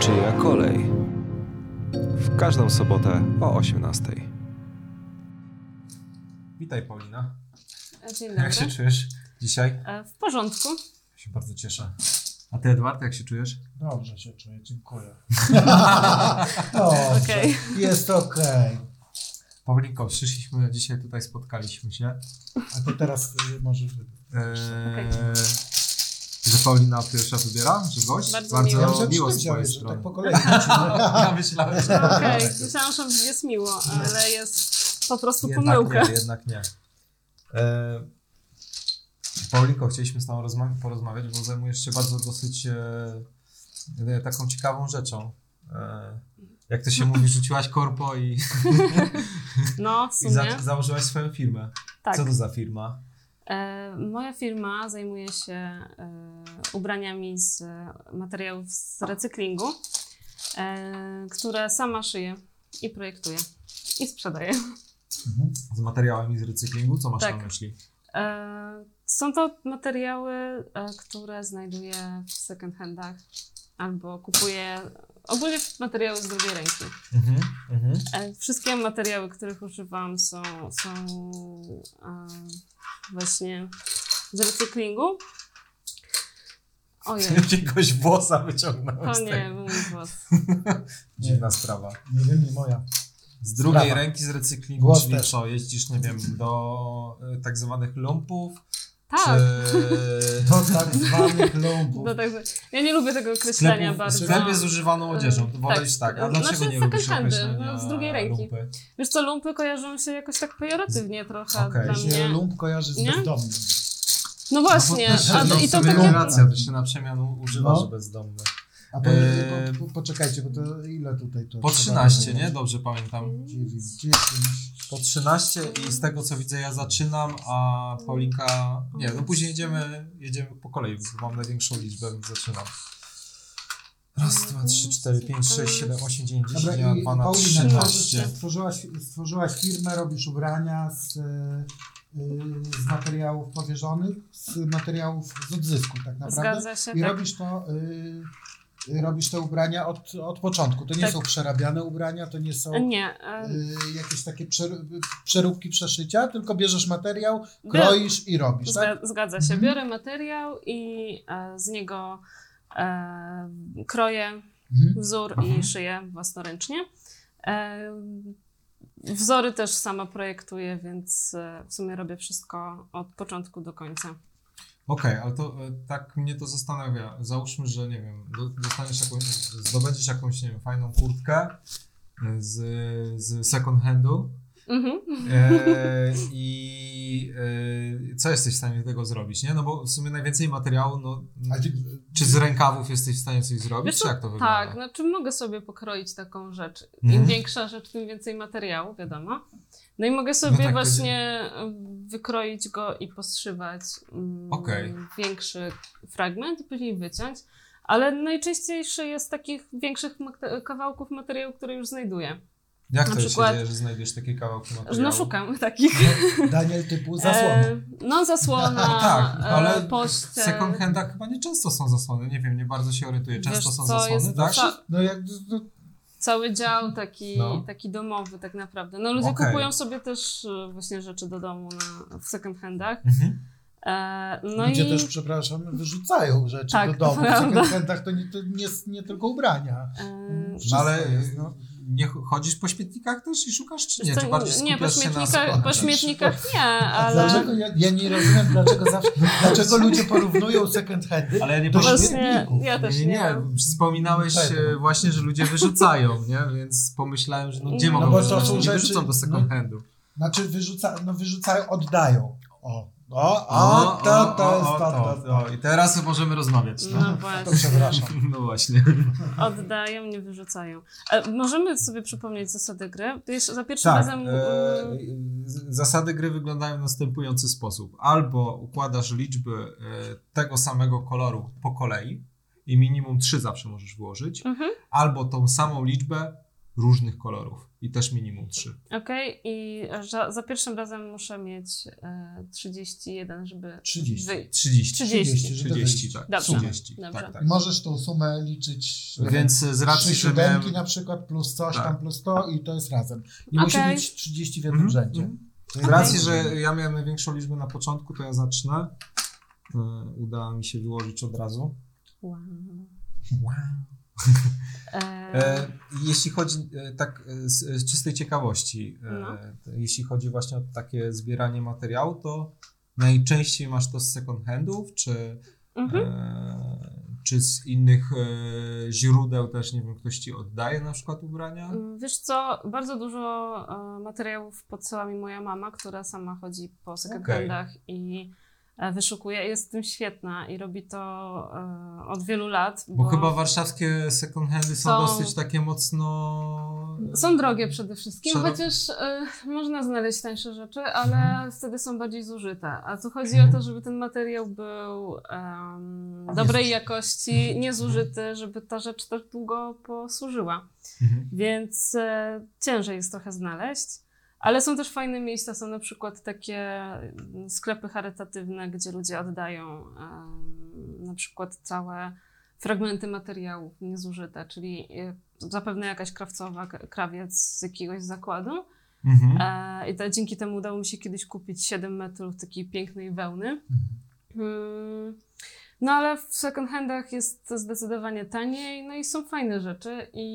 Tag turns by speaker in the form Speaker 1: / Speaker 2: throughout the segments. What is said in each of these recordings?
Speaker 1: Czyja kolej? W każdą sobotę o 18. Witaj Paulina.
Speaker 2: E, Dzień E,
Speaker 1: Jak się czujesz dzisiaj?
Speaker 2: W porządku.
Speaker 1: Ja się bardzo cieszę. A ty Edward, jak się czujesz?
Speaker 3: Dobrze się czuję, dziękuję. Dobrze,
Speaker 2: Okej.
Speaker 3: jest okej.
Speaker 1: Paulinko, przyszliśmy dzisiaj tutaj, spotkaliśmy się.
Speaker 3: A to teraz y, może...
Speaker 1: Eee, Że Paulina pierwsza wybiera, że gość?
Speaker 2: Bardzo miło.
Speaker 3: Ja myślałem,
Speaker 1: No, miło
Speaker 3: że
Speaker 1: z
Speaker 3: ty
Speaker 1: twojej
Speaker 3: działasz, że tak
Speaker 1: strony.
Speaker 3: po kolei lecimy.
Speaker 1: Ja myślałem, że... tak.
Speaker 2: Okej, myślałam, że jest miło, ale jest po prostu
Speaker 1: Jednak
Speaker 2: pomyłka.
Speaker 1: nie, jednak nie. E, Paulinko, chcieliśmy z Tobą rozma- porozmawiać, bo zajmujesz się bardzo dosyć e, e, taką ciekawą rzeczą. E, jak to się mówi, rzuciłaś korpo i,
Speaker 2: No, w
Speaker 1: i za,
Speaker 2: sumie.
Speaker 1: założyłaś swoją firmę.
Speaker 2: Tak.
Speaker 1: Co to za firma?
Speaker 2: E, moja firma zajmuje się e, ubraniami z materiałów z recyklingu, e, które sama szyję i projektuję i sprzedaję.
Speaker 3: Mhm.
Speaker 1: Z materiałami z recyklingu? Co masz
Speaker 2: Tak.
Speaker 1: na myśli?
Speaker 2: E, są to materiały, e, które znajduję w second handach albo kupuję ogólnie materiały z drugiej ręki.
Speaker 1: Mhm, mhm.
Speaker 2: E, Wszystkie materiały, których używam, są, są e, właśnie z recyklingu. Ojej,
Speaker 1: Jakiegoś włosa wyciągnąłem
Speaker 2: to
Speaker 1: z
Speaker 2: nie
Speaker 1: tego.
Speaker 2: był mój głos.
Speaker 1: Dziwna sprawa.
Speaker 3: Nie wiem, nie moja.
Speaker 1: Z drugiej
Speaker 3: Sprawa.
Speaker 1: ręki z recyklingu,
Speaker 3: Głos
Speaker 1: czyli
Speaker 3: też.
Speaker 1: co, jeździsz, nie wiem, do e, tak zwanych lumpów?
Speaker 2: Tak,
Speaker 1: Czy...
Speaker 3: Do tak zwanych lumbów.
Speaker 2: to tak. Ja nie lubię tego określenia bardzo.
Speaker 1: Sklepy z używaną odzieżą, to
Speaker 2: Tak.
Speaker 1: wolisz tak. A
Speaker 2: Znaczy,
Speaker 1: dlaczego nie
Speaker 2: second
Speaker 1: lubisz
Speaker 2: handy,
Speaker 1: określenia
Speaker 2: no, z drugiej ręki.
Speaker 1: Lumpy?
Speaker 2: Wiesz co, lumpy kojarzą się jakoś tak pejoratywnie trochę
Speaker 1: Okej.
Speaker 2: dla
Speaker 3: Się
Speaker 2: mnie.
Speaker 3: lump kojarzy z
Speaker 2: Nie?
Speaker 3: bezdomnym.
Speaker 2: No właśnie,
Speaker 1: No,
Speaker 2: a,
Speaker 1: no,
Speaker 2: i to
Speaker 1: w sumie
Speaker 2: takie...
Speaker 1: nie racja, to się na przemian u- używa,
Speaker 3: No.
Speaker 1: że bezdomny.
Speaker 3: A po,
Speaker 1: Eee,
Speaker 3: po, po, poczekajcie, bo to ile tutaj to...
Speaker 1: Po
Speaker 3: trzeba
Speaker 1: 13, nie?
Speaker 3: wymienić?
Speaker 1: Dobrze pamiętam.
Speaker 3: Dziewięć, dziesięć.
Speaker 1: Po 13 i z tego co widzę ja zaczynam, a Paulinka... Nie, no później jedziemy, jedziemy po kolei, bo mam największą liczbę, więc zaczynam. Raz, dwa, trzy, cztery, pięć, sześć, siedem, osiem, dziewięć,
Speaker 3: Dobra,
Speaker 1: dziesięć, ja mam
Speaker 3: i
Speaker 1: dwa na
Speaker 3: Paulina,
Speaker 1: trzynaście.
Speaker 3: stworzyłaś, stworzyłaś firmę, robisz ubrania z, e, y, z materiałów powierzonych, z materiałów z odzysku tak naprawdę.
Speaker 2: Zgadza się,
Speaker 3: I
Speaker 2: tak.
Speaker 3: robisz to, y, y, robisz te ubrania od, od początku. To nie
Speaker 2: Tak.
Speaker 3: są przerabiane ubrania, to nie są
Speaker 2: Nie, e,
Speaker 3: y, jakieś takie przer- przeróbki przeszycia, tylko bierzesz materiał,
Speaker 2: biorę-
Speaker 3: kroisz i robisz, tak?
Speaker 2: Zga- Zgadza się. Biorę materiał i e, z niego e, kroję
Speaker 3: Mhm.
Speaker 2: wzór
Speaker 1: Mhm.
Speaker 2: i szyję własnoręcznie. E, wzory też sama projektuję, więc e, w sumie robię wszystko od początku do końca.
Speaker 1: Okej, ale to e, tak mnie to zastanawia. Załóżmy, że nie wiem, do- dostaniesz jakąś, zdobędziesz jakąś, nie wiem, fajną kurtkę e, z, z second handu
Speaker 2: Mhm.
Speaker 1: e, i e, co jesteś w stanie z tego zrobić, nie? No bo w sumie najwięcej materiału, no,
Speaker 3: A ty-
Speaker 1: czy z rękawów jesteś w stanie coś zrobić,
Speaker 2: Wiesz
Speaker 1: czy
Speaker 2: co,
Speaker 1: jak to wygląda?
Speaker 2: Tak, znaczy mogę sobie pokroić taką rzecz. Im
Speaker 1: Mhm.
Speaker 2: większa rzecz, tym więcej materiału, wiadomo. No i mogę sobie
Speaker 1: tak,
Speaker 2: właśnie y, wykroić go i poszywać mm,
Speaker 1: Okej.
Speaker 2: większy fragment i później wyciąć. Ale najczęściejszy jest takich większych mate- kawałków materiału, które już znajduję.
Speaker 1: Jak
Speaker 2: no, na
Speaker 1: to się
Speaker 2: przykład-
Speaker 1: dzieje, że znajdziesz takie kawałki materiału?
Speaker 2: No szukam takich.
Speaker 3: Daniel typu zasłona.
Speaker 2: E, no zasłona,
Speaker 1: Tak, ale
Speaker 2: e,
Speaker 1: W
Speaker 2: poście.
Speaker 1: second handach chyba nie często są zasłony, nie wiem, nie bardzo się orientuję. Często
Speaker 2: Wiesz
Speaker 1: są
Speaker 2: co,
Speaker 1: zasłony,
Speaker 2: jest
Speaker 1: tak?
Speaker 2: ca-
Speaker 3: No jak, no,
Speaker 2: cały dział taki,
Speaker 1: No.
Speaker 2: taki domowy tak naprawdę. No ludzie
Speaker 1: Okej.
Speaker 2: kupują sobie też e, właśnie rzeczy do domu na, w second handach.
Speaker 1: Mhm.
Speaker 2: E, no
Speaker 3: Ludzie
Speaker 2: i
Speaker 3: też, przepraszam, wyrzucają rzeczy
Speaker 2: Tak,
Speaker 3: do domu.
Speaker 2: to
Speaker 3: W
Speaker 2: prawda.
Speaker 3: second handach to nie, to nie, nie tylko ubrania.
Speaker 2: e,
Speaker 3: Wszystko
Speaker 1: No ale
Speaker 3: jest, no.
Speaker 1: nie ch- chodzisz po śmietnikach też i szukasz, czy nie?
Speaker 2: co,
Speaker 1: Czy bardziej
Speaker 2: nie,
Speaker 1: skupiasz
Speaker 2: po
Speaker 1: się na
Speaker 2: śmietnikach,
Speaker 1: składach?
Speaker 2: po śmietnikach nie, ale
Speaker 3: Dlaczego, ja, ja nie rozumiem, dlaczego zawsze, dlaczego ludzie porównują second handy.
Speaker 1: Ale ja nie
Speaker 3: To
Speaker 1: powiem-
Speaker 3: właśnie- śmietniku.
Speaker 2: ja też
Speaker 1: nie,
Speaker 2: nie.
Speaker 1: nie, wspominałeś
Speaker 3: Tak.
Speaker 1: e, właśnie, że ludzie wyrzucają, nie? Więc pomyślałem, że no gdzie
Speaker 2: No
Speaker 1: mogą
Speaker 2: bo to
Speaker 1: wyrzucać?
Speaker 2: są
Speaker 1: Nie
Speaker 3: rzeczy- no.
Speaker 1: wyrzucam do second handu.
Speaker 3: Znaczy wyrzuca, no wyrzucają, oddają. O, o,
Speaker 1: O,
Speaker 3: o, to,
Speaker 1: No, o,
Speaker 3: to
Speaker 1: o,
Speaker 3: jest to,
Speaker 1: o,
Speaker 3: to, to.
Speaker 1: o. I teraz możemy rozmawiać, no.
Speaker 2: No
Speaker 3: Mhm. To
Speaker 2: właśnie,
Speaker 3: przepraszam.
Speaker 1: No właśnie.
Speaker 2: oddają, nie wyrzucają. E, możemy sobie przypomnieć zasady gry? Wiesz, za pierwszym
Speaker 1: Tak,
Speaker 2: razem...
Speaker 1: e,
Speaker 2: mm,
Speaker 1: z- zasady gry wyglądają w następujący sposób. Albo układasz liczby e, tego samego koloru po kolei i minimum trzy zawsze możesz włożyć,
Speaker 2: Mhm.
Speaker 1: albo tą samą liczbę różnych kolorów i też minimum trzy.
Speaker 2: Okej, i za, za pierwszym razem muszę mieć e, 31, żeby
Speaker 3: 30.
Speaker 2: wyjść.
Speaker 1: 30.
Speaker 2: 30.
Speaker 3: żeby
Speaker 1: 30,
Speaker 3: wyjść.
Speaker 1: tak.
Speaker 2: Dobrze.
Speaker 1: 30,
Speaker 2: Dobrze.
Speaker 1: tak, tak.
Speaker 3: Możesz tą sumę liczyć e,
Speaker 1: Więc z
Speaker 3: trzy
Speaker 1: racji, że miałem...
Speaker 3: siódemki na przykład, plus coś
Speaker 1: Tak.
Speaker 3: tam, plus to i to jest razem. Nie musi
Speaker 2: Okej.
Speaker 3: być 30 w jednym
Speaker 1: Mhm,
Speaker 3: rzędzie.
Speaker 1: mhm.
Speaker 3: To
Speaker 1: Z
Speaker 3: jest
Speaker 1: racji,
Speaker 3: bardzo
Speaker 1: że ja miałem największą liczbę na początku, to ja zacznę. Yy, Udało mi się wyłożyć od razu.
Speaker 2: Wow.
Speaker 1: Wow.
Speaker 2: E,
Speaker 1: E, jeśli chodzi e, tak e, z, z czystej ciekawości, e,
Speaker 2: No.
Speaker 1: to jeśli chodzi właśnie o takie zbieranie materiału, to najczęściej masz to z second handów, czy,
Speaker 2: mhm.
Speaker 1: e, czy z innych e, źródeł też, nie wiem, ktoś ci oddaje na przykład ubrania?
Speaker 2: Wiesz co, bardzo dużo e, materiałów podsyła mi moja mama, która sama chodzi po secondhandach i e, wyszukuje. Jest w tym świetna i robi to e, od wielu lat.
Speaker 1: Bo chyba warszawskie second handy są,
Speaker 2: No. Są-
Speaker 1: dosyć takie mocno...
Speaker 2: Są drogie przede wszystkim,
Speaker 1: Szaro-
Speaker 2: chociaż e, można znaleźć tańsze rzeczy, ale wtedy są bardziej zużyte. A tu chodzi
Speaker 1: Mhm.
Speaker 2: o to, żeby ten materiał był em, dobrej
Speaker 1: Mhm.
Speaker 2: jakości, niezużyty, żeby ta rzecz też długo posłużyła.
Speaker 1: Mhm.
Speaker 2: więc e, ciężej jest trochę znaleźć. Ale są też fajne miejsca, są na przykład takie mm, sklepy charytatywne, gdzie ludzie oddają em, na przykład całe fragmenty materiałów niezużyte, czyli e, zapewne jakaś krawcowa, k- krawiec z jakiegoś zakładu.
Speaker 1: Mhm.
Speaker 2: E, I to, dzięki temu udało mi się kiedyś kupić 7 metrów takiej pięknej wełny.
Speaker 3: Mhm.
Speaker 2: Mm, No ale w second handach jest zdecydowanie taniej, no i są fajne rzeczy i,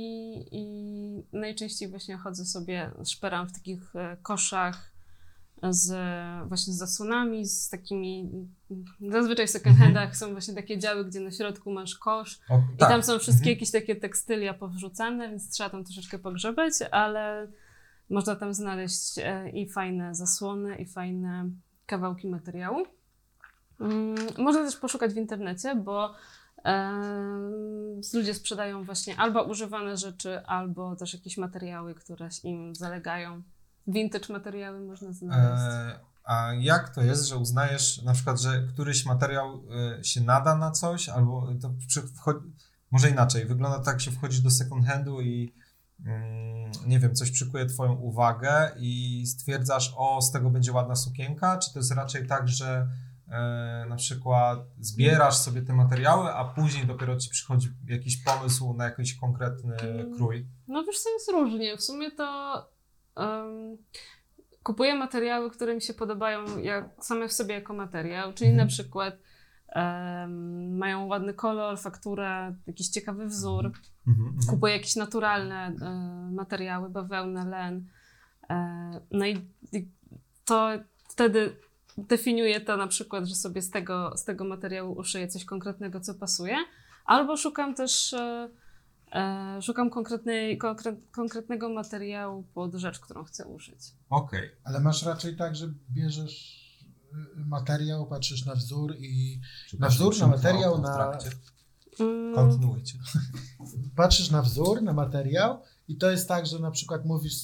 Speaker 2: i najczęściej właśnie chodzę sobie, szperam w takich e, koszach z właśnie z zasunami, z takimi, zazwyczaj w second
Speaker 1: Mhm.
Speaker 2: handach są właśnie takie działy, gdzie na środku masz kosz
Speaker 1: O,
Speaker 2: i
Speaker 1: tak.
Speaker 2: tam są wszystkie
Speaker 1: Mhm.
Speaker 2: jakieś takie tekstylia powrzucane, więc trzeba tam troszeczkę pogrzebać, ale można tam znaleźć e, i fajne zasłony, i fajne kawałki materiału. Mm, Można też poszukać w internecie, bo em, ludzie sprzedają właśnie albo używane rzeczy, albo też jakieś materiały, które im zalegają. Vintage materiały można znaleźć.
Speaker 1: E, a jak to jest, że uznajesz na przykład, że któryś materiał e, się nada na coś, albo to przy, wcho- może inaczej, wygląda tak, że wchodzisz do second handu i mm, nie wiem, coś przykuje twoją uwagę i stwierdzasz, o, z tego będzie ładna sukienka, czy to jest raczej tak, że e, na przykład zbierasz sobie te materiały, a później dopiero ci przychodzi jakiś pomysł na jakiś konkretny krój.
Speaker 2: No wiesz co, jest różnie. W sumie to em, kupuję materiały, które mi się podobają jak, same w sobie jako materiał, czyli
Speaker 1: Mhm.
Speaker 2: na przykład em, mają ładny kolor, fakturę, jakiś ciekawy wzór.
Speaker 1: Mhm, mhm.
Speaker 2: Kupuję jakieś naturalne e, materiały, bawełnę, len. E, no i i to wtedy definiuję to na przykład, że sobie z tego, z tego materiału uszyję coś konkretnego, co pasuje. Albo szukam też e, e, szukam konkretnej, konkre, konkretnego materiału pod rzecz, którą chcę uszyć.
Speaker 1: Okej.
Speaker 3: Ale masz raczej tak, że bierzesz y, materiał, patrzysz na wzór i Na wzór, na materiał, na-
Speaker 2: Mm,
Speaker 1: Kontynuujcie.
Speaker 3: patrzysz na wzór, na materiał i to jest tak, że na przykład mówisz,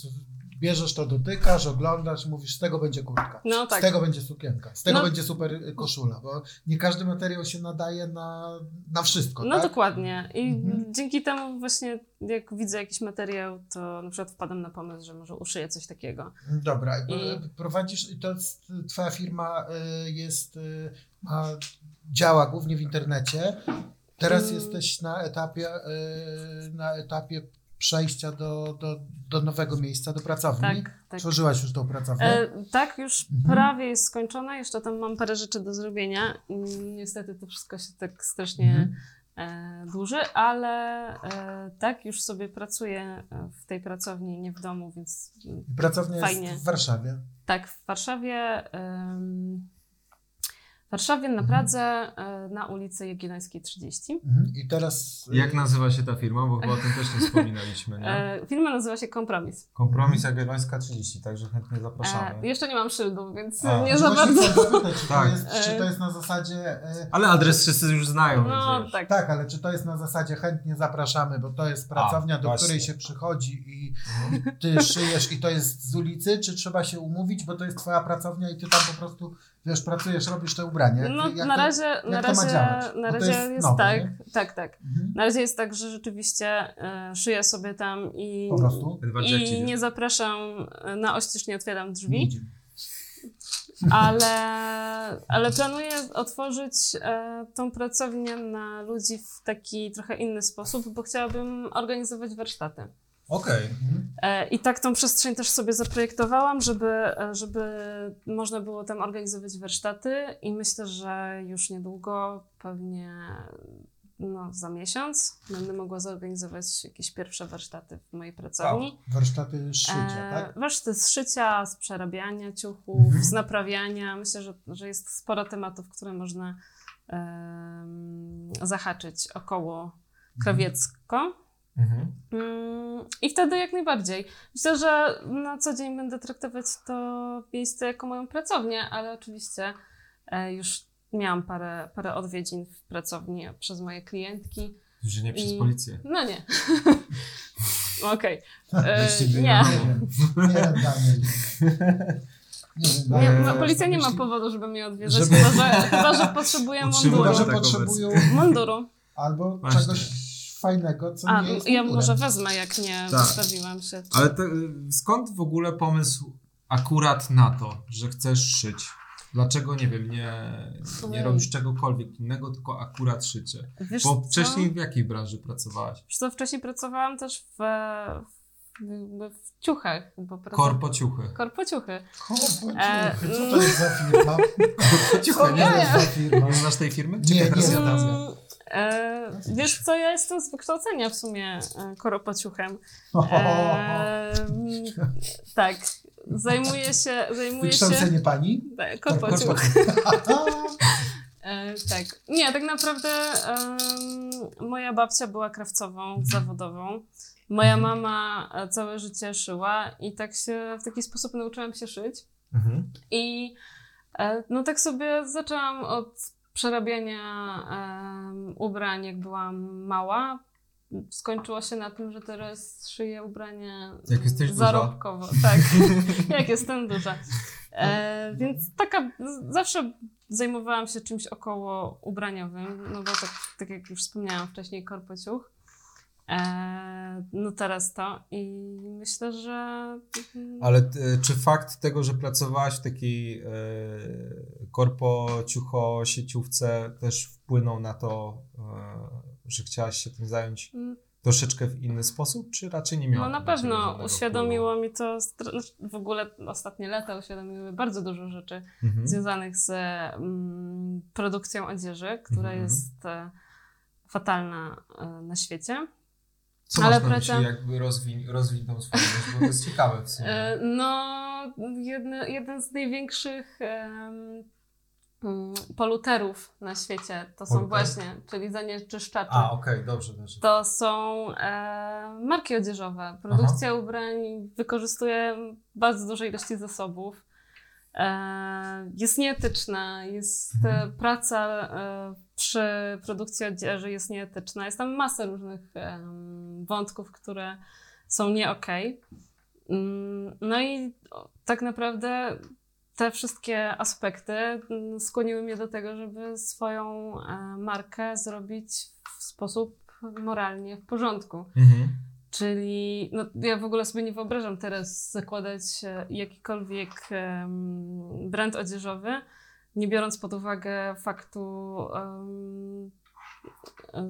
Speaker 3: bierzesz to, dotykasz, oglądasz, mówisz, z tego będzie kurtka.
Speaker 2: no
Speaker 3: Z
Speaker 2: tak.
Speaker 3: tego będzie sukienka, z tego
Speaker 2: No.
Speaker 3: będzie super y, koszula, bo nie każdy materiał się nadaje na, na wszystko.
Speaker 2: No
Speaker 3: tak?
Speaker 2: dokładnie. I
Speaker 3: Mhm.
Speaker 2: dzięki temu właśnie jak widzę jakiś materiał, to na przykład wpadam na pomysł, że może uszyję coś takiego.
Speaker 3: Dobra, i
Speaker 2: I-
Speaker 3: prowadzisz, i to jest, twoja firma y, jest, y, ma, działa głównie w internecie. Teraz
Speaker 2: Mm.
Speaker 3: jesteś na etapie, y, na etapie przejścia do, do, do nowego miejsca, do pracowni.
Speaker 2: Tak, tak.
Speaker 3: Tworzyłaś już tą pracownię.
Speaker 2: E, tak, już
Speaker 3: Mhm.
Speaker 2: prawie jest skończona. Jeszcze tam mam parę rzeczy do zrobienia. Mm, Niestety to wszystko się tak strasznie
Speaker 3: Mhm.
Speaker 2: e, dłuży, ale e, tak, już sobie pracuję e, w tej pracowni, nie w domu, więc mm,
Speaker 3: I Pracownia
Speaker 2: Fajnie.
Speaker 3: jest w Warszawie.
Speaker 2: tak, w Warszawie. em, w Warszawie na Pradze, e, na ulicy Jagiellońskiej 30.
Speaker 3: Mhm. I teraz y,
Speaker 1: Jak nazywa się ta firma? Bo chyba o tym też nie wspominaliśmy. Nie?
Speaker 2: E, Firma nazywa się Kompromis.
Speaker 1: Kompromis Jagiellońska 30, także chętnie zapraszamy.
Speaker 2: E, Jeszcze nie mam szyldu, więc
Speaker 1: A,
Speaker 2: nie za
Speaker 3: właśnie
Speaker 2: bardzo.
Speaker 3: chciałem zapytać, Czy, to
Speaker 1: Tak.
Speaker 3: jest, czy to
Speaker 2: E.
Speaker 3: jest na zasadzie... y,
Speaker 1: Ale adres wszyscy już znają, więc
Speaker 2: No
Speaker 1: wiesz.
Speaker 2: tak.
Speaker 3: Tak, ale czy to jest na zasadzie chętnie zapraszamy, bo to jest pracownia, do
Speaker 1: właśnie. Mhm.
Speaker 3: której się przychodzi i ty szyjesz i to jest z ulicy, czy trzeba się umówić, bo to jest twoja pracownia i ty tam po prostu
Speaker 4: wiesz, pracujesz, robisz te ubrania. Jak,
Speaker 2: No,
Speaker 4: jak
Speaker 2: na
Speaker 4: to-
Speaker 2: razie, na
Speaker 4: jak to ma
Speaker 2: razie,
Speaker 4: działać? Bo
Speaker 2: na
Speaker 4: to
Speaker 2: razie
Speaker 4: jest
Speaker 2: jest,
Speaker 4: nowe,
Speaker 2: tak,
Speaker 4: nie?
Speaker 2: tak, tak.
Speaker 4: Mhm.
Speaker 2: Na razie jest tak, że rzeczywiście e, szyję sobie tam i,
Speaker 4: Po prostu.
Speaker 2: tak. i nie zapraszam e, na oścież, nie otwieram drzwi, ale, ale planuję otworzyć e, tą pracownię na ludzi w taki trochę inny sposób, bo chciałabym organizować warsztaty.
Speaker 1: Okej.
Speaker 4: Mhm.
Speaker 2: E, I tak tą przestrzeń też sobie zaprojektowałam, żeby, e, żeby można było tam organizować warsztaty i myślę, że już niedługo, pewnie no, za miesiąc, będę mogła zorganizować jakieś pierwsze warsztaty w mojej pracowni.
Speaker 4: Warsztaty szycia,
Speaker 2: E,
Speaker 4: tak?
Speaker 2: Warsztaty z szycia, z przerabiania ciuchów,
Speaker 4: Mhm.
Speaker 2: z naprawiania. Myślę, że, że jest sporo tematów, które można em, zahaczyć około
Speaker 4: Mhm.
Speaker 2: krawiecko.
Speaker 1: Mhm.
Speaker 2: Mm, I wtedy jak najbardziej. Myślę, że na co dzień będę traktować to miejsce jako moją pracownię, ale oczywiście e, już miałam parę, parę odwiedzin w pracowni przez moje klientki.
Speaker 1: Że nie przez
Speaker 2: I-
Speaker 1: policję.
Speaker 2: No nie. Okej. E,
Speaker 4: Weźcie wy-
Speaker 2: nie.
Speaker 4: Nie wiem, nie wiem, Daniel. Nie wiem,
Speaker 2: Nie,
Speaker 4: Daniel.
Speaker 2: no, policja nie ma
Speaker 4: Jeśli-
Speaker 2: powodu, żeby mnie odwiedzać,
Speaker 1: Żeby-
Speaker 2: chyba, że, chyba, że potrzebuję
Speaker 1: Utrzymywać-
Speaker 2: munduru.
Speaker 4: Chyba, że
Speaker 1: Tak
Speaker 4: potrzebują
Speaker 2: Munduru.
Speaker 4: albo
Speaker 1: Właśnie.
Speaker 4: czegoś fajnego, co
Speaker 2: A,
Speaker 4: nie jest
Speaker 2: ja
Speaker 4: mundurem.
Speaker 2: może wezmę, jak nie
Speaker 1: Tak.
Speaker 2: postawiłam się.
Speaker 1: Ale to, y, skąd w ogóle pomysł akurat na to, że chcesz szyć? Dlaczego, nie wiem, nie, nie
Speaker 2: Ojej.
Speaker 1: robisz czegokolwiek innego, tylko akurat szycie?
Speaker 2: Wiesz
Speaker 1: Bo
Speaker 2: co?
Speaker 1: wcześniej w jakiej branży pracowałaś?
Speaker 2: Wiesz co, wcześniej pracowałam też w, w, jakby w ciuchach. Bo pracu-
Speaker 1: Korpociuchy.
Speaker 2: Korpociuchy.
Speaker 4: Korpo,
Speaker 2: E,
Speaker 4: ciuchy, co to jest za firma? Co
Speaker 1: Korpociuchy,
Speaker 4: to
Speaker 1: nie?
Speaker 4: jest za firma?
Speaker 1: Nie znasz tej firmy?
Speaker 4: Nie,
Speaker 1: Czekaj, teraz
Speaker 4: nie.
Speaker 1: ja nazwę.
Speaker 2: Mm, e, wiesz co, ja jestem z wykształcenia w sumie e, koropociuchem.
Speaker 4: O,
Speaker 2: E,
Speaker 1: Eee,
Speaker 2: mm, tak, zajmuję się... Zajmuję się
Speaker 4: Wykształcenie pani?
Speaker 2: tak, korpociuch. E, tak. Nie, tak naprawdę em, moja babcia była krawcową zawodową. Moja
Speaker 1: Mhm.
Speaker 2: mama e, całe życie szyła i tak się w taki sposób nauczyłam się szyć.
Speaker 1: Mhm.
Speaker 2: I e, no tak sobie zaczęłam od przerabiania em, ubrań, jak byłam mała. Skończyło się na tym, że teraz szyję ubrania
Speaker 1: Jak jesteś duża.
Speaker 2: zarobkowo. Tak,
Speaker 1: Mm.
Speaker 2: jak jestem duża. E,
Speaker 1: No.
Speaker 2: więc taka z- zawsze zajmowałam się czymś około ubraniowym, no bo tak, tak jak już wspomniałam wcześniej, korpociuch. E, no teraz to i myślę, że...
Speaker 1: Ale e, czy fakt tego, że pracowałaś w takiej e, korpo-ciucho sieciówce też wpłynął na to, e, że chciałaś się tym zająć
Speaker 2: Mm,
Speaker 1: troszeczkę w inny sposób, czy raczej nie miała?
Speaker 2: No na
Speaker 1: to dla ciebie
Speaker 2: pewno
Speaker 1: żadnego
Speaker 2: uświadomiło mi to, str- znaczy w ogóle ostatnie lata uświadomiły bardzo dużo rzeczy
Speaker 1: wpływu? Mhm.
Speaker 2: związanych z mm, produkcją odzieży, która
Speaker 1: Mhm.
Speaker 2: jest e, fatalna e, na świecie.
Speaker 1: Co
Speaker 2: ale
Speaker 1: masz na myśli,
Speaker 2: praca-
Speaker 1: jakby rozwiń, rozwiń tą swoją myśl, bo to jest ciekawe w sumie.
Speaker 2: E, No, jedne, jeden z największych em, mm, poluterów na świecie to są
Speaker 1: Poluter?
Speaker 2: właśnie, czyli zanieczyszczacze.
Speaker 1: A, okej, dobrze, dobrze.
Speaker 2: To są e, marki odzieżowe. Produkcja ubrań wykorzystuje bardzo duże ilości zasobów. E, jest nieetyczna, jest e, praca e, przy produkcji odzieży jest nieetyczna. Jest tam masa różnych em, wątków, które są nie okej. Mm, No i o, tak naprawdę te wszystkie aspekty mm, skłoniły mnie do tego, żeby swoją e, markę zrobić w sposób moralnie w porządku.
Speaker 1: Mhm.
Speaker 2: Czyli no, ja w ogóle sobie nie wyobrażam teraz zakładać e, jakikolwiek em, brand odzieżowy, nie biorąc pod uwagę faktu em, e,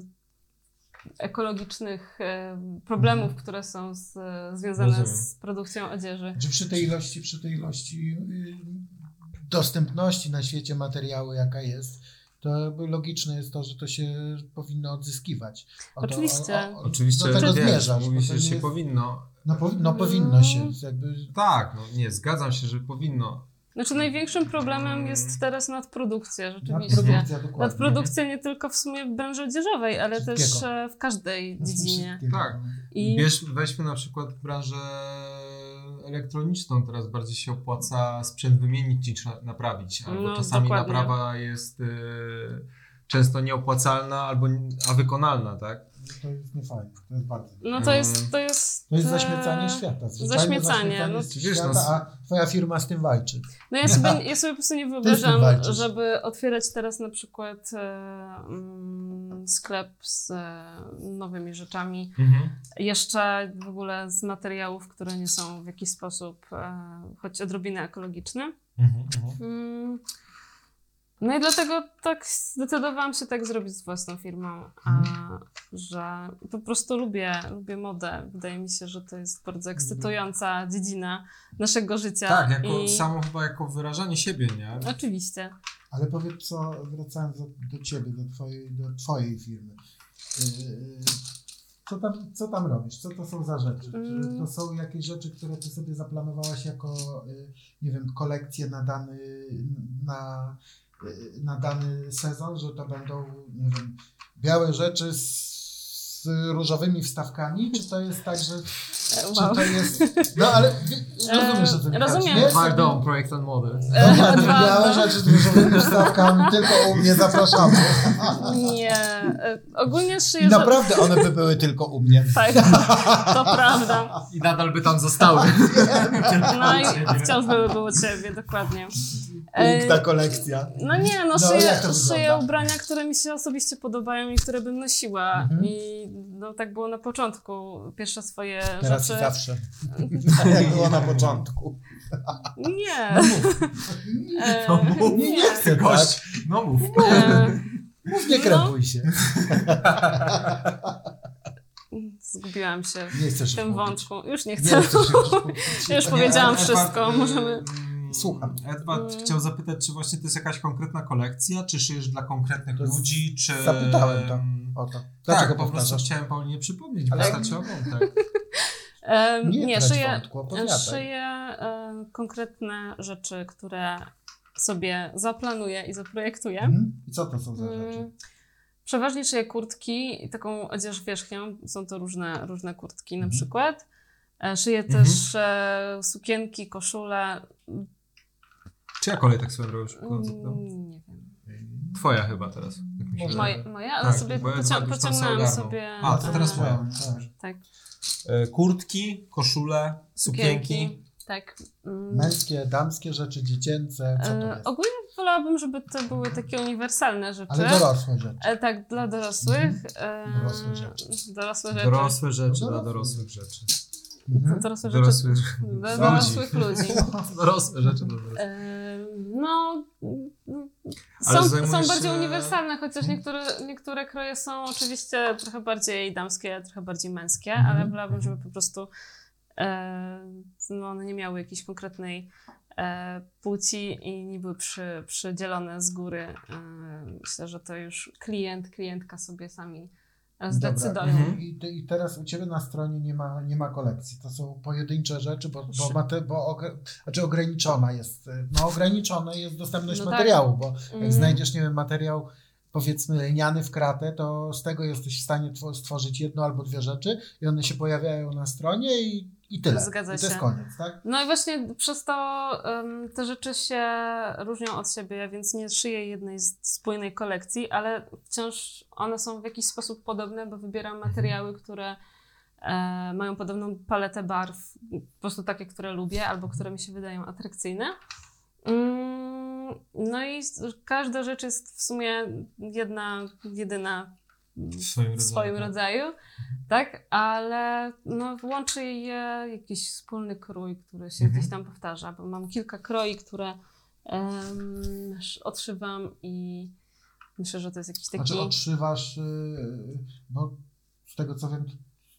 Speaker 2: ekologicznych em, problemów,
Speaker 1: Mhm.
Speaker 2: które są z, związane
Speaker 1: Rozumiem.
Speaker 2: z produkcją odzieży.
Speaker 4: Czy przy tej ilości, przy tej ilości y, dostępności na świecie materiału, jaka jest, to logiczne jest to, że to się powinno odzyskiwać. O to-
Speaker 2: Oczywiście.
Speaker 1: Oczywiście,
Speaker 2: No,
Speaker 4: do tego
Speaker 1: wiesz,
Speaker 4: zmierzasz.
Speaker 1: mówi
Speaker 4: bo
Speaker 1: się,
Speaker 4: to
Speaker 1: że
Speaker 4: nie
Speaker 1: się
Speaker 4: jest-
Speaker 1: powinno.
Speaker 4: no, powi- no powinno
Speaker 2: Mm.
Speaker 4: się. Jakby,
Speaker 1: Tak, no nie, zgadzam się, że powinno.
Speaker 2: Znaczy największym problemem
Speaker 1: Mm.
Speaker 2: jest teraz nadprodukcja rzeczywiście.
Speaker 4: nadprodukcja dokładnie.
Speaker 2: Nadprodukcja nie tylko w sumie w branży odzieżowej, ale też
Speaker 4: Wszystkiego.
Speaker 2: e, w każdej dziedzinie.
Speaker 4: Wszystkiego.
Speaker 1: Tak.
Speaker 2: I
Speaker 1: Bierz, weźmy na przykład branżę elektroniczną. Teraz bardziej się opłaca sprzęt wymienić niż na- naprawić. Albo
Speaker 2: No,
Speaker 1: czasami
Speaker 2: dokładnie.
Speaker 1: naprawa jest y, często nieopłacalna, albo, n- a wykonalna, tak?
Speaker 3: to jest niefajne. To jest bardzo.
Speaker 2: No to jest, to jest...
Speaker 3: To jest
Speaker 2: e,
Speaker 3: zaśmiecanie świata. zwyczajne
Speaker 2: zaśmiecanie, no.
Speaker 3: z
Speaker 1: Wiesz,
Speaker 3: świata,
Speaker 1: no,
Speaker 3: a twoja firma z tym walczy.
Speaker 2: No ja sobie, ja sobie po prostu nie
Speaker 3: tym
Speaker 2: wyobrażam,
Speaker 3: walczysz.
Speaker 2: żeby otwierać teraz na przykład e, mm, sklep z e, nowymi rzeczami,
Speaker 1: Mhm.
Speaker 2: jeszcze w ogóle z materiałów, które nie są w jakiś sposób e, choć odrobinę ekologiczne.
Speaker 1: Mhm, mhm.
Speaker 2: Mm. No i dlatego tak zdecydowałam się tak zrobić z własną firmą, a,
Speaker 1: Mhm.
Speaker 2: że po prostu lubię, lubię modę. Wydaje mi się, że to jest bardzo ekscytująca dziedzina naszego życia.
Speaker 1: Mhm. Tak, jako,
Speaker 2: i... No,
Speaker 1: samo chyba jako wyrażanie siebie, nie?
Speaker 2: Oczywiście.
Speaker 3: Ale powiedz co, wracając do, do ciebie, do twojej, do twojej firmy. Yy, Co tam, co tam robisz? Co to są za rzeczy? Czy
Speaker 2: Mm.
Speaker 3: to są jakieś rzeczy, które ty sobie zaplanowałaś jako, yy, nie wiem, kolekcję na dany, na, yy, na dany sezon, że to będą, nie wiem, białe rzeczy z, z różowymi wstawkami? Czy to jest tak, że
Speaker 2: E,
Speaker 3: Czy
Speaker 2: Wow. E,
Speaker 3: to jest. No ale wi- rozumiesz, że to nie
Speaker 2: Rozumiem.
Speaker 3: chodzi, nie?
Speaker 1: Waldom, projektant mody.
Speaker 2: E,
Speaker 3: Dobra, to
Speaker 2: Edwardo.
Speaker 3: białe rzeczy z różowymi wstawkami, tylko u mnie zapraszamy.
Speaker 2: Nie. e, Ogólnie
Speaker 3: I
Speaker 2: szyję. Za...
Speaker 3: naprawdę one by były tylko u mnie.
Speaker 2: Tak, to prawda.
Speaker 1: I nadal by tam zostały.
Speaker 2: No i wciąż były było ciebie, dokładnie. E,
Speaker 3: Piękna kolekcja.
Speaker 2: No nie, no,
Speaker 3: Tak. No,
Speaker 2: szyję,
Speaker 3: jak to
Speaker 2: szyję
Speaker 3: wygląda?
Speaker 2: ubrania, które mi się osobiście podobają i które bym nosiła.
Speaker 3: Mhm.
Speaker 2: I no, tak było na początku. Pierwsze swoje
Speaker 3: Teraz i
Speaker 2: rzeczy.
Speaker 3: zawsze.
Speaker 1: Tak
Speaker 3: Jak było na początku.
Speaker 2: Nie.
Speaker 3: No
Speaker 2: E,
Speaker 1: No mów.
Speaker 2: nie.
Speaker 3: chcę tak.
Speaker 1: Gość, no mów.
Speaker 2: E,
Speaker 3: Mów, nie
Speaker 2: No.
Speaker 3: krępuj się.
Speaker 2: Zgubiłam się
Speaker 3: Nie chcesz
Speaker 2: w
Speaker 3: już
Speaker 2: tym
Speaker 3: mówić.
Speaker 2: wątku. Już nie
Speaker 3: Nie
Speaker 2: chcę.
Speaker 3: chcesz już mówić.
Speaker 2: Ja już powiedziałam
Speaker 1: Edward,
Speaker 2: wszystko,
Speaker 1: e,
Speaker 2: możemy-
Speaker 1: mm,
Speaker 3: Słucham.
Speaker 1: Edward
Speaker 2: Mm.
Speaker 1: chciał zapytać, czy właśnie to jest jakaś konkretna kolekcja, czy szyjesz dla konkretnych
Speaker 3: To z-
Speaker 1: ludzi, czy...
Speaker 3: zapytałem to.
Speaker 1: Mm,
Speaker 3: O to.
Speaker 1: Tak,
Speaker 3: Dlaczego
Speaker 1: po prostu
Speaker 3: powtarzasz?
Speaker 1: chciałem Paulinie przypomnieć, bo
Speaker 3: Ale-
Speaker 1: starczy ogląd, tak.
Speaker 2: E,
Speaker 3: Nie,
Speaker 2: nie
Speaker 3: nie
Speaker 2: szyję,
Speaker 3: wątku, opowiadaj.
Speaker 2: Szyję e, konkretne rzeczy, które sobie zaplanuję i zaprojektuję.
Speaker 3: Mhm. I co to są za rzeczy?
Speaker 2: Mm, Przeważnie szyję kurtki i taką odzież wierzchnią. Są to różne, różne kurtki na
Speaker 3: Mhm.
Speaker 2: przykład. E, Szyję
Speaker 1: Mhm.
Speaker 2: też e, sukienki, koszule.
Speaker 1: Czy ja kolej tak sobie robisz?
Speaker 2: Mm, nie wiem.
Speaker 1: Twoja chyba teraz. jak mi się
Speaker 3: Może.
Speaker 1: wydaje.
Speaker 2: Moje, moje ale
Speaker 1: Tak,
Speaker 2: sobie
Speaker 1: bo ja
Speaker 2: pocią-
Speaker 1: już tam
Speaker 2: pociągnęłam
Speaker 1: sobie
Speaker 2: sobie.
Speaker 1: ogarnął. A, to teraz
Speaker 2: e,
Speaker 1: moja.
Speaker 3: Twoją, tak.
Speaker 2: Tak,
Speaker 1: E, Kurtki, koszule, sukienki.
Speaker 2: sukienki. Tak. mm.
Speaker 3: Męskie, damskie rzeczy, dziecięce, co to
Speaker 2: E,
Speaker 3: jest?
Speaker 2: Ogólnie wolałabym, żeby to były takie uniwersalne rzeczy.
Speaker 3: Ale dorosłe rzeczy.
Speaker 2: E, tak, dla dorosłych. E,
Speaker 3: Dorosłe rzeczy.
Speaker 2: Dorosłe rzeczy.
Speaker 1: Dorosłe rzeczy dla
Speaker 3: Dorosłe.
Speaker 1: dorosłych rzeczy.
Speaker 3: Mhm.
Speaker 2: dorosłe rzeczy.
Speaker 1: Dorosłych
Speaker 2: Dla
Speaker 1: ludzi.
Speaker 2: dorosłych ludzi.
Speaker 1: Dorosłe rzeczy dla dorosłych.
Speaker 2: E, no, mm,
Speaker 1: Ale
Speaker 2: są,
Speaker 1: zajmujesz
Speaker 2: są bardziej
Speaker 1: się-
Speaker 2: uniwersalne, chociaż niektóre, niektóre kroje są oczywiście trochę bardziej damskie, trochę bardziej męskie,
Speaker 3: Mhm.
Speaker 2: ale wolałabym, żeby po prostu e, no, one nie miały jakiejś konkretnej e, płci i nie były przy, przydzielone z góry. E, myślę, że to już klient, klientka sobie sami zdecydują.
Speaker 3: Dobra.
Speaker 1: Mhm.
Speaker 3: I, te- I teraz u Ciebie na stronie nie ma, nie ma kolekcji. To są pojedyncze rzeczy, bo, bo,
Speaker 2: Trzy.
Speaker 3: mate, bo ogre, znaczy ograniczona jest. y, No ograniczona jest dostępność
Speaker 2: No tak.
Speaker 3: materiału, bo jak
Speaker 2: Mm.
Speaker 3: znajdziesz, nie wiem, materiał powiedzmy lniany w kratę, to z tego jesteś w stanie two- stworzyć jedno albo dwie rzeczy i one się pojawiają na stronie i, i tyle.
Speaker 2: Zgadza
Speaker 3: I to jest
Speaker 2: się.
Speaker 3: koniec, tak?
Speaker 2: No i właśnie przez to em, te rzeczy się różnią od siebie, więc nie szyję jednej z- spójnej kolekcji, ale wciąż one są w jakiś sposób podobne, bo wybieram materiały, które e, mają podobną paletę barw, po prostu takie, które lubię albo które mi się wydają atrakcyjne. Mm, No i s- każda rzecz jest w sumie jedna, jedyna
Speaker 1: W swoim
Speaker 2: w
Speaker 1: rodzaju.
Speaker 2: swoim
Speaker 3: no.
Speaker 2: rodzaju, tak, ale no, łączy je jakiś wspólny krój, który się
Speaker 1: Mhm.
Speaker 2: gdzieś tam powtarza, bo mam kilka kroi, które em, sz- odszywam i myślę, że to jest jakiś taki...
Speaker 3: Znaczy odszywasz, y, bo z tego co wiem,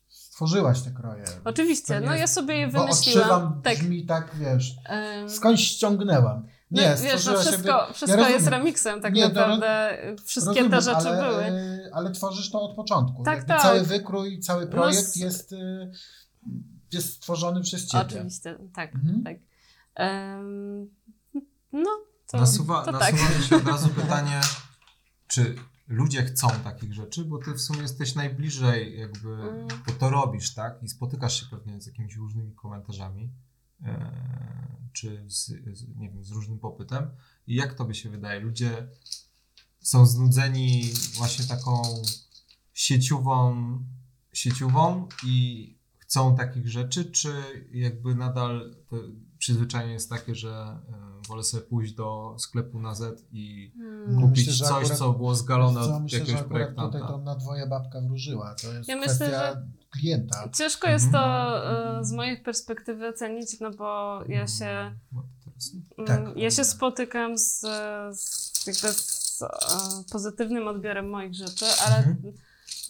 Speaker 3: stworzyłaś te kroje.
Speaker 2: Oczywiście,
Speaker 3: to nie
Speaker 2: no
Speaker 3: jest-
Speaker 2: ja sobie je
Speaker 3: Bo odszywam
Speaker 2: wymyśliłam. Tak,
Speaker 3: brzmi tak, wiesz,
Speaker 2: em,
Speaker 3: Skądś ściągnęłam.
Speaker 2: no,
Speaker 3: Nie,
Speaker 2: wiesz, no
Speaker 3: stworzyła się
Speaker 2: wszystko, wszystko
Speaker 3: rozumiem.
Speaker 2: jest remiksem, tak
Speaker 3: Nie, to roz-
Speaker 2: naprawdę wszystkie
Speaker 3: rozumiem,
Speaker 2: te rzeczy
Speaker 3: ale,
Speaker 2: były.
Speaker 3: e, Ale tworzysz to od początku.
Speaker 2: Tak,
Speaker 3: Jakby
Speaker 2: tak.
Speaker 3: Cały wykrój, cały
Speaker 2: No,
Speaker 3: projekt
Speaker 2: s-
Speaker 3: jest, e, jest stworzony przez ciebie.
Speaker 2: Oczywiście, tak,
Speaker 3: Mhm.
Speaker 2: tak. Em, no, to,
Speaker 1: Nasuwa,
Speaker 2: to tak.
Speaker 1: nasuwa mi się od razu pytanie, czy ludzie chcą takich rzeczy, bo ty w sumie jesteś najbliżej jakby,
Speaker 2: Mm.
Speaker 1: bo to robisz, tak? I spotykasz się pewnie z jakimiś różnymi komentarzami, e, czy z, z, nie wiem, z różnym popytem. I jak tobie się wydaje? Ludzie są znudzeni właśnie taką sieciową, sieciową i chcą takich rzeczy, czy jakby nadal te przyzwyczajenie jest takie, że y, wolę sobie pójść do sklepu na Z i
Speaker 2: Hmm.
Speaker 4: Yy, Myślę,
Speaker 1: kupić
Speaker 4: że
Speaker 1: coś,
Speaker 4: akurat-
Speaker 1: co było zgalone
Speaker 4: Co,
Speaker 1: od
Speaker 4: myślę, że
Speaker 1: jakiegoś
Speaker 4: akurat tutaj
Speaker 1: projektanta.
Speaker 4: to nadwoje babka wróżyła. To jest
Speaker 2: Ja myślę,
Speaker 4: kwestia klienta.
Speaker 2: Ciężko jest to e, z mojej perspektywy ocenić, no bo ja się,
Speaker 1: No, teraz nie.
Speaker 2: mm,
Speaker 4: Tak.
Speaker 2: ja się spotykam z, z, jakby z e, pozytywnym odbiorem moich rzeczy, ale
Speaker 1: Mhm.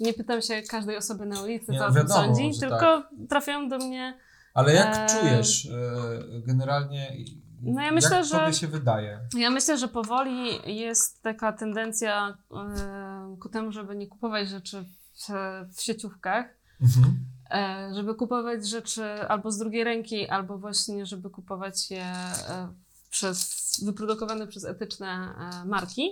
Speaker 2: nie pytam się każdej osoby na ulicy,
Speaker 1: Nie,
Speaker 2: co
Speaker 1: no
Speaker 2: o tym
Speaker 1: wiadomo,
Speaker 2: sądzi,
Speaker 1: że
Speaker 2: tylko trafiają do mnie
Speaker 1: Ale jak
Speaker 2: Em,
Speaker 1: czujesz e, generalnie, i-
Speaker 2: Eee. no ja myślę,
Speaker 1: jak
Speaker 2: że-
Speaker 1: tobie się wydaje?
Speaker 2: Ja myślę, że powoli jest taka tendencja e, ku temu, żeby nie kupować rzeczy w, w sieciówkach,
Speaker 1: Mhm.
Speaker 2: e, żeby kupować rzeczy albo z drugiej ręki, albo właśnie, żeby kupować je e, przez, wyprodukowane przez etyczne e, marki.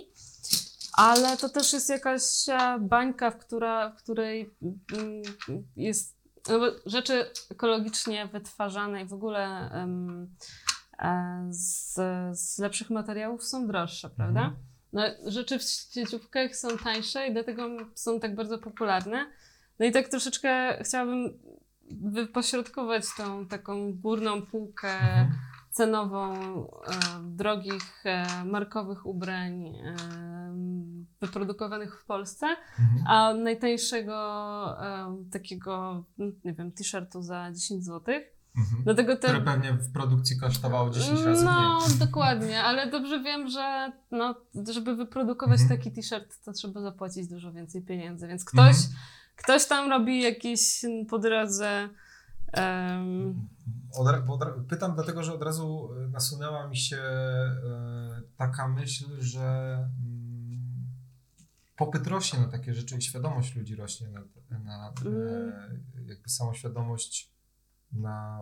Speaker 2: Ale to też jest jakaś e, bańka, w, która, w której mm, jest no bo rzeczy ekologicznie wytwarzane i w ogóle em, e, z, z lepszych materiałów są droższe, prawda?
Speaker 1: Mhm.
Speaker 2: No, rzeczy w sieciówkach są tańsze i dlatego są tak bardzo popularne. No i tak troszeczkę chciałabym wypośrodkować tą taką górną półkę
Speaker 1: Mhm.
Speaker 2: cenową e, drogich e, markowych ubrań e, wyprodukowanych w Polsce,
Speaker 1: Mhm.
Speaker 2: a najtańszego e, takiego, mm, nie wiem, t-shirtu za 10 zł.
Speaker 1: Mhm.
Speaker 2: Dlatego te...
Speaker 1: Które pewnie w produkcji kosztowało 10 razy
Speaker 2: No,
Speaker 1: mniej.
Speaker 2: dokładnie, ale dobrze wiem, że no, żeby wyprodukować
Speaker 1: Mhm.
Speaker 2: taki t-shirt, to trzeba zapłacić dużo więcej pieniędzy, więc ktoś,
Speaker 1: Mhm.
Speaker 2: ktoś tam robi jakieś po drodze em,
Speaker 1: Od, ra- bo od, ra- pytam dlatego, że od razu e, nasunęła mi się e, taka myśl, że mm, popyt rośnie na takie rzeczy i świadomość ludzi rośnie na, na e,
Speaker 2: Mm.
Speaker 1: jakby samoświadomość na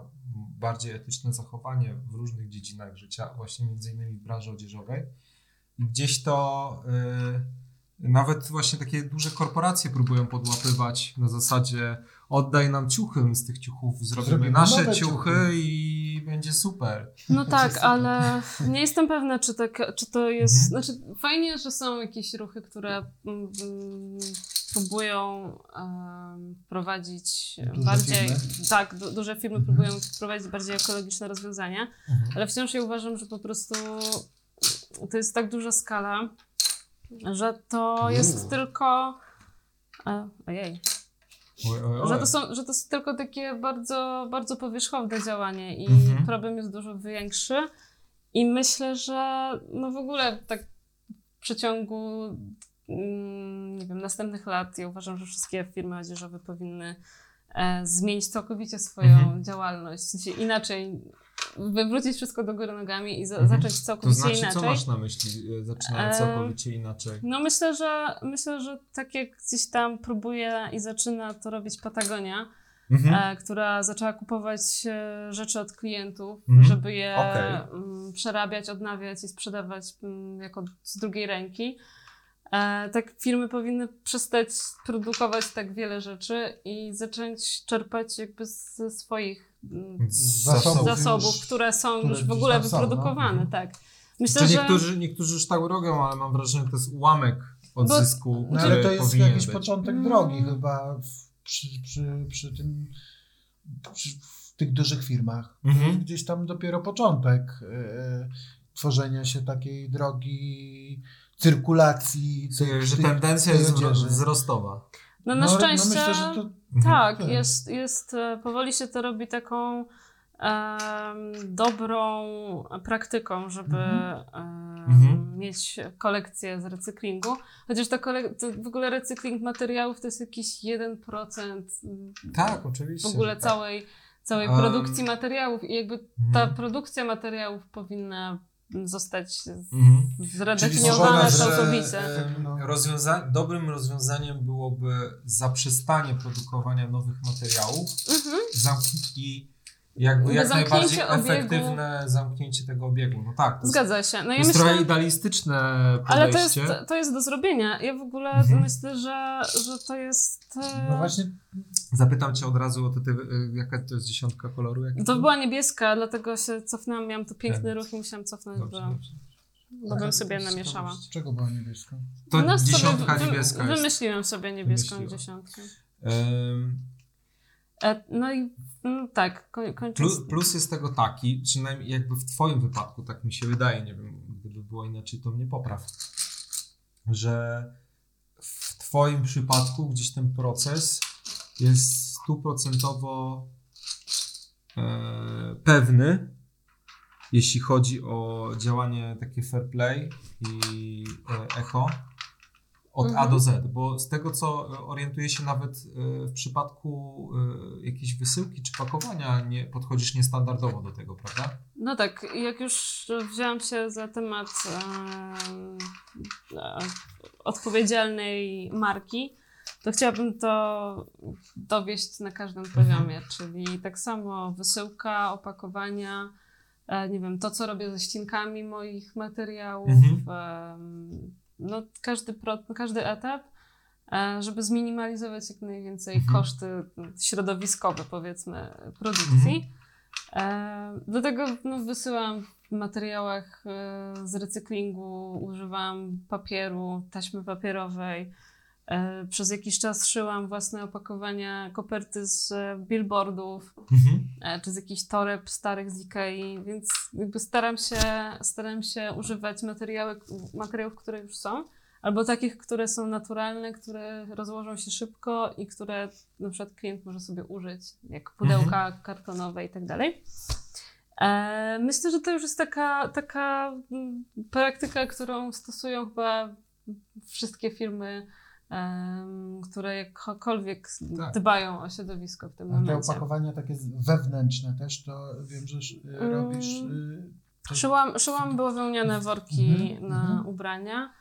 Speaker 1: bardziej etyczne zachowanie w różnych dziedzinach życia, właśnie między innymi w branży odzieżowej. I Gdzieś to e, nawet właśnie takie duże korporacje próbują podłapywać na zasadzie oddaj nam ciuchy, my z tych ciuchów zrobimy,
Speaker 4: Zrobimy
Speaker 1: nasze
Speaker 4: nowe
Speaker 1: ciuchy,
Speaker 4: ciuchy.
Speaker 1: i będzie super.
Speaker 2: No
Speaker 4: To
Speaker 2: tak,
Speaker 4: jest super.
Speaker 2: ale nie jestem pewna, czy, tak, czy to jest.
Speaker 1: Mhm.
Speaker 2: Znaczy, fajnie, że są jakieś ruchy, które mm, mm, próbują em, prowadzić
Speaker 4: Duże
Speaker 2: bardziej.
Speaker 4: firmy.
Speaker 2: Tak, du duże firmy
Speaker 1: Mhm.
Speaker 2: próbują wprowadzić bardziej ekologiczne rozwiązania, ale wciąż ja uważam, że po prostu to jest tak duża skala, że to jest
Speaker 1: Uuu.
Speaker 2: tylko. E, ojej.
Speaker 1: Oj, oj,
Speaker 2: Że
Speaker 1: oj.
Speaker 2: to, są, że to jest tylko takie bardzo, bardzo powierzchowne działanie i
Speaker 1: Mhm.
Speaker 2: problem jest dużo większy. I myślę, że no w ogóle tak w przeciągu mm, nie wiem, następnych lat ja uważam, że wszystkie firmy odzieżowe powinny e, zmienić całkowicie swoją
Speaker 1: Mhm.
Speaker 2: działalność. W sensie inaczej, wywrócić wszystko do góry nogami i za-
Speaker 1: Mhm.
Speaker 2: zacząć
Speaker 1: To
Speaker 2: całkowicie
Speaker 1: znaczy,
Speaker 2: inaczej.
Speaker 1: co masz na myśli, e, zaczynając
Speaker 2: Em,
Speaker 1: całkowicie inaczej?
Speaker 2: No myślę, że myślę, że tak jak gdzieś tam próbuje i zaczyna to robić Patagonia,
Speaker 1: Mhm.
Speaker 2: e, która zaczęła kupować e, rzeczy od klientów,
Speaker 1: Mhm.
Speaker 2: żeby je
Speaker 1: Okej.
Speaker 2: mm, przerabiać, odnawiać i sprzedawać mm, jako z drugiej ręki. E, tak firmy powinny przestać produkować tak wiele rzeczy i zacząć czerpać jakby ze swoich mm,
Speaker 1: Z
Speaker 4: zasobów.
Speaker 1: zasobów.
Speaker 2: zasobów,
Speaker 4: już-
Speaker 2: które są
Speaker 4: które
Speaker 2: już w
Speaker 4: gdzieś
Speaker 2: ogóle
Speaker 4: tam są, no.
Speaker 2: wyprodukowane,
Speaker 1: Mhm.
Speaker 2: tak.
Speaker 1: Czy
Speaker 2: Myślę, że
Speaker 1: niektórzy, niektórzy już tak robią, ale mam wrażenie, że to jest ułamek
Speaker 2: Bo-
Speaker 1: odzysku,
Speaker 4: No,
Speaker 1: który
Speaker 4: ale to jest
Speaker 1: powinien
Speaker 4: jakiś
Speaker 1: być.
Speaker 4: początek
Speaker 2: Znaczy, Mm.
Speaker 4: drogi chyba w, przy, przy, przy tym przy, w tych dużych firmach.
Speaker 1: Mhm.
Speaker 4: Gdzieś tam dopiero początek e, tworzenia się takiej drogi cyrkulacji.
Speaker 1: Czyli,
Speaker 4: tych-
Speaker 1: Że
Speaker 4: tych-
Speaker 1: tendencja
Speaker 4: tej
Speaker 1: jest wzro-
Speaker 4: odzieży.
Speaker 1: wzrostowa.
Speaker 2: no, na szczęście
Speaker 4: myślę, że to
Speaker 1: Mhm.
Speaker 2: Tak,
Speaker 4: Tak.
Speaker 2: jest, jest, e, powoli się to robi taką em, dobrą praktyką, żeby
Speaker 4: Mhm.
Speaker 2: em,
Speaker 1: Mhm.
Speaker 2: mieć kolekcję z recyklingu. Chociaż ta kolek- to w ogóle recykling materiałów to jest jakiś 1%
Speaker 1: Tak, oczywiście.
Speaker 2: w ogóle
Speaker 1: że tak.
Speaker 2: całej, całej
Speaker 1: Em.
Speaker 2: produkcji materiałów i jakby ta
Speaker 1: Mhm.
Speaker 2: produkcja materiałów powinna zostać z-
Speaker 1: Mhm.
Speaker 2: zredefiniowana
Speaker 1: sądzę, że,
Speaker 2: całkowicie.
Speaker 1: em,
Speaker 4: No.
Speaker 1: rozwiąza- dobrym rozwiązaniem byłoby zaprzestanie produkowania nowych materiałów,
Speaker 2: Mhm.
Speaker 1: zamknięcie jakby
Speaker 2: No,
Speaker 1: jak najbardziej
Speaker 2: zamknięcie obiegu.
Speaker 1: efektywne zamknięcie tego obiegu. No tak. to jest-
Speaker 2: Zgadza się. No
Speaker 1: To
Speaker 2: ja
Speaker 1: jest
Speaker 2: myślę,
Speaker 1: trochę idealistyczne podejście.
Speaker 2: Ale to jest, to jest do zrobienia. Ja w ogóle
Speaker 1: Mhm.
Speaker 2: myślę, że, że to jest. e,
Speaker 4: No właśnie
Speaker 1: Zapytam cię od razu o to, ty, y, jaka to jest dziesiątka koloru. Jaki
Speaker 2: To była niebieska, dlatego się cofnęłam. Miałam tu piękny
Speaker 1: Tak.
Speaker 2: ruch i musiałam cofnąć no,
Speaker 1: Dobrze,
Speaker 2: do.
Speaker 1: dobrze.
Speaker 2: bo bym sobie namieszała.
Speaker 4: Czego była niebieska?
Speaker 1: To
Speaker 2: No, sobie
Speaker 1: dziesiątka
Speaker 2: wy- wy-
Speaker 1: niebieska jest.
Speaker 2: Wymyśliłam sobie niebieską
Speaker 1: Wymyśliła.
Speaker 2: dziesiątkę.
Speaker 1: Em,
Speaker 2: E, no i mm, tak, koń, kończąc.
Speaker 1: Plus, plus jest tego taki, przynajmniej jakby w Twoim wypadku, tak mi się wydaje, nie wiem, gdyby było inaczej, to mnie popraw, że w Twoim przypadku gdzieś ten proces jest stuprocentowo e, pewny, jeśli chodzi o działanie takie fair play i e, echo od A
Speaker 2: Mhm.
Speaker 1: do Z, bo z tego co e, orientuję się nawet e, w przypadku e, jakiejś wysyłki czy pakowania nie, podchodzisz niestandardowo do tego, prawda?
Speaker 2: No tak, jak już wziąłam się za temat em, e, odpowiedzialnej marki, to chciałabym to dowieść na każdym
Speaker 1: Mhm.
Speaker 2: poziomie, czyli tak samo wysyłka, opakowania, e, nie wiem, to co robię ze ścinkami moich materiałów,
Speaker 1: Mhm.
Speaker 2: em, no każdy, pro, każdy etap, e, żeby zminimalizować jak najwięcej
Speaker 1: Mhm.
Speaker 2: koszty środowiskowe, powiedzmy, produkcji. E, dlatego no, wysyłam w materiałach e, z recyklingu, używam papieru, taśmy papierowej. E, Przez jakiś czas szyłam własne opakowania, koperty z e, billboardów
Speaker 1: Mhm.
Speaker 2: e, czy z jakichś toreb starych z Ikei, więc jakby staram się, staram się używać materiały, materiałów, które już są, albo takich, które są naturalne, które rozłożą się szybko i które na przykład klient może sobie użyć, jak pudełka
Speaker 4: Mhm.
Speaker 2: kartonowe i tak dalej. E, Myślę, że to już jest taka, taka mm, praktyka, którą stosują chyba wszystkie firmy, em, które jakkolwiek
Speaker 1: Tak.
Speaker 2: dbają o środowisko w tym
Speaker 4: A te
Speaker 2: momencie.
Speaker 4: opakowania takie z- wewnęczne też, to wiem, że sz- e,
Speaker 2: Mm.
Speaker 4: robisz... y, to-
Speaker 2: Szyłam, szyłam było wełniane worki
Speaker 4: Mhm,
Speaker 2: na
Speaker 4: mhm.
Speaker 2: ubrania.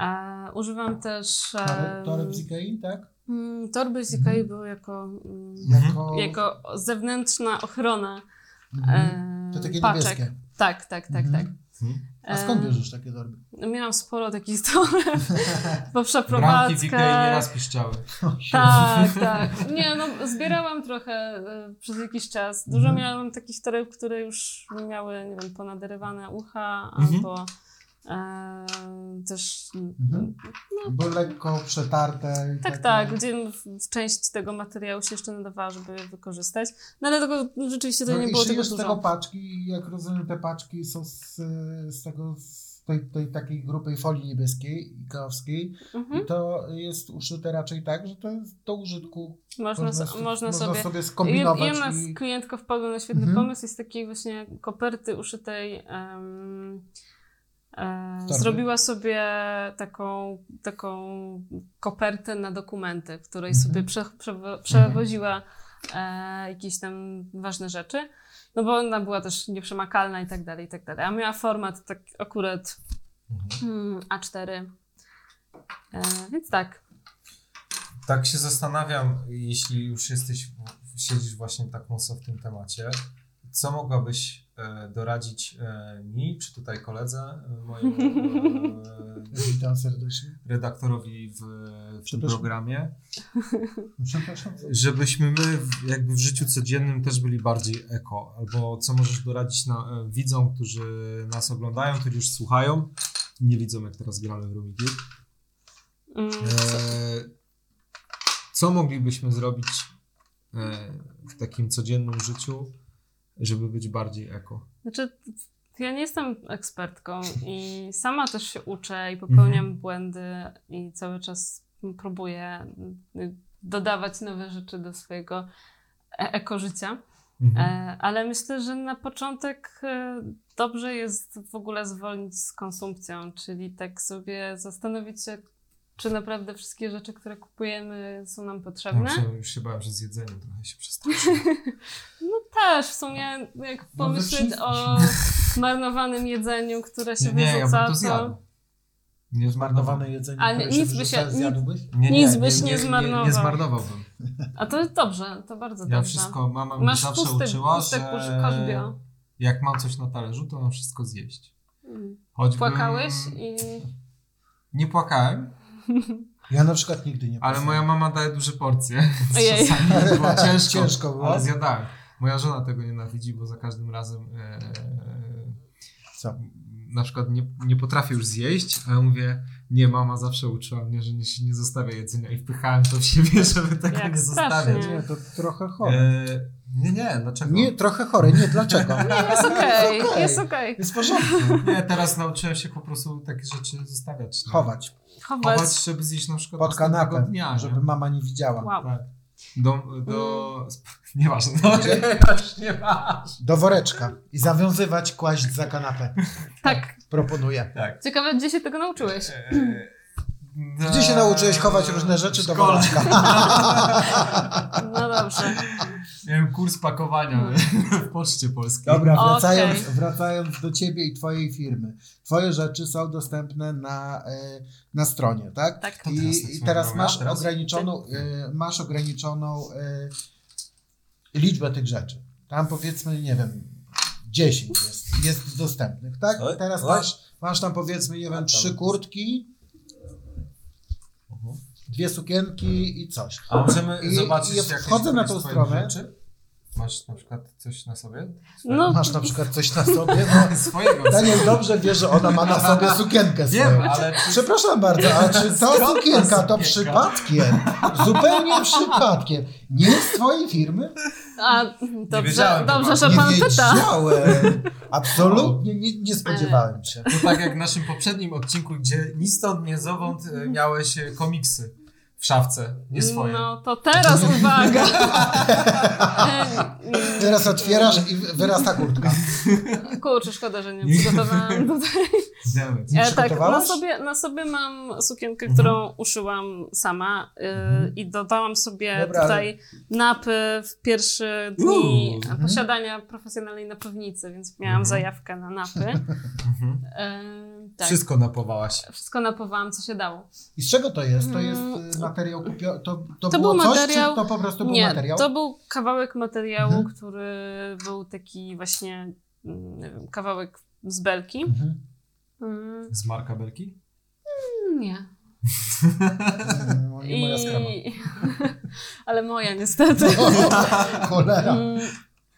Speaker 2: E, używam też.
Speaker 4: Tore-
Speaker 2: E,
Speaker 4: Toreb z Ikei, tak?
Speaker 2: mm, torby z Ikei były jako, mm,
Speaker 1: Mhm.
Speaker 4: Jako...
Speaker 2: jako zewnętrzna ochrona.
Speaker 4: Mhm.
Speaker 2: E,
Speaker 4: To takie
Speaker 2: paczek.
Speaker 4: niebieskie.
Speaker 2: Tak, tak, tak,
Speaker 4: Mhm.
Speaker 2: tak.
Speaker 4: A skąd
Speaker 2: E,
Speaker 4: bierzesz takie torby?
Speaker 2: Miałam sporo takich toreb po
Speaker 1: Bramki w Ikei
Speaker 2: przeprowadzkach.
Speaker 1: nieraz piszczały.
Speaker 2: Tak, tak. Nie, no zbierałam trochę e, przez jakiś czas. Dużo
Speaker 4: Mhm.
Speaker 2: miałam takich toreb, które już miały, nie wiem, ponaderywane ucha
Speaker 1: Mhm.
Speaker 2: albo e, też... mm,
Speaker 4: Mhm. Bo lekko przetarte. i
Speaker 2: no. Tak,
Speaker 4: takie-
Speaker 2: tak, gdzie w- część tego materiału się jeszcze nadawała, żeby wykorzystać. No ale tego rzeczywiście to
Speaker 4: No
Speaker 2: nie
Speaker 4: i
Speaker 2: było tego
Speaker 4: szyjesz z
Speaker 2: dużo.
Speaker 4: tego paczki i jak rozumiem te paczki są z, y, z tego z tej, tej takiej grubej folii niebieskiej i kaowskiej
Speaker 2: Mhm.
Speaker 4: i to jest uszyte raczej tak, że to jest do użytku.
Speaker 2: Można, można,
Speaker 4: so-
Speaker 2: można sobie.
Speaker 4: skombinować
Speaker 2: I, i u nas
Speaker 4: i
Speaker 2: klientka wpadła na świetny
Speaker 4: Mhm.
Speaker 2: pomysł i z takiej właśnie koperty uszytej em, e,
Speaker 4: Torby.
Speaker 2: zrobiła sobie taką, taką kopertę na dokumenty, w której
Speaker 4: Mhm.
Speaker 2: sobie prze, przewo, przewoziła e, jakieś tam ważne rzeczy. No bo ona była też nieprzemakalna i tak dalej, i tak dalej. A miała format tak akurat
Speaker 1: Mhm.
Speaker 2: Mm, A4. E, więc tak.
Speaker 1: Tak się zastanawiam, jeśli już jesteś, siedzisz właśnie tak mocno w tym temacie, co mogłabyś e, doradzić e, mi, czy tutaj koledze, e, mojemu e,
Speaker 4: Witam serdecznie.
Speaker 1: redaktorowi w, w tym
Speaker 4: Przepraszam.
Speaker 1: programie,
Speaker 4: Przepraszam.
Speaker 1: żebyśmy my w- jakby w życiu codziennym też byli bardziej eko, albo co możesz doradzić na, e, widzom, którzy nas oglądają, tudzież słuchają, nie widzą jak teraz gramy w Rumiki.
Speaker 2: Mm,
Speaker 1: E, co moglibyśmy zrobić e, w takim codziennym życiu, żeby być bardziej eko?
Speaker 2: Znaczy, ja nie jestem ekspertką i sama też się uczę i popełniam błędy i cały czas próbuję y, dodawać nowe rzeczy do swojego e- ekożycia.
Speaker 1: Mhm.
Speaker 2: E, ale myślę, że na początek e, dobrze jest w ogóle zwolnić z konsumpcją, czyli tak sobie zastanowić się, czy naprawdę wszystkie rzeczy, które kupujemy, są nam
Speaker 1: Ja
Speaker 2: potrzebne.
Speaker 1: się, już się bałem, że z jedzeniem trochę się przestraszyłem.
Speaker 2: No też, w sumie jak
Speaker 4: No, we
Speaker 2: pomyśleć
Speaker 4: wszystkim.
Speaker 2: o marnowanym jedzeniu, które
Speaker 1: Nie,
Speaker 2: się
Speaker 1: nie, ja bym
Speaker 2: wyrzuca,
Speaker 1: to zjadł. Nie zmarnowane.
Speaker 4: Zmarnowane jedzenie.
Speaker 2: Ale
Speaker 4: które
Speaker 2: nic by
Speaker 4: wyrzuca,
Speaker 2: się- nic-
Speaker 4: Zjadłbyś?
Speaker 1: Nie,
Speaker 2: Nic byś nie
Speaker 1: Nie,
Speaker 2: zmarnował.
Speaker 1: nie zmarnowałbym.
Speaker 2: A to jest dobrze, to bardzo
Speaker 1: Ja
Speaker 2: dobrze.
Speaker 1: wszystko, mama mnie
Speaker 2: Masz
Speaker 1: zawsze
Speaker 2: pusty,
Speaker 1: uczyła,
Speaker 2: pusty
Speaker 1: że
Speaker 2: kosz- kosz bio.
Speaker 1: jak mam coś na talerzu, to mam wszystko zjeść.
Speaker 2: Mm.
Speaker 1: Choćbym...
Speaker 2: Płakałeś i...
Speaker 1: Mm. Nie płakałem,
Speaker 4: Ja na przykład nigdy nie
Speaker 1: ale moja mama daje duże porcje.
Speaker 2: Ojej.
Speaker 1: Czasami było ciężko,
Speaker 4: Ciężko było.
Speaker 1: ale zjadałem. Moja żona tego nienawidzi, bo za każdym razem e,
Speaker 4: Co?
Speaker 5: e, na przykład nie, nie potrafię już zjeść, a ja mówię, nie, mama zawsze uczyła mnie, że nie, się nie zostawia jedzenia i wpychałem to w siebie, żeby tego
Speaker 2: Jak
Speaker 5: nie zostawiać.
Speaker 2: strasznie.
Speaker 3: Nie, to trochę chore.
Speaker 1: E, nie, nie, dlaczego?
Speaker 3: E, Nie, trochę chore, nie, dlaczego?
Speaker 2: Jest okej,
Speaker 3: okej.
Speaker 2: jest okej.
Speaker 1: Jest w porządku. Nie, teraz nauczyłem się po prostu takie rzeczy zostawiać. nie?
Speaker 3: Chować
Speaker 2: Chować.
Speaker 5: no. Chować, żeby zjeść na przykład
Speaker 3: pod
Speaker 5: następnego
Speaker 3: kanapę,
Speaker 5: dnia,
Speaker 3: żeby
Speaker 5: żeby...
Speaker 3: mama nie widziała.
Speaker 2: Wow.
Speaker 5: Tak. Do, do... Nieważne. No, nieważne.
Speaker 3: Do woreczka.
Speaker 4: I zawiązywać, kłaść za kanapę.
Speaker 2: Tak.
Speaker 3: Proponuję.
Speaker 1: Tak.
Speaker 2: Ciekawe, gdzie się tego nauczyłeś.
Speaker 1: E, na-
Speaker 3: Gdzie się nauczyłeś chować różne rzeczy
Speaker 1: w
Speaker 3: do
Speaker 1: szkole.
Speaker 3: woreczka?
Speaker 2: No dobrze.
Speaker 5: Miałem kurs
Speaker 2: No.
Speaker 5: pakowania w Poczcie Polskiej.
Speaker 3: Dobra,
Speaker 2: Okej.
Speaker 3: wracając, wracając do ciebie i twojej firmy. Twoje rzeczy są dostępne na, e, na stronie, tak?
Speaker 2: Tak.
Speaker 1: To teraz tak
Speaker 3: I, i
Speaker 1: samo
Speaker 3: teraz
Speaker 1: robię,
Speaker 3: masz
Speaker 1: teraz?
Speaker 3: ograniczoną, e, masz ograniczoną e, liczbę tych rzeczy. Tam powiedzmy, nie wiem, 10 jest, jest dostępnych, tak?
Speaker 1: Oj,
Speaker 3: I teraz
Speaker 1: oj.
Speaker 3: masz, masz tam powiedzmy, nie wiem, trzy kurtki,
Speaker 1: Mhm.
Speaker 3: dwie sukienki i coś.
Speaker 1: A możemy
Speaker 3: I-
Speaker 1: zobaczyć,
Speaker 3: i ja
Speaker 1: jak jest
Speaker 3: wchodzę na
Speaker 1: któreś
Speaker 3: tą
Speaker 1: z twoich
Speaker 3: stronę.
Speaker 1: Rzeczy? Masz na przykład coś na sobie?
Speaker 2: No,
Speaker 3: Masz na przykład coś na sobie, no.
Speaker 1: Swojego.
Speaker 3: Daniel dobrze wie, że ona ma na sobie sukienkę
Speaker 1: Wiem,
Speaker 3: swoją.
Speaker 1: ale
Speaker 3: Przepraszam bardzo, a czy ta
Speaker 1: ta
Speaker 3: sukienka to
Speaker 1: sukienka?
Speaker 3: przypadkiem, zupełnie przypadkiem, nie z twojej firmy?
Speaker 2: a dobrze,
Speaker 1: wiedziałem
Speaker 2: dobrze
Speaker 1: chyba.
Speaker 2: że pan
Speaker 3: nie
Speaker 2: pyta.
Speaker 3: wiedziałem, absolutnie nie, nie spodziewałem się.
Speaker 1: to tak jak w naszym poprzednim odcinku, gdzie ni stąd, ni zowąd e, miałeś e, komiksy w szafce, nie swoje.
Speaker 2: No to teraz uwaga.
Speaker 3: Teraz otwierasz i wyrasta kurtka.
Speaker 2: Kurczę, szkoda, że nie przygotowałam do
Speaker 5: Damn it.
Speaker 3: Nie Mhm.
Speaker 2: E, tak, na
Speaker 3: przygotowałaś?
Speaker 2: sobie, na sobie mam sukienkę, którą uszyłam sama y, i dodałam sobie
Speaker 3: Mhm. Dobra,
Speaker 2: tutaj napy w pierwszy dni
Speaker 1: Uuu,
Speaker 3: mhm.
Speaker 2: posiadania profesjonalnej napownicy, więc miałam
Speaker 1: Mhm.
Speaker 2: zajawkę na napy.
Speaker 1: Mhm.
Speaker 2: E, tak. Wszystko.
Speaker 1: Wszystko napowałaś.
Speaker 2: napowałam, co się dało.
Speaker 3: I z czego to jest? To jest
Speaker 2: Mm.
Speaker 3: y, materiał kupiony, to, to,
Speaker 2: To
Speaker 3: było
Speaker 2: był
Speaker 3: coś,
Speaker 2: materiał-
Speaker 3: czy to po prostu był
Speaker 2: Nie,
Speaker 3: materiał?
Speaker 2: to był kawałek materiału,
Speaker 3: Mhm.
Speaker 2: który był taki właśnie mm, kawałek z belki.
Speaker 3: Mhm.
Speaker 2: Mm,
Speaker 1: Z Marka Belki?
Speaker 2: nie.
Speaker 3: Mm, Nie moja sprawa.
Speaker 2: Ale moja niestety.
Speaker 3: Cholera.
Speaker 2: Mm,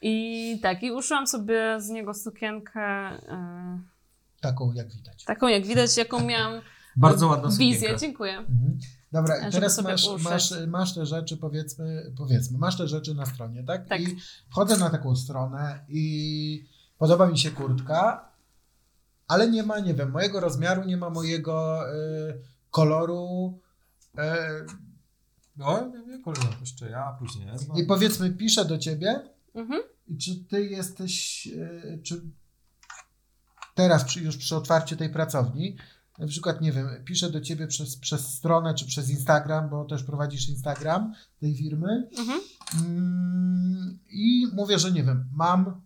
Speaker 2: I tak, i uszyłam sobie z niego sukienkę, e,
Speaker 3: Taką jak widać.
Speaker 2: taką jak widać, jaką miałam
Speaker 5: Bardzo ładna
Speaker 2: wizję.
Speaker 5: sukienka.
Speaker 2: Dziękuję.
Speaker 3: Mhm. Dobra, i
Speaker 2: Żeby
Speaker 3: teraz
Speaker 2: sobie
Speaker 3: masz,
Speaker 2: uszyć.
Speaker 3: masz, masz te rzeczy, powiedzmy, powiedzmy, masz te rzeczy na stronie, tak?
Speaker 2: Tak.
Speaker 3: I wchodzę na taką stronę i podoba mi się kurtka, ale nie ma, nie wiem, mojego rozmiaru, nie ma mojego y, koloru. y,
Speaker 1: No, nie, nie, kolega, jeszcze ja, a później Ewa.
Speaker 3: I powiedzmy, piszę do ciebie,
Speaker 2: Mhm.
Speaker 3: i czy ty jesteś, y, czy teraz przy, już przy otwarciu tej pracowni, na przykład, nie wiem, piszę do ciebie przez, przez stronę czy przez Instagram, bo też prowadzisz Instagram tej firmy.
Speaker 2: Mhm.
Speaker 3: Mm, I mówię, że nie wiem, mam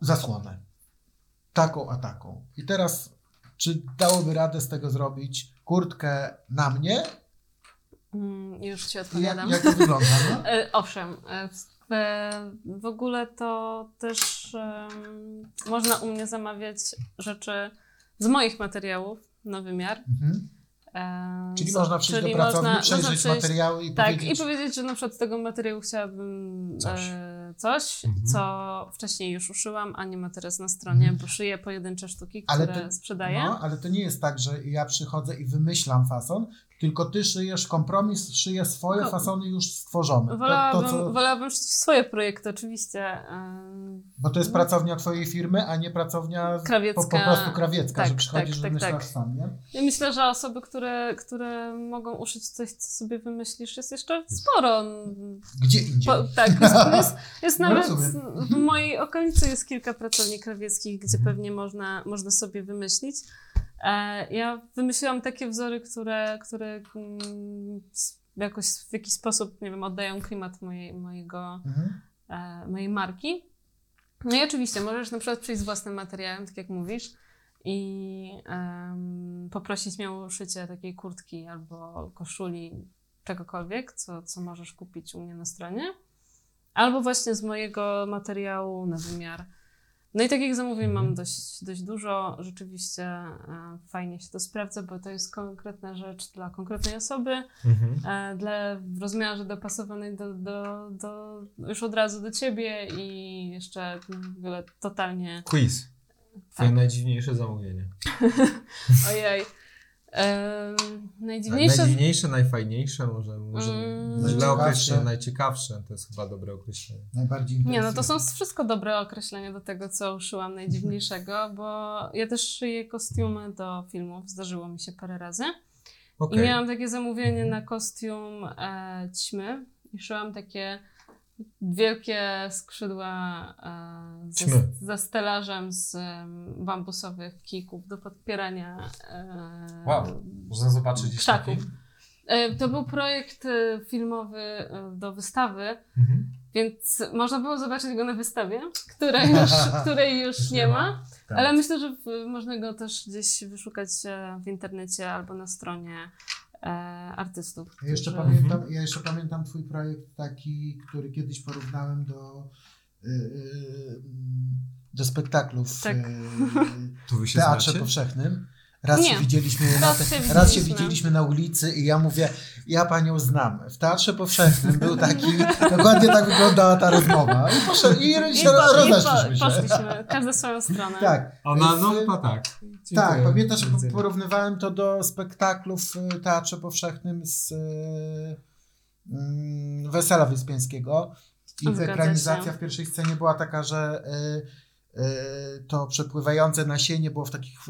Speaker 3: zasłonę. Taką a taką. I teraz, czy dałoby radę z tego zrobić kurtkę na mnie?
Speaker 2: Mm, już ci
Speaker 3: I
Speaker 2: odpowiadam.
Speaker 3: Jak, jak to wygląda? No?
Speaker 2: E, Owszem, e, w, e, w ogóle to też em, można u mnie zamawiać rzeczy z moich materiałów na wymiar.
Speaker 3: Mhm.
Speaker 2: E,
Speaker 3: Czyli
Speaker 2: co-
Speaker 3: można przyjść
Speaker 2: czyli
Speaker 3: do pracowni,
Speaker 2: można-
Speaker 3: przejrzeć
Speaker 2: można przyjść-
Speaker 3: materiały i
Speaker 2: Tak,
Speaker 3: powiedzieć...
Speaker 2: i powiedzieć, że na przykład z tego materiału chciałabym coś,
Speaker 1: Coś.
Speaker 2: e, coś
Speaker 1: Mhm.
Speaker 2: co wcześniej już uszyłam, a nie ma teraz na stronie, bo szyję pojedyncze sztuki,
Speaker 3: Mhm. Ale
Speaker 2: które
Speaker 3: to-
Speaker 2: sprzedaję.
Speaker 3: No, ale to nie jest tak, że ja przychodzę i wymyślam fason, tylko ty szyjesz kompromis, szyję swoje
Speaker 2: No.
Speaker 3: fasony już stworzone. To,
Speaker 2: Wolałabym,
Speaker 3: to, co,
Speaker 2: wolałabym szyć swoje projekty, oczywiście. e, em,
Speaker 3: bo to jest pracownia twojej firmy, a nie pracownia z-
Speaker 2: Krawiecka.
Speaker 3: po, po prostu krawiecka,
Speaker 2: Tak,
Speaker 3: że przychodzisz
Speaker 2: tak,
Speaker 3: i
Speaker 2: tak,
Speaker 3: myślasz
Speaker 2: tak.
Speaker 3: sam, nie?
Speaker 2: Ja myślę, że osoby, które, które mogą uszyć coś, co sobie wymyślisz, jest
Speaker 3: Mhm.
Speaker 2: jeszcze sporo.
Speaker 3: Gdzie indziej?
Speaker 2: Po, tak, jest, jest, jest
Speaker 3: No
Speaker 2: nawet
Speaker 3: rozumiem.
Speaker 2: w mojej okolicy jest kilka pracowni krawieckich, gdzie pewnie można, można sobie wymyślić. E, Ja wymyśliłam takie wzory, które, które mm, s- jakoś w jakiś sposób, nie wiem, oddają klimat mojej, mojego,
Speaker 3: Mhm.
Speaker 2: e, mojej marki. No i oczywiście możesz na przykład przyjść z własnym materiałem, tak jak mówisz, i em, poprosić mnie o szycie takiej kurtki albo koszuli, czegokolwiek, co, co możesz kupić u mnie na stronie. Albo właśnie z mojego materiału na wymiar. No i takich zamówień mam dość, dość dużo. Rzeczywiście e, fajnie się to sprawdza, bo to jest konkretna rzecz dla konkretnej osoby
Speaker 1: Mhm.
Speaker 2: e, dla, w rozmiarze dopasowanej do, do, do, już od razu do ciebie i jeszcze w ogóle totalnie
Speaker 1: Quiz. Twoje najdziwniejsze zamówienie.
Speaker 2: Ojej. Em, najdziwniejsze.
Speaker 1: Najdziwniejsze, najfajniejsze, może, może
Speaker 2: Mm.
Speaker 1: źle
Speaker 4: Najciekawsze.
Speaker 1: określone, najciekawsze, to jest chyba dobre określenie.
Speaker 4: Najbardziej
Speaker 2: Nie, no to
Speaker 4: intensywne.
Speaker 2: są wszystko dobre określenia do tego, co uszyłam najdziwniejszego, bo ja też szyję kostiumy do filmów, zdarzyło mi się parę razy. I
Speaker 1: Okej,
Speaker 2: miałam takie zamówienie na kostium e, ćmy i szyłam takie wielkie skrzydła e, ze,
Speaker 1: Ćmy.
Speaker 2: ze stelażem z em, bambusowych kijków do podpierania. E,
Speaker 1: Wow. można zobaczyć gdzieś
Speaker 2: Krzaków.
Speaker 1: taki?
Speaker 2: E, To był projekt e, filmowy e, do wystawy,
Speaker 1: Mhm.
Speaker 2: więc można było zobaczyć go na wystawie, której już, której już nie ma,
Speaker 1: Tak.
Speaker 2: ale myślę, że w, można go też gdzieś wyszukać e, w internecie albo na stronie e, artystów.
Speaker 3: Ja jeszcze,
Speaker 2: którzy-
Speaker 3: pamiętam, ja jeszcze pamiętam twój projekt taki, który kiedyś porównałem do, y, y, do spektaklów
Speaker 2: Tak.
Speaker 3: y,
Speaker 1: Tu wy
Speaker 3: w
Speaker 1: się
Speaker 3: teatrze
Speaker 1: znacie?
Speaker 3: powszechnym. Raz
Speaker 2: Nie.
Speaker 3: się widzieliśmy na
Speaker 2: Raz się widzieliśmy.
Speaker 3: Raz się widzieliśmy na ulicy i ja mówię, ja panią znam. W Teatrze Powszechnym był taki, dokładnie tak wyglądała ta rozmowa. I, poszedł, i,
Speaker 2: I,
Speaker 3: się
Speaker 2: po, i
Speaker 3: rozeszliśmy
Speaker 2: po,
Speaker 3: się.
Speaker 2: poszliśmy, każdy swoją stronę.
Speaker 3: Tak,
Speaker 5: Ona,
Speaker 3: Z-
Speaker 5: no chyba tak.
Speaker 3: tak, pamiętasz, że
Speaker 5: Dziękuję.
Speaker 3: porównywałem to do spektaklów y, w Teatrze Powszechnym z y, mm, Wesela Wyspiańskiego. I
Speaker 2: Zgadza się.
Speaker 3: ekranizacja w pierwszej scenie była taka, że y, y, to przepływające nasienie było w takich, w,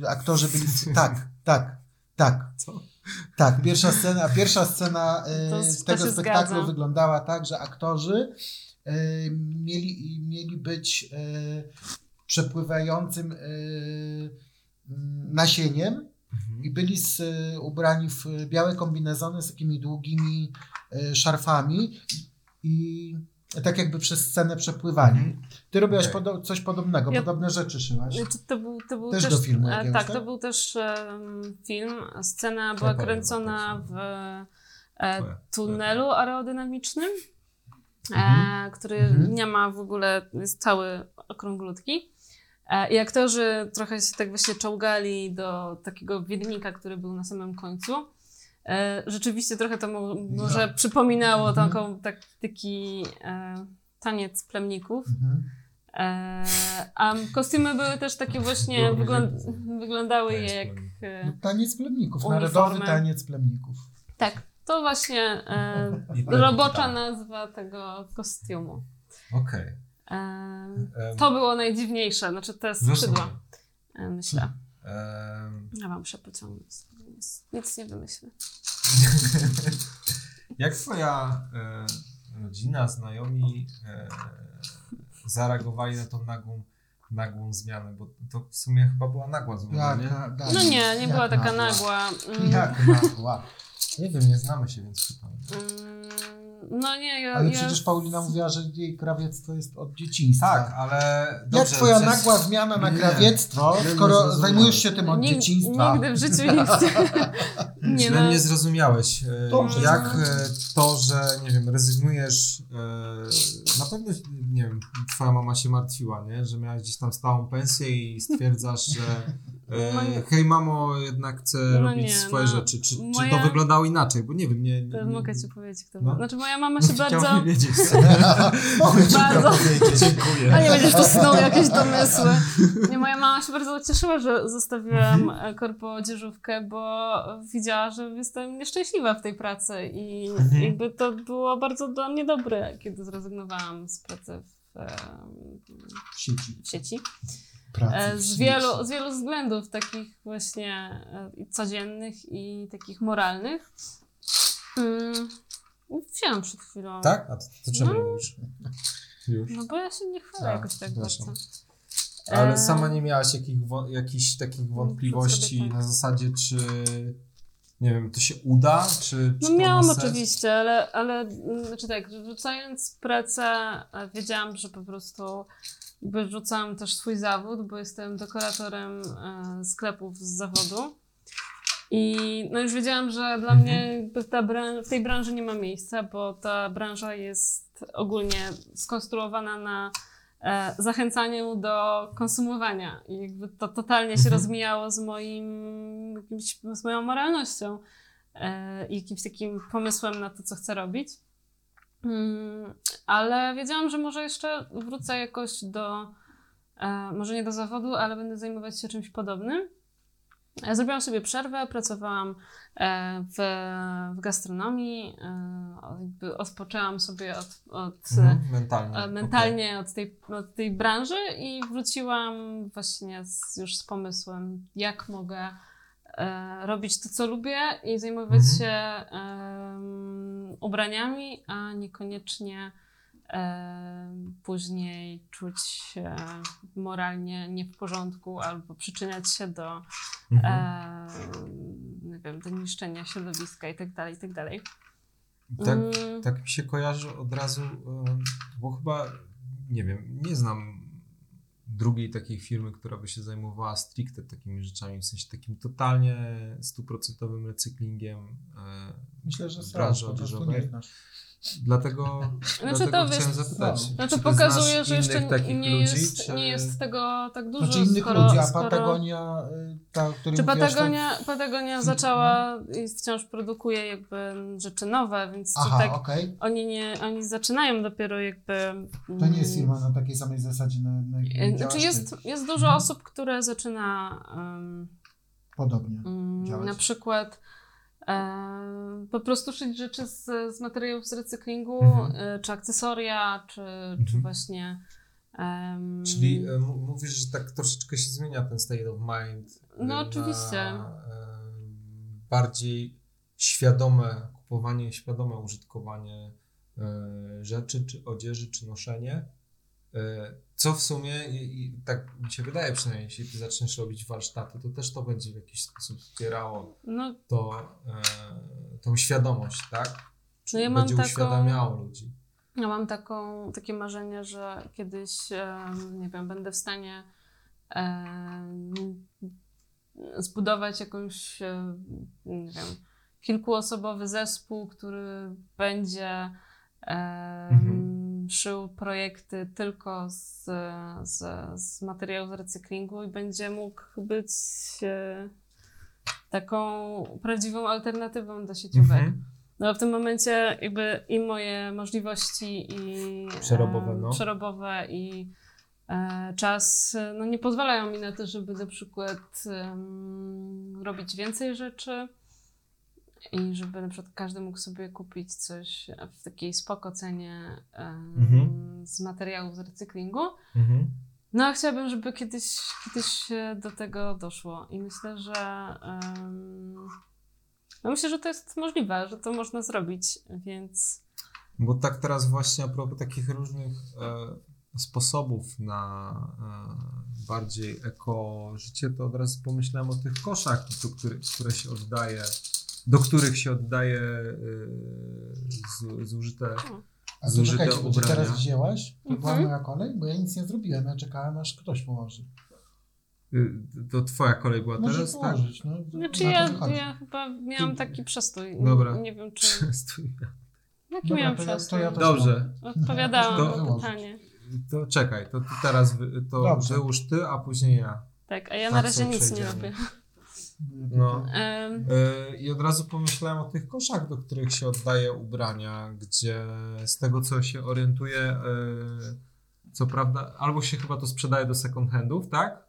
Speaker 3: w, aktorzy byli, tak, tak, tak.
Speaker 5: Co?
Speaker 3: Tak, pierwsza scena, pierwsza scena e,
Speaker 2: To
Speaker 3: z
Speaker 2: to
Speaker 3: tego
Speaker 2: się
Speaker 3: spektaklu
Speaker 2: zgadzam.
Speaker 3: wyglądała tak, że aktorzy e, mieli, mieli być e, przepływającym e, m, nasieniem
Speaker 2: Mhm.
Speaker 3: i byli z, ubrani w białe kombinezony z takimi długimi e, szarfami i tak jakby przez scenę przepływali. Ty robiłaś
Speaker 1: Okej.
Speaker 3: podo- coś podobnego,
Speaker 2: Mhm. Ja-
Speaker 3: podobne rzeczy szyłaś.
Speaker 2: Czy To był, to był
Speaker 3: Też
Speaker 2: też,
Speaker 3: do filmu
Speaker 2: e,
Speaker 3: jakiegoś,
Speaker 2: tak,
Speaker 3: tak?
Speaker 2: to był też em, film. Scena była
Speaker 1: pamiętam,
Speaker 2: kręcona
Speaker 1: tak,
Speaker 2: w e,
Speaker 1: Twoja.
Speaker 2: tunelu aerodynamicznym, e, który
Speaker 3: Mhm.
Speaker 2: nie ma w ogóle, jest cały okrąglutki. E, I aktorzy trochę się tak właśnie czołgali do takiego wiednika, który był na samym końcu. E, Rzeczywiście trochę to mo- może przypominało
Speaker 3: No. Mhm.
Speaker 2: taką, tak, taki e, taniec plemników.
Speaker 3: Mhm.
Speaker 2: E, a kostiumy były też takie właśnie,
Speaker 1: Były
Speaker 2: wygląd
Speaker 1: różne.
Speaker 2: wyglądały
Speaker 1: Taniec
Speaker 2: jak...
Speaker 1: plemników.
Speaker 3: No,
Speaker 2: E,
Speaker 3: taniec plemników,
Speaker 2: Uniformy.
Speaker 3: narodowy taniec plemników.
Speaker 2: tak, to właśnie e,
Speaker 1: I pewnie
Speaker 2: robocza
Speaker 1: tak.
Speaker 2: nazwa tego kostiumu.
Speaker 1: Okej.
Speaker 2: E,
Speaker 1: Em,
Speaker 2: to było najdziwniejsze, znaczy te
Speaker 1: rozumiem.
Speaker 2: skrzydła, e, myślę.
Speaker 1: Em,
Speaker 2: Ja wam muszę pociągnąć, nic, nic nie wymyślę.
Speaker 3: Tak.
Speaker 1: Jak twoja e, rodzina, znajomi e, zareagowali na tą nagłą, nagłą zmianę? Bo to w sumie chyba była nagła zmiana,
Speaker 3: Jak
Speaker 1: nie?
Speaker 3: na- dalej.
Speaker 2: No nie, nie
Speaker 3: Jak
Speaker 2: była taka nagła. Mm,
Speaker 3: Jak nagła.
Speaker 1: Nie wiem, nie znamy się, więc pytam.
Speaker 2: mm, No nie, ja,
Speaker 3: Ale
Speaker 2: ja
Speaker 3: przecież Paulina mówiła, że jej krawiectwo jest od dzieciństwa.
Speaker 1: Tak, ale
Speaker 3: Jak
Speaker 1: dobrze,
Speaker 3: twoja
Speaker 1: przez-
Speaker 3: nagła zmiana na
Speaker 1: Nie.
Speaker 3: krawiectwo,
Speaker 1: Źle mnie
Speaker 3: skoro
Speaker 1: zrozumiałeś.
Speaker 3: zajmujesz się tym od
Speaker 2: nig-
Speaker 3: dzieciństwa?
Speaker 2: nigdy w życiu nie chcę.
Speaker 1: Źle
Speaker 2: no.
Speaker 1: mnie zrozumiałeś. E,
Speaker 3: Dobrze.
Speaker 1: Jak e, to, że nie wiem, rezygnujesz, e, na pewno, nie wiem, twoja mama się martwiła, nie? że miałaś gdzieś tam stałą pensję i stwierdzasz, że
Speaker 2: No
Speaker 1: e,
Speaker 2: nie.
Speaker 1: hej mamo, jednak chcę
Speaker 2: No
Speaker 1: robić
Speaker 2: nie,
Speaker 1: swoje
Speaker 2: no.
Speaker 1: rzeczy. Czy, czy to
Speaker 2: Moja-
Speaker 1: wyglądało inaczej? Bo nie wiem, nie... nie
Speaker 2: To Mogę ci powiedzieć, kto
Speaker 1: No.
Speaker 2: był. Znaczy moja mama się bardzo...
Speaker 1: Chciałbym wiedzieć.
Speaker 3: Mogę ci
Speaker 2: Bardzo.
Speaker 3: to powiedzieć.
Speaker 2: A
Speaker 1: Dziękuję.
Speaker 2: nie będziesz tu snuł jakieś domysły. Nie, moja mama się bardzo cieszyła, że zostawiłam e, korpo odzieżówkę, bo widziała, że jestem nieszczęśliwa w tej pracy i
Speaker 1: Mhm.
Speaker 2: jakby to było bardzo dla mnie dobre, kiedy zrezygnowałam z pracy w, e,
Speaker 3: Sieci.
Speaker 2: w sieci.
Speaker 3: Pracy
Speaker 2: E, Z
Speaker 3: sieci.
Speaker 2: wielu, z wielu względów, takich właśnie e, i codziennych i takich moralnych. Mm, Wzięłam przed chwilą.
Speaker 1: Tak? A to, to czemu
Speaker 2: No.
Speaker 1: mówisz? Już.
Speaker 2: No bo ja się nie chwalę
Speaker 1: A,
Speaker 2: jakoś tak bardzo.
Speaker 1: przepraszam. Ale
Speaker 2: E,
Speaker 1: sama nie miałaś jakich, wo- jakichś takich wątpliwości
Speaker 2: no, sobie tak.
Speaker 1: na zasadzie, czy nie wiem, to się uda, czy,
Speaker 2: No
Speaker 1: czy to
Speaker 2: miałam
Speaker 1: ma sens?
Speaker 2: oczywiście, ale, ale mm, znaczy tak, rzucając pracę, e, wiedziałam, że po prostu jakby rzucam też swój zawód, bo jestem dekoratorem e, sklepów z zawodu. I no już wiedziałam, że
Speaker 1: Mhm.
Speaker 2: dla mnie jakby ta bran- w tej branży nie ma miejsca, bo ta branża jest ogólnie skonstruowana na e, zachęcaniu do konsumowania. I jakby to totalnie się
Speaker 1: Mhm.
Speaker 2: rozmijało z moim, jakimś, z moją moralnością e, i jakimś takim pomysłem na to, co chcę robić. Mm, Ale wiedziałam, że może jeszcze wrócę jakoś do E, może nie do zawodu, ale będę zajmować się czymś podobnym. E, Zrobiłam sobie przerwę, pracowałam e, w, w gastronomii, e, o- jakby odpoczęłam sobie od, od e,
Speaker 1: Mhm, mentalnie.
Speaker 2: e, mentalnie od, tej, od tej branży i wróciłam właśnie z, już z pomysłem, jak mogę e, robić to, co lubię i zajmować
Speaker 1: Mhm.
Speaker 2: się em, ubraniami, a niekoniecznie em, później czuć się moralnie nie w porządku albo przyczyniać się do
Speaker 1: Okej. Mhm.
Speaker 2: e, nie wiem, do niszczenia środowiska i tak dalej, i tak dalej.
Speaker 1: Tak,
Speaker 2: Mm,
Speaker 1: tak mi się kojarzy od razu, em, bo chyba, nie wiem, nie znam drugiej takiej firmy, która by się zajmowała stricte takimi rzeczami, w sensie takim totalnie stuprocentowym recyklingiem e,
Speaker 3: Myślę, że są,
Speaker 1: branży
Speaker 3: po prostu
Speaker 1: odzieżowej.
Speaker 3: nie znasz.
Speaker 1: Dlatego,
Speaker 2: Znaczy
Speaker 1: dlatego
Speaker 2: to wiesz,
Speaker 1: chciałem zapytać.
Speaker 3: są.
Speaker 2: No
Speaker 1: czy
Speaker 2: to
Speaker 1: ty
Speaker 2: pokazuje,
Speaker 1: znasz
Speaker 2: że jeszcze
Speaker 1: innych takich
Speaker 2: nie,
Speaker 1: ludzi,
Speaker 2: jest,
Speaker 1: czy-
Speaker 2: nie jest tego tak dużo.
Speaker 3: Znaczy innych
Speaker 2: skoro,
Speaker 3: ludzi, a
Speaker 2: skoro-
Speaker 3: Patagonia, tak? y, ta, o której
Speaker 2: Czy
Speaker 3: mówiłaś, to-
Speaker 2: Patagonia, Patagonia zaczęła i wciąż produkuje jakby rzeczy nowe, więc to
Speaker 3: no. Aha,
Speaker 2: tak
Speaker 3: okej.
Speaker 2: oni, nie, oni zaczynają dopiero jakby.
Speaker 3: To nie jest firma na takiej samej zasadzie, na, na jakiej
Speaker 2: Mm,
Speaker 3: działasz
Speaker 2: Znaczy
Speaker 3: ty.
Speaker 2: jest, jest dużo
Speaker 3: Mhm.
Speaker 2: osób, które zaczyna em,
Speaker 3: Podobnie.
Speaker 2: Mm,
Speaker 3: działać?
Speaker 2: Na przykład e, po prostu szyć rzeczy z, z materiałów z recyklingu,
Speaker 1: Mhm.
Speaker 2: e, czy akcesoria, czy, czy
Speaker 1: Mhm.
Speaker 2: właśnie. em,
Speaker 1: Czyli e, m- mówisz, że tak troszeczkę się zmienia ten state of mind. e,
Speaker 2: No oczywiście.
Speaker 1: Na, e, bardziej świadome kupowanie, świadome użytkowanie e, rzeczy, czy odzieży, czy noszenie. E, co w sumie, i, i tak mi się wydaje przynajmniej, jeśli ty zaczniesz robić warsztaty, to też to będzie w jakiś sposób wspierało
Speaker 2: no,
Speaker 1: to, e, tą świadomość, tak?
Speaker 2: no ja mam
Speaker 1: będzie
Speaker 2: taką,
Speaker 1: uświadamiało ludzi.
Speaker 2: ja mam taką, takie marzenie, że kiedyś, em, nie wiem, będę w stanie em, zbudować jakąś, em, nie wiem, kilkuosobowy zespół, który będzie em, szył projekty tylko z, z, z materiałów z recyklingu i będzie mógł być e, taką prawdziwą alternatywą do sieciówek.
Speaker 1: Mhm.
Speaker 2: No w tym momencie jakby i moje możliwości i
Speaker 1: Przerobowe, no.
Speaker 2: przerobowe i e, czas e, no, nie pozwalają mi na to, żeby na przykład em, robić więcej rzeczy i żeby na przykład każdy mógł sobie kupić coś w takiej spoko cenie em,
Speaker 1: Mhm.
Speaker 2: z materiałów z recyklingu.
Speaker 1: Mhm.
Speaker 2: No, a chciałabym, żeby kiedyś, kiedyś się do tego doszło. I myślę, że. em, no myślę, że to jest możliwe, że to można zrobić, więc.
Speaker 1: Bo tak teraz właśnie a propos takich różnych e, sposobów na e, bardziej eko życie, to od razu pomyślałem o tych koszach, do który, które się oddaje, do których się oddaje e, z, zużyte.
Speaker 2: no,
Speaker 3: A to
Speaker 1: Zużyte
Speaker 3: czekajcie, bo ty
Speaker 1: ubrania.
Speaker 3: teraz wzięłaś? To była
Speaker 2: Mhm.
Speaker 3: moja kolej? Bo ja nic nie zrobiłem, ja czekałem aż ktoś położy.
Speaker 1: e, To twoja kolej była
Speaker 3: Może
Speaker 1: teraz, tak?
Speaker 3: położyć, no.
Speaker 2: Znaczy,
Speaker 3: na to
Speaker 2: ja,
Speaker 3: wychodzi.
Speaker 2: ja chyba miałam taki przestój.
Speaker 1: Dobra.
Speaker 2: Nie wiem, czy.
Speaker 1: Stój.
Speaker 2: Jaki
Speaker 3: Dobra,
Speaker 2: miałam
Speaker 3: to ja- to
Speaker 2: przestój?
Speaker 3: ja też
Speaker 1: Dobrze,
Speaker 2: Odpowiadałam
Speaker 1: To-
Speaker 2: na pytanie.
Speaker 1: to czekaj, to ty teraz wy, to
Speaker 3: Dobrze.
Speaker 1: wyłóż ty, a później ja.
Speaker 2: Tak, a ja
Speaker 1: Tak
Speaker 2: na razie
Speaker 1: sobie
Speaker 2: nic nie
Speaker 1: przejdziemy.
Speaker 2: robię.
Speaker 1: No.
Speaker 2: Em,
Speaker 1: E, I od razu pomyślałem o tych koszach, do których się oddaje ubrania, gdzie z tego co się orientuję, e, co prawda, albo się chyba to sprzedaje do second handów, tak?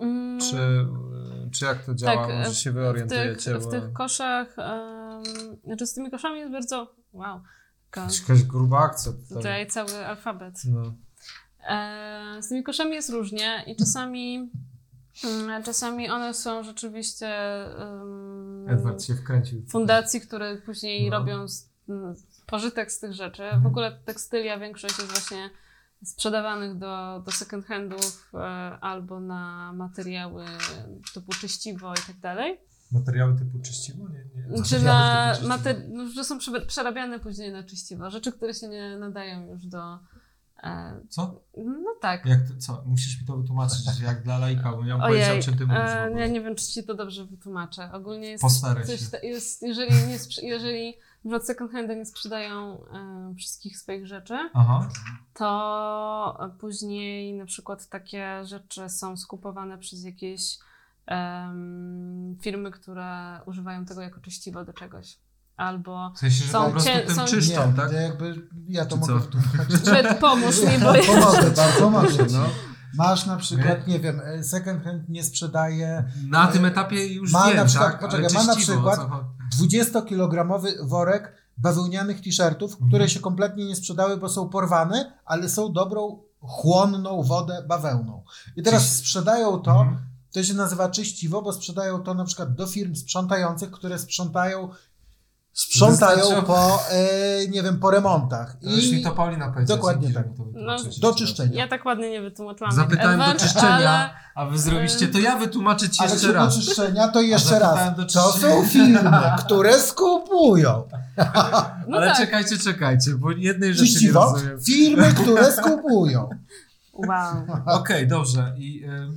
Speaker 2: mm,
Speaker 1: Czy, e, czy jak to działa?
Speaker 2: Tak, e,
Speaker 1: Może się wy
Speaker 2: w tych,
Speaker 1: orientujecie?
Speaker 2: w tych koszach. Um, znaczy, z tymi koszami jest bardzo. Wow. Ko-
Speaker 1: Jakaś gruba akcja tutaj.
Speaker 2: Tutaj cały alfabet.
Speaker 1: No.
Speaker 2: E, Z tymi koszami jest różnie i czasami, mm, czasami one są rzeczywiście em,
Speaker 1: Edward się wkręcił.
Speaker 2: fundacji, które później
Speaker 1: No. Mhm.
Speaker 2: robią z, m, pożytek z tych rzeczy. W ogóle tekstylia większość jest właśnie sprzedawanych do, do second handów e, albo na materiały typu czyściwo i tak dalej.
Speaker 1: Materiały typu czyściwo? Nie, Znaczy, nie.
Speaker 2: Czy na mater- no, że są prze- przerabiane później na czyściwo. Rzeczy, które się nie nadają już do... e,
Speaker 1: Co?
Speaker 2: No tak.
Speaker 1: Jak to, co? Musisz mi to wytłumaczyć, jak dla laika, bo nie mam pojęcia,
Speaker 2: Ojej,
Speaker 1: o czym ty mówisz. w
Speaker 2: e,
Speaker 1: ogóle.
Speaker 2: ja nie wiem, czy ci to dobrze wytłumaczę. Ogólnie jest
Speaker 1: Postaraj
Speaker 2: coś, tak-
Speaker 1: się.
Speaker 2: ta- jest, jeżeli, nie sprze- jeżeli na przykład second handy nie sprzedają e, wszystkich swoich rzeczy,
Speaker 1: Aha.
Speaker 2: to później na przykład takie rzeczy są skupowane przez jakieś em, firmy, które używają tego jako czyściwo do czegoś. Alło
Speaker 1: W sensie, że
Speaker 2: Są
Speaker 1: po prostu
Speaker 2: cie-
Speaker 1: tym
Speaker 2: są-
Speaker 1: czyszczą,
Speaker 3: nie,
Speaker 1: tak?
Speaker 3: to jakby ja to
Speaker 1: Czy
Speaker 3: mogę
Speaker 1: co?
Speaker 3: wytłumaczyć.
Speaker 2: Przed pomóż mi, bo ja...
Speaker 3: Pomogę, bardzo pomogę.
Speaker 1: No.
Speaker 3: Masz na przykład, nie wiem, y, second hand nie sprzedaje
Speaker 1: Na
Speaker 3: Y,
Speaker 1: tym etapie już
Speaker 3: ma na
Speaker 1: wiem,
Speaker 3: przykład-
Speaker 1: tak?
Speaker 3: poczekaj,
Speaker 1: Ale
Speaker 3: ma na
Speaker 1: czyściwo,
Speaker 3: przykład-
Speaker 1: co-
Speaker 3: 20-kilogramowy worek bawełnianych t-shirtów,
Speaker 1: Mhm.
Speaker 3: które się kompletnie nie sprzedały, bo są porwane, ale są dobrą, chłonną wodę bawełną. I teraz
Speaker 1: Czyś-
Speaker 3: sprzedają to
Speaker 1: Mhm.
Speaker 3: To się nazywa czyściwo, bo sprzedają to na przykład do firm sprzątających, które sprzątają sprzątają
Speaker 1: Wystarczy-
Speaker 3: po, e, nie wiem, po remontach.
Speaker 6: I... Już mi
Speaker 3: I
Speaker 6: to Paulina powiedziała.
Speaker 3: Dokładnie
Speaker 6: dzięki, że
Speaker 3: tak.
Speaker 6: mi to wytłumaczyłeś.
Speaker 3: do czyszczenia.
Speaker 2: Ja tak ładnie nie wytłumaczyłam. jak
Speaker 1: Zapytałem do
Speaker 2: No, Edward,
Speaker 1: czyszczenia,
Speaker 2: ale-
Speaker 1: a wy zrobiliście to, ja wytłumaczę ci
Speaker 3: Ale
Speaker 1: jeszcze
Speaker 3: czy do
Speaker 1: raz.
Speaker 3: czyszczenia to jeszcze
Speaker 1: zapytałem
Speaker 3: raz.
Speaker 1: do
Speaker 3: To
Speaker 1: czyszczenia.
Speaker 3: są firmy, które skupują.
Speaker 2: No
Speaker 1: ale
Speaker 2: tak.
Speaker 1: czekajcie, czekajcie, bo jednej rzeczy nie
Speaker 3: Czyściwo?
Speaker 1: rozumiem.
Speaker 3: Firmy, które skupują.
Speaker 2: Wow.
Speaker 6: Okej, dobrze. I, y,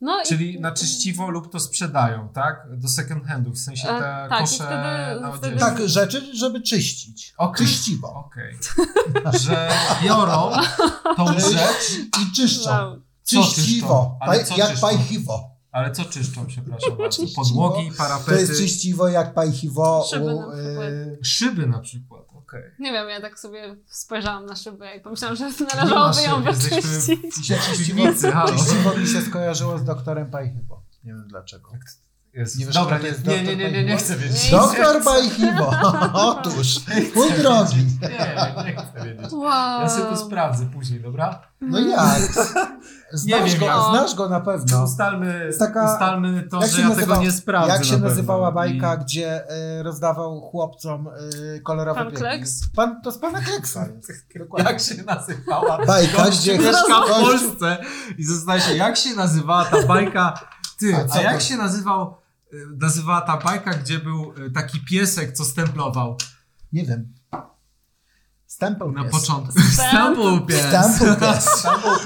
Speaker 2: No i-
Speaker 6: czyli na czyściwo lub to sprzedają, tak? Do second handów, w sensie
Speaker 2: E,
Speaker 6: te
Speaker 2: tak, i
Speaker 6: kosze
Speaker 2: wtedy-
Speaker 6: na
Speaker 2: wtedy-
Speaker 6: odzież.
Speaker 3: Tak, rzeczy, żeby czyścić.
Speaker 6: Okej.
Speaker 3: Czyściwo.
Speaker 6: Okej. Że biorą tą rzecz,
Speaker 3: I czyszczą.
Speaker 2: Wow.
Speaker 6: Co czyszczą?
Speaker 3: Czyściwo.
Speaker 6: Ale
Speaker 3: Paj-
Speaker 6: co
Speaker 3: Jak
Speaker 6: czyszczą?
Speaker 3: pajchiwo.
Speaker 6: ale co czyszczą, przepraszam bardzo?
Speaker 2: Czyściwo.
Speaker 6: Podłogi,
Speaker 3: To jest
Speaker 6: parapety,
Speaker 3: czyściwo jak pajchiwo.
Speaker 2: Szyby na
Speaker 3: u,
Speaker 2: przykład.
Speaker 3: e,
Speaker 6: szyby na przykład. Okej.
Speaker 2: Nie wiem, ja tak sobie spojrzałam na szybę i pomyślałam, że
Speaker 1: Nie ma
Speaker 2: należałoby ją
Speaker 1: szyb, jesteśmy w-
Speaker 2: wyczyścić.
Speaker 1: w piwnicy, halo.
Speaker 3: Czyściwo mi się skojarzyło z doktorem pajchiwo. Nie wiem dlaczego.
Speaker 6: Jest-
Speaker 3: Nie wiesz,
Speaker 6: Dobra,
Speaker 3: kto
Speaker 6: nie,
Speaker 3: to jest
Speaker 6: nie,
Speaker 3: doktor
Speaker 6: nie, nie, nie, nie
Speaker 3: Pajmor?
Speaker 6: chcę
Speaker 2: Nie.
Speaker 6: wiedzieć.
Speaker 3: Doktor Bajchibo. Otóż, mój drogi.
Speaker 6: Nie, nie chcę wiedzieć.
Speaker 2: Wow.
Speaker 6: Ja sobie to sprawdzę później, dobra?
Speaker 3: No jak? Znasz,
Speaker 6: wiem,
Speaker 3: go,
Speaker 6: jak.
Speaker 3: znasz go na pewno.
Speaker 6: Ustalmy,
Speaker 3: No. Jest taka-
Speaker 6: ustalmy to,
Speaker 3: jak
Speaker 6: że
Speaker 3: się
Speaker 6: ja
Speaker 3: nazywa-
Speaker 6: tego nie sprawdzę.
Speaker 3: Jak się
Speaker 6: na pewno.
Speaker 3: nazywała
Speaker 6: I-
Speaker 3: bajka, gdzie y, rozdawał chłopcom y, kolorowe
Speaker 2: Pan
Speaker 3: biegi?
Speaker 2: Kleks?
Speaker 3: Pan, to z pana Kleksa jest. Dokładnie.
Speaker 6: Jak się nazywała?
Speaker 3: Bajka,
Speaker 1: Gość
Speaker 3: gdzie
Speaker 1: mieszka w
Speaker 3: gość-
Speaker 1: Polsce i zastanawia się, jak się nazywała ta bajka. Ty,
Speaker 3: A
Speaker 1: a,
Speaker 3: co
Speaker 1: jak
Speaker 3: to?
Speaker 1: się nazywał, y, nazywała ta bajka, gdzie był y, taki piesek, co stemplował
Speaker 3: Nie wiem. Stempel
Speaker 1: na
Speaker 3: pies.
Speaker 1: początku? Stemplował pies.
Speaker 3: Stempel pies.
Speaker 2: Wow.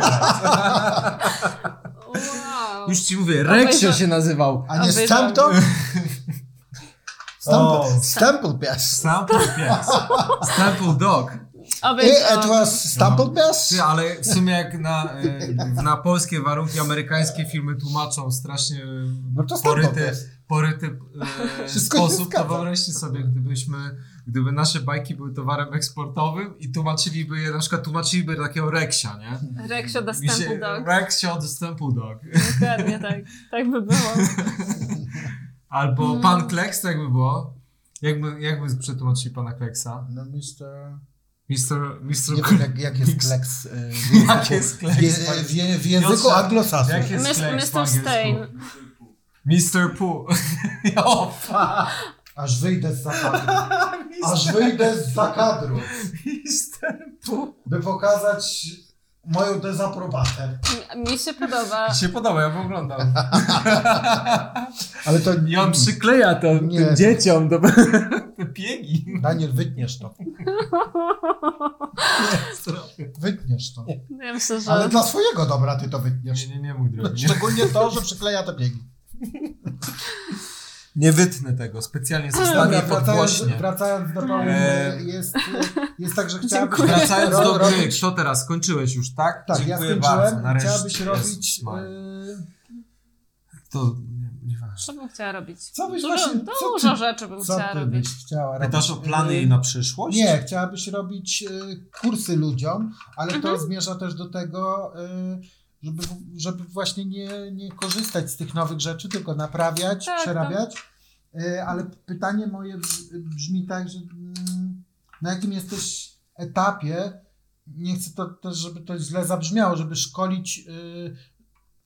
Speaker 1: Już ci mówię, Reksio
Speaker 2: Obejrzę-
Speaker 1: się nazywał.
Speaker 3: A nie
Speaker 2: Obejrzałem.
Speaker 3: Stempton?
Speaker 6: O.
Speaker 3: Stempel, stempel pies.
Speaker 1: Stample pies. Stample dog.
Speaker 3: I
Speaker 2: Obejrzałam.
Speaker 3: it was stempel pies?
Speaker 1: Ty, ale w sumie jak na, y, na polskie warunki amerykańskie filmy tłumaczą strasznie y,
Speaker 3: No to stempel
Speaker 1: poryty,
Speaker 3: pies.
Speaker 1: poryty e,
Speaker 3: Wszystko się
Speaker 1: sposób, to
Speaker 3: zgadza.
Speaker 1: wyobraźcie sobie, gdybyśmy, gdyby nasze bajki były towarem eksportowym i tłumaczyliby je, na przykład tłumaczyliby takiego Reksia, nie?
Speaker 2: Reksio
Speaker 1: Mi się-
Speaker 2: dostępu do...
Speaker 1: Reksio dostępu dog.
Speaker 2: Dokładnie tak. Tak by było.
Speaker 1: Albo
Speaker 2: Mm.
Speaker 1: pan Kleks, tak by było. Jakby, jakby przetłumaczyli pana Kleksa?
Speaker 3: No Mr.
Speaker 1: Mister, mister
Speaker 3: Nie
Speaker 1: Kl-
Speaker 3: wiem jak, jak jest kleks. y, w
Speaker 1: Jak
Speaker 3: języku-
Speaker 1: jest
Speaker 3: W,
Speaker 1: Kleks?
Speaker 3: je- w, je- w języku
Speaker 1: Piotrze,
Speaker 3: anglosasów.
Speaker 1: Jak jest
Speaker 2: Mis-
Speaker 1: Kleks po
Speaker 2: Mr.
Speaker 1: angielsku?
Speaker 2: Stain.
Speaker 1: Mr. Pooh. o, fuck.
Speaker 3: Aż wyjdę z zakadru. Aż wyjdę z zakadru,
Speaker 1: Mr. Pooh.
Speaker 3: by pokazać moją dezaprobatę.
Speaker 2: Mi się podoba.
Speaker 6: Mi się podoba, ja bym oglądał.
Speaker 3: Ale to
Speaker 1: I on przykleja to
Speaker 3: Nie.
Speaker 1: tym dzieciom do do piegi.
Speaker 3: Daniel, wytniesz to. Wytniesz to.
Speaker 2: Ja myślę, że...
Speaker 3: Ale dla swojego dobra ty to
Speaker 6: Nie,
Speaker 3: wytniesz. No,
Speaker 6: nie, nie, mój drogi. Nie,
Speaker 3: Szczególnie to, że przykleja te biegi.
Speaker 6: nie wytnę tego, specjalnie zostawię
Speaker 3: Dobra, wracając,
Speaker 6: podgłośnie.
Speaker 3: wracając do Pauliny,
Speaker 1: Eee.
Speaker 3: jest, jest tak, że chciałabyś...
Speaker 2: Dziękuję.
Speaker 1: Wracając do
Speaker 3: Ro- ro-
Speaker 1: gry, co teraz? Skończyłeś już, tak?
Speaker 3: Tak, ja
Speaker 6: Dziękuję bardzo,
Speaker 3: skończyłem.
Speaker 6: nareszcie.
Speaker 3: Chciałabyś robić...
Speaker 6: Jezus Maria.
Speaker 3: y,
Speaker 6: To nie, nieważne.
Speaker 2: Co bym chciała robić?
Speaker 3: Co byś
Speaker 2: dużo,
Speaker 3: właśnie- co
Speaker 2: dużo
Speaker 3: ty-
Speaker 2: rzeczy bym
Speaker 3: Co
Speaker 2: chciała
Speaker 3: ty
Speaker 2: robić.
Speaker 3: byś chciała robić?
Speaker 6: Pytasz o plany
Speaker 3: Y,
Speaker 6: jej na przyszłość?
Speaker 3: Nie, chciałabyś robić y, kursy ludziom, ale
Speaker 2: Mhm.
Speaker 3: to zmierza też do tego, y, żeby, żeby właśnie nie, nie korzystać z tych nowych rzeczy, tylko naprawiać,
Speaker 2: Tak,
Speaker 3: przerabiać. Y, ale pytanie moje brz- brzmi tak, że mm, na jakim jesteś etapie, nie chcę to też, żeby to źle zabrzmiało, żeby szkolić, y,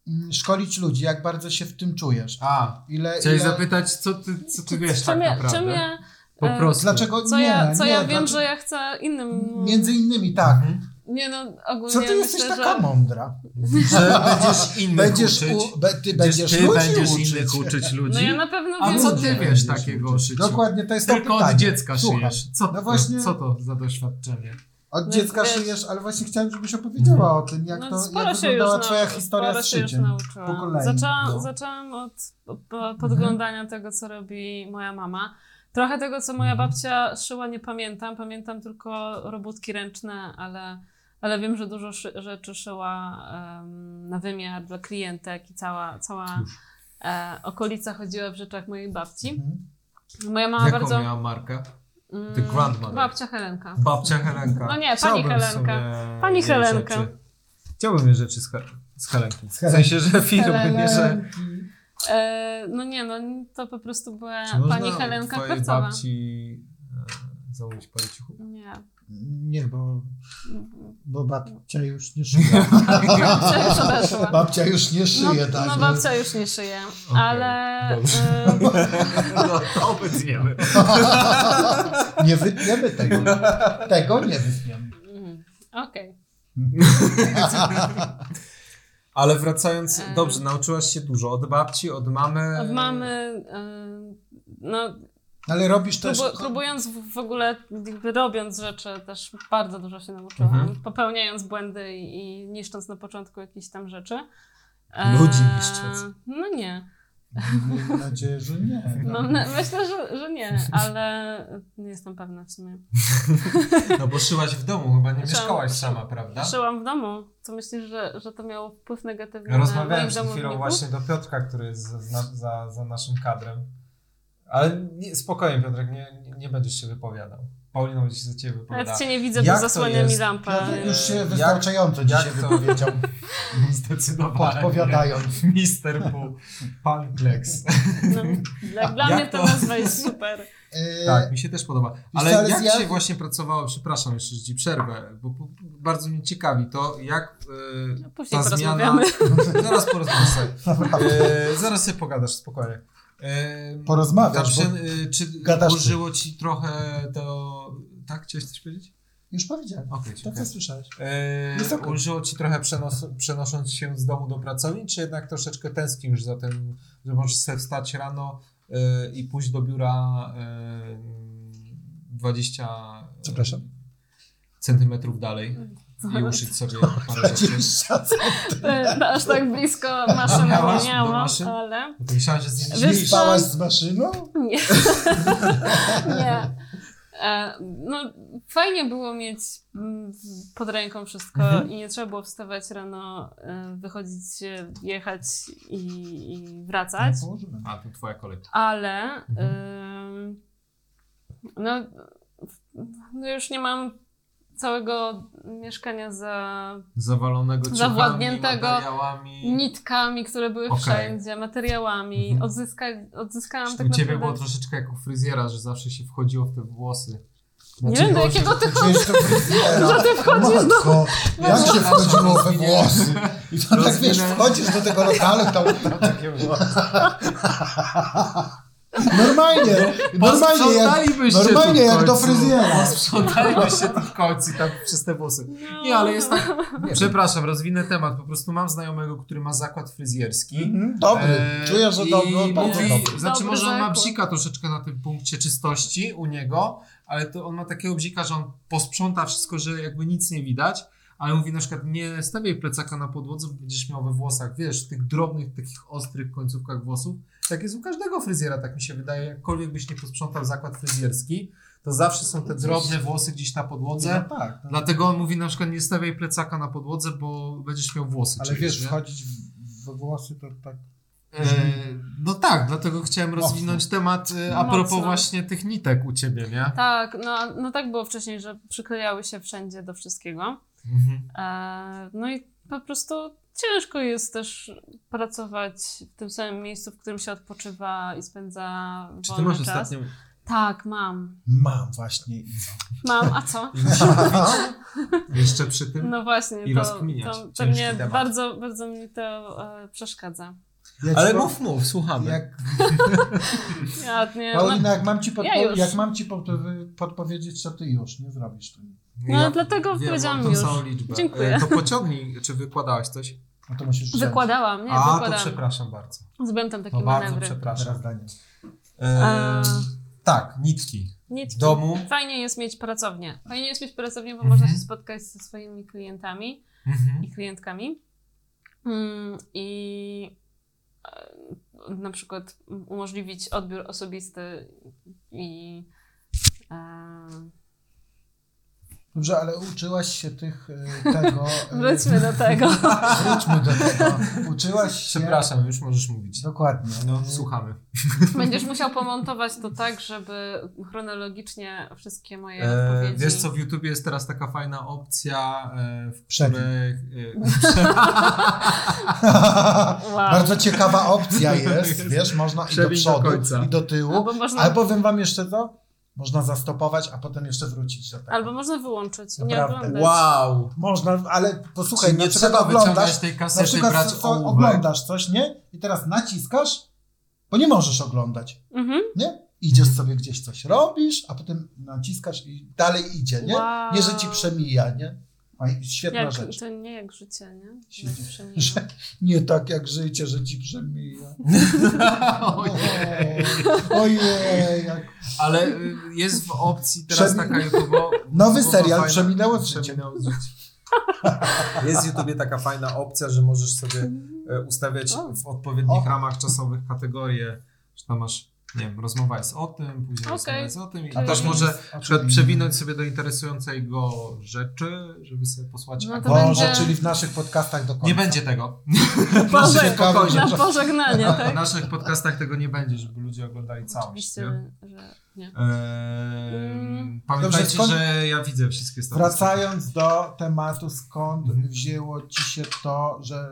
Speaker 3: mm, szkolić ludzi, jak bardzo się w tym czujesz.
Speaker 1: A,
Speaker 3: Ile,
Speaker 1: chciałeś
Speaker 3: ile,
Speaker 1: zapytać, co ty, co ty wiesz tak
Speaker 2: czym, ja,
Speaker 1: naprawdę?
Speaker 2: czym ja,
Speaker 1: Po
Speaker 2: e,
Speaker 1: prostu.
Speaker 3: dlaczego
Speaker 2: co
Speaker 3: nie,
Speaker 2: ja, co
Speaker 3: nie,
Speaker 2: ja wiem,
Speaker 3: dlaczego-
Speaker 2: że ja chcę innym...
Speaker 3: Między innymi tak.
Speaker 1: Mhm.
Speaker 2: Nie no, ogólnie
Speaker 3: Co ty
Speaker 2: myślę,
Speaker 3: jesteś
Speaker 2: że...
Speaker 3: taka mądra?
Speaker 6: Że będziesz inny
Speaker 3: Będziesz,
Speaker 6: uczyć.
Speaker 3: u, be, ty
Speaker 6: Będziesz,
Speaker 3: będziesz
Speaker 6: ty
Speaker 3: ludzi
Speaker 6: będziesz
Speaker 3: uczyć.
Speaker 6: innych uczyć
Speaker 2: No
Speaker 6: ludzi.
Speaker 2: ja na pewno
Speaker 1: A
Speaker 2: wiem...
Speaker 1: co
Speaker 2: że-
Speaker 1: ty wiesz
Speaker 6: będziesz
Speaker 1: takiego o
Speaker 6: uczyć.
Speaker 1: życiu?
Speaker 3: Dokładnie, to jest
Speaker 1: Tylko
Speaker 3: to
Speaker 1: od
Speaker 3: pytanie.
Speaker 1: dziecka
Speaker 3: Słucham.
Speaker 1: szyjesz. Co,
Speaker 3: No
Speaker 1: to,
Speaker 3: właśnie-
Speaker 1: co to za doświadczenie?
Speaker 3: Od
Speaker 2: No
Speaker 3: dziecka
Speaker 2: wiesz-
Speaker 3: szyjesz, ale właśnie chciałem, żebyś
Speaker 6: Mhm.
Speaker 3: opowiedziała o tym, jak
Speaker 2: no,
Speaker 3: to
Speaker 2: sporo
Speaker 3: jak
Speaker 2: się
Speaker 3: wyglądała
Speaker 2: już
Speaker 3: twoja
Speaker 2: nau-
Speaker 3: historia
Speaker 2: sporo
Speaker 3: z
Speaker 2: się już
Speaker 3: szyciem. po
Speaker 2: nauczyłam.
Speaker 3: kolei,
Speaker 2: Zaczęłam,
Speaker 3: no. Mhm.
Speaker 2: zaczęłam od po- po- podglądania tego, co robi moja mama. Trochę tego, co moja
Speaker 1: Mhm.
Speaker 2: babcia szyła, nie pamiętam. Pamiętam tylko robótki ręczne, ale, ale wiem, że dużo szy- rzeczy szyła em, na wymiar dla klientek i cała, cała e, okolica chodziła w rzeczach mojej babci.
Speaker 3: Mhm.
Speaker 2: Moja mama
Speaker 1: Jaką
Speaker 2: bardzo.
Speaker 1: miała markę?
Speaker 2: mm,
Speaker 1: The grandmother.
Speaker 2: babcia Helenka.
Speaker 1: Babcia Helenka.
Speaker 2: No nie, pani
Speaker 1: Chciałbym
Speaker 2: Helenka.
Speaker 1: sobie
Speaker 2: Pani
Speaker 1: jej
Speaker 2: Helenka.
Speaker 1: rzeczy. Chciałbym jej rzeczy z Helenką. Z Helenki.
Speaker 5: W sensie, że firmy, nie, że...
Speaker 2: E, no nie, no to po prostu była
Speaker 1: Czy można
Speaker 2: pani Helenka
Speaker 1: twojej
Speaker 2: Krawcowa.
Speaker 1: babci e, zamówić parę ciuchów?
Speaker 2: Nie.
Speaker 3: Nie, bo,
Speaker 2: Mhm.
Speaker 3: bo babcia już nie szyje.
Speaker 2: Babcia już odeszła.
Speaker 3: babcia już nie
Speaker 2: No,
Speaker 3: szyje, tak.
Speaker 2: no babcia już nie szyje,
Speaker 1: Okej,
Speaker 2: ale
Speaker 1: dobrze.
Speaker 2: e,
Speaker 5: No, to obecniemy.
Speaker 3: Nie wytniemy tego. Tego nie wytniemy.
Speaker 2: mhm. okej.
Speaker 1: Ale wracając,
Speaker 2: E.
Speaker 1: dobrze, nauczyłaś się dużo od babci, od mamy.
Speaker 2: Od No, mamy, e, no
Speaker 3: Ale robisz też...
Speaker 2: Próbu- próbując w w ogóle, jakby robiąc rzeczy, też bardzo dużo się nauczyłam.
Speaker 1: Mhm.
Speaker 2: Popełniając błędy i, i niszcząc na początku jakieś tam rzeczy. E,
Speaker 1: Ludzi niszcząc. No.
Speaker 2: No nie.
Speaker 3: Mam nadzieję, że nie.
Speaker 2: Mam na, myślę, że, że nie, ale nie jestem pewna w sumie.
Speaker 1: No bo szyłaś w domu, chyba nie
Speaker 2: Szyłam-
Speaker 1: mieszkałaś sama, prawda?
Speaker 2: Szyłam w domu. Co myślisz, że, że to miało wpływ negatywny na
Speaker 1: Rozmawiałem
Speaker 2: moich
Speaker 1: przed chwilą
Speaker 2: domowników?
Speaker 1: właśnie do Piotrka, który jest za- za, za, za naszym kadrem. Ale nie, spokojnie, Piotrek, nie, nie- nie będziesz się wypowiadał. Paulina będzie się za ciebie
Speaker 2: Nawet
Speaker 1: wypowiadała.
Speaker 2: cię nie widzę,
Speaker 1: Jak
Speaker 2: bo
Speaker 1: to
Speaker 2: zasłania mi
Speaker 1: jest?
Speaker 2: lampę.
Speaker 3: Piotr już się
Speaker 1: Jak-
Speaker 3: wystarczająco dzisiaj
Speaker 1: jak to-
Speaker 3: wypowiedział,
Speaker 1: Zdecydowanie.
Speaker 3: podpowiadając.
Speaker 1: Mister Pół. Pan Kleks.
Speaker 2: No, dla dla
Speaker 1: Jak
Speaker 2: mnie to
Speaker 1: to-
Speaker 2: nazwa jest super.
Speaker 3: E,
Speaker 1: Tak, mi się też podoba. Ale
Speaker 3: co, ale
Speaker 1: jak
Speaker 3: ja-
Speaker 1: się właśnie pracowało, przepraszam, jeszcze że ci przerwę, bo bo bardzo mnie ciekawi to, jak yy,
Speaker 2: No, Później
Speaker 1: ta zmiana...
Speaker 2: porozmawiamy.
Speaker 1: Zaraz porozmawiamy sobie. Yy, zaraz sobie pogadasz, spokojnie. Yy, Ta
Speaker 3: Porozmawiasz, bo
Speaker 1: przem- y, czy
Speaker 3: gadasz ty.
Speaker 1: użyło ci trochę to. Tak, chciałeś coś powiedzieć?
Speaker 3: już powiedziałem.
Speaker 1: Okej,
Speaker 3: To
Speaker 1: dziękuję.
Speaker 3: co słyszałeś.
Speaker 1: E,
Speaker 3: Jest okej.
Speaker 1: Użyło ci trochę przenos przenosząc się z domu do pracowni, czy jednak troszeczkę tęsknisz za tym, że możesz sobie wstać rano e, i pójść do biura e, 20
Speaker 3: Przepraszam.
Speaker 1: centymetrów dalej i uszyć sobie parę rzeczy.
Speaker 2: E, no, Aż tak blisko maszyny
Speaker 1: Miałaś
Speaker 2: nie
Speaker 1: do
Speaker 2: miałam,
Speaker 1: maszyn?
Speaker 2: ale
Speaker 1: Bo to Myślałem, że z
Speaker 2: Wiesz
Speaker 3: Dziś
Speaker 2: co?
Speaker 3: spałaś z maszyną?
Speaker 2: nie. nie. E, No, fajnie było mieć mm, pod ręką wszystko
Speaker 1: Mhm.
Speaker 2: i nie trzeba było wstawać rano, e, wychodzić, e, jechać i, i wracać,
Speaker 3: Położyłem.
Speaker 1: A tu twoja kolej.
Speaker 2: ale
Speaker 1: Mhm.
Speaker 2: ym, no, no już nie mam całego mieszkania za
Speaker 1: Zawalonego ciuchami,
Speaker 2: Zawładniętego.
Speaker 1: materiałami.
Speaker 2: nitkami, które były
Speaker 1: Okej.
Speaker 2: wszędzie, materiałami.
Speaker 1: Mhm.
Speaker 2: Odzyska, odzyskałam
Speaker 1: Czy
Speaker 2: tak
Speaker 1: u ciebie
Speaker 2: naprawdę-
Speaker 1: było troszeczkę jak u fryzjera, że zawsze się wchodziło w te włosy. Znaczy,
Speaker 2: Nie wiem, do
Speaker 3: Boże,
Speaker 2: jakiego ty
Speaker 3: Gdzieś do fryzjera.
Speaker 2: Że ty wchodzisz do-
Speaker 3: Matko, jak się
Speaker 1: Przepraszam,
Speaker 3: wchodziło we
Speaker 1: rozwinę-
Speaker 3: włosy? I to tak wiesz,
Speaker 1: Rozwinę-
Speaker 3: wchodzisz do tego lokalu, tam
Speaker 1: Takie włosy.
Speaker 3: normalnie, normalnie jak,
Speaker 1: Posprzątalibyście tu w
Speaker 3: normalnie jak do
Speaker 1: końcu.
Speaker 3: fryzjera.
Speaker 1: Posprzątalibyście tu w końcu tam przez te włosy.
Speaker 2: No.
Speaker 1: Nie, ale jest tak... Przepraszam, rozwinę temat. Po prostu mam znajomego, który ma zakład fryzjerski.
Speaker 3: Mhm, Dobry,
Speaker 1: Eee,
Speaker 3: czuję, że
Speaker 1: i
Speaker 3: dobry, bardzo
Speaker 1: mówi-
Speaker 3: dobry.
Speaker 1: Znaczy,
Speaker 2: Dobry
Speaker 1: może on ma
Speaker 2: zakład.
Speaker 1: bzika troszeczkę na tym punkcie czystości u niego, ale to on ma takiego bzika, że on posprząta wszystko, że jakby nic nie widać. Ale mówi na przykład, nie stawiaj plecaka na podłodze, bo będziesz miał we włosach, wiesz, w tych drobnych, takich ostrych końcówkach włosów. Tak jest u każdego fryzjera, tak mi się wydaje. Jakkolwiek byś nie posprzątał zakład fryzjerski, to zawsze są te drobne włosy gdzieś na podłodze.
Speaker 3: No tak, no.
Speaker 1: Dlatego on mówi na przykład, nie stawiaj plecaka na podłodze, bo będziesz miał włosy.
Speaker 3: ale
Speaker 1: czyjeś,
Speaker 3: wiesz,
Speaker 1: nie?
Speaker 3: wchodzić w- we włosy to tak...
Speaker 1: E, no tak, dlatego chciałem
Speaker 3: Mocno.
Speaker 1: rozwinąć temat e, a
Speaker 2: Mocno.
Speaker 1: propos właśnie tych nitek u ciebie, nie?
Speaker 2: Tak, no, no tak było wcześniej, że przyklejały się wszędzie do wszystkiego.
Speaker 1: Mhm.
Speaker 2: E, no i po prostu ciężko jest też pracować w tym samym miejscu, w którym się odpoczywa i spędza
Speaker 1: Czy ty
Speaker 2: wolny
Speaker 1: masz
Speaker 2: czas.
Speaker 1: ostatnią...
Speaker 2: Tak, mam.
Speaker 3: Mam właśnie.
Speaker 2: Mam, a co?
Speaker 1: Jeszcze przy tym?
Speaker 2: No właśnie,
Speaker 1: I
Speaker 2: to,
Speaker 1: rozkminiać.
Speaker 2: to, to
Speaker 1: Ciężki
Speaker 2: mnie
Speaker 1: temat.
Speaker 2: bardzo, bardzo mi to e, przeszkadza.
Speaker 3: Ja ci
Speaker 1: Ale
Speaker 3: powiem,
Speaker 1: mów, mów, słuchamy.
Speaker 3: jak,
Speaker 2: Ja, nie,
Speaker 3: Paulina, jak mam ci,
Speaker 2: E, Ja
Speaker 3: podpo-
Speaker 2: już.
Speaker 3: jak mam ci podpo- podpowiedzieć, to ty już nie zrobisz tego.
Speaker 2: no, dlatego
Speaker 1: wiem,
Speaker 2: powiedziałam
Speaker 1: mam tą
Speaker 2: już.
Speaker 1: samą liczbę.
Speaker 2: Dziękuję.
Speaker 1: E, To pociągnij, czy wykładałaś coś?
Speaker 3: No to musisz wziąć.
Speaker 2: Wykładałam, nie,
Speaker 1: a, to
Speaker 2: wykładałam.
Speaker 1: przepraszam bardzo.
Speaker 2: Zrobiłam tam takie
Speaker 1: To bardzo
Speaker 2: manewry.
Speaker 3: Teraz
Speaker 1: przepraszam.
Speaker 3: Daniel.
Speaker 1: E,
Speaker 2: A.
Speaker 1: tak, nitki.
Speaker 2: Nitki.
Speaker 1: W domu.
Speaker 2: Fajnie jest mieć pracownię. Fajnie jest mieć pracownię, bo można się spotkać ze swoimi klientami
Speaker 1: Mhm.
Speaker 2: i klientkami. Mm, I e, na przykład umożliwić odbiór osobisty i e,
Speaker 3: Dobrze, ale uczyłaś się tych y, tego. y,
Speaker 2: Wróćmy do tego.
Speaker 3: Wróćmy do tego. Uczyłaś się.
Speaker 1: Przepraszam, już możesz mówić.
Speaker 3: Dokładnie.
Speaker 1: No, słuchamy.
Speaker 2: Będziesz musiał pomontować to tak, żeby chronologicznie wszystkie moje
Speaker 1: E,
Speaker 2: odpowiedzi...
Speaker 1: wiesz co, w YouTubie jest teraz taka fajna opcja, e, w
Speaker 3: Przewid.
Speaker 1: której... E,
Speaker 2: Wow.
Speaker 3: Bardzo ciekawa opcja jest, wiesz, można i do
Speaker 1: Przebieg do
Speaker 3: przodu,
Speaker 1: końca.
Speaker 3: i do tyłu.
Speaker 2: Albo można,
Speaker 3: Ale powiem wam jeszcze co? Można zastopować, a potem jeszcze wrócić do tego.
Speaker 2: albo można wyłączyć, nie
Speaker 3: Naprawdę.
Speaker 2: oglądać.
Speaker 1: wow!
Speaker 3: Można, ale posłuchaj, no
Speaker 1: Czyli
Speaker 3: na
Speaker 1: nie
Speaker 3: przykład
Speaker 1: trzeba wyciągać
Speaker 3: oglądasz,
Speaker 1: tej
Speaker 3: na
Speaker 1: kasety,
Speaker 3: przykład
Speaker 1: brać
Speaker 3: so-
Speaker 1: ołówek.
Speaker 3: oglądasz coś, nie? I teraz naciskasz, bo nie możesz oglądać,
Speaker 2: Mhm.
Speaker 3: nie? Idziesz sobie gdzieś coś robisz, a potem naciskasz i dalej idzie, nie?
Speaker 2: Wow.
Speaker 3: Nie, że ci przemija, nie? A, świetna
Speaker 2: Jak,
Speaker 3: rzecz.
Speaker 2: to nie jak życie, nie?
Speaker 3: Świetnie.
Speaker 2: Że przemija.
Speaker 3: Że nie tak jak życie, że ci przemija.
Speaker 7: No
Speaker 3: Ojej, Ojej jak
Speaker 1: Ale y, jest w opcji teraz
Speaker 3: Przemi-
Speaker 1: taka YouTube'o...
Speaker 3: Nowy
Speaker 1: YouTube'owa
Speaker 3: serial
Speaker 1: fajna-
Speaker 3: Przeminęło z życiem.
Speaker 1: Przeminęło z życiem.
Speaker 7: Jest w YouTubie taka fajna opcja, że możesz sobie e, ustawiać
Speaker 2: O.
Speaker 7: w odpowiednich
Speaker 3: O.
Speaker 7: ramach czasowych kategorie, że tam masz, nie wiem, rozmowa jest o tym, później
Speaker 2: Okej.
Speaker 7: rozmowa jest o tym i
Speaker 2: A
Speaker 7: też
Speaker 2: czyli-
Speaker 7: może
Speaker 3: A
Speaker 7: na przykład
Speaker 3: czyli-
Speaker 7: przewinąć sobie do interesującej go rzeczy, żeby sobie posłać
Speaker 2: No
Speaker 7: aktualne.
Speaker 2: to
Speaker 3: Boże,
Speaker 2: będzie-
Speaker 3: czyli w naszych podcastach do końca.
Speaker 7: Nie będzie tego.
Speaker 2: Boże,
Speaker 3: Ciekawe,
Speaker 2: na
Speaker 3: że-
Speaker 2: pożegnanie,
Speaker 7: W
Speaker 2: tak?
Speaker 7: naszych podcastach tego nie będzie, żeby ludzie oglądali
Speaker 1: no,
Speaker 7: całość.
Speaker 2: Oczywiście,
Speaker 7: nie?
Speaker 2: że nie. Mm.
Speaker 7: Eee, pamiętajcie,
Speaker 3: Dobrze, skąd-
Speaker 7: że ja widzę wszystkie statystyki.
Speaker 3: Wracając do tematu, skąd
Speaker 7: Mhm.
Speaker 3: wzięło ci się to, że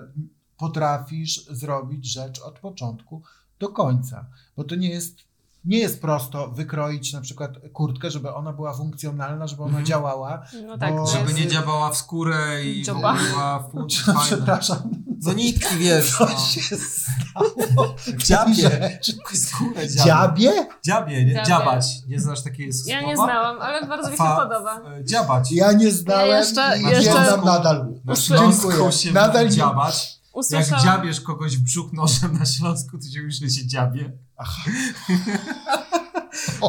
Speaker 3: potrafisz zrobić rzecz od początku do końca. Bo to nie jest, nie jest prosto wykroić na przykład kurtkę, żeby ona była funkcjonalna, żeby ona
Speaker 1: Mhm.
Speaker 3: działała.
Speaker 2: No tak,
Speaker 3: Bo-
Speaker 2: to
Speaker 1: Żeby
Speaker 2: jest-
Speaker 1: nie działała w skórę i
Speaker 2: Dzioba.
Speaker 1: była w pół fajna.
Speaker 3: Przepraszam,
Speaker 7: Do nitki, wiesz.
Speaker 3: co
Speaker 7: no.
Speaker 3: się stało?
Speaker 7: Dziabie. Skórę dziabie.
Speaker 3: Dziabie?
Speaker 7: Dziabie, nie?
Speaker 2: Dziabie.
Speaker 7: Dziabać. Nie znasz takiej słowa?
Speaker 2: Ja nie znałam, ale bardzo mi się
Speaker 7: Fa-
Speaker 2: podoba.
Speaker 7: e, Dziabać.
Speaker 3: Ja nie znałem
Speaker 2: Ja jeszcze-
Speaker 3: i
Speaker 2: jeszcze-
Speaker 3: nie znam nadal.
Speaker 7: Na
Speaker 2: Dziękuję.
Speaker 7: Śląsku się
Speaker 3: Nadal
Speaker 7: Nadal
Speaker 3: nie-
Speaker 7: dziabać. Jak
Speaker 2: Usłyszałam...
Speaker 7: dziabiesz kogoś w brzuch nożem na Śląsku, to się już się dziabie.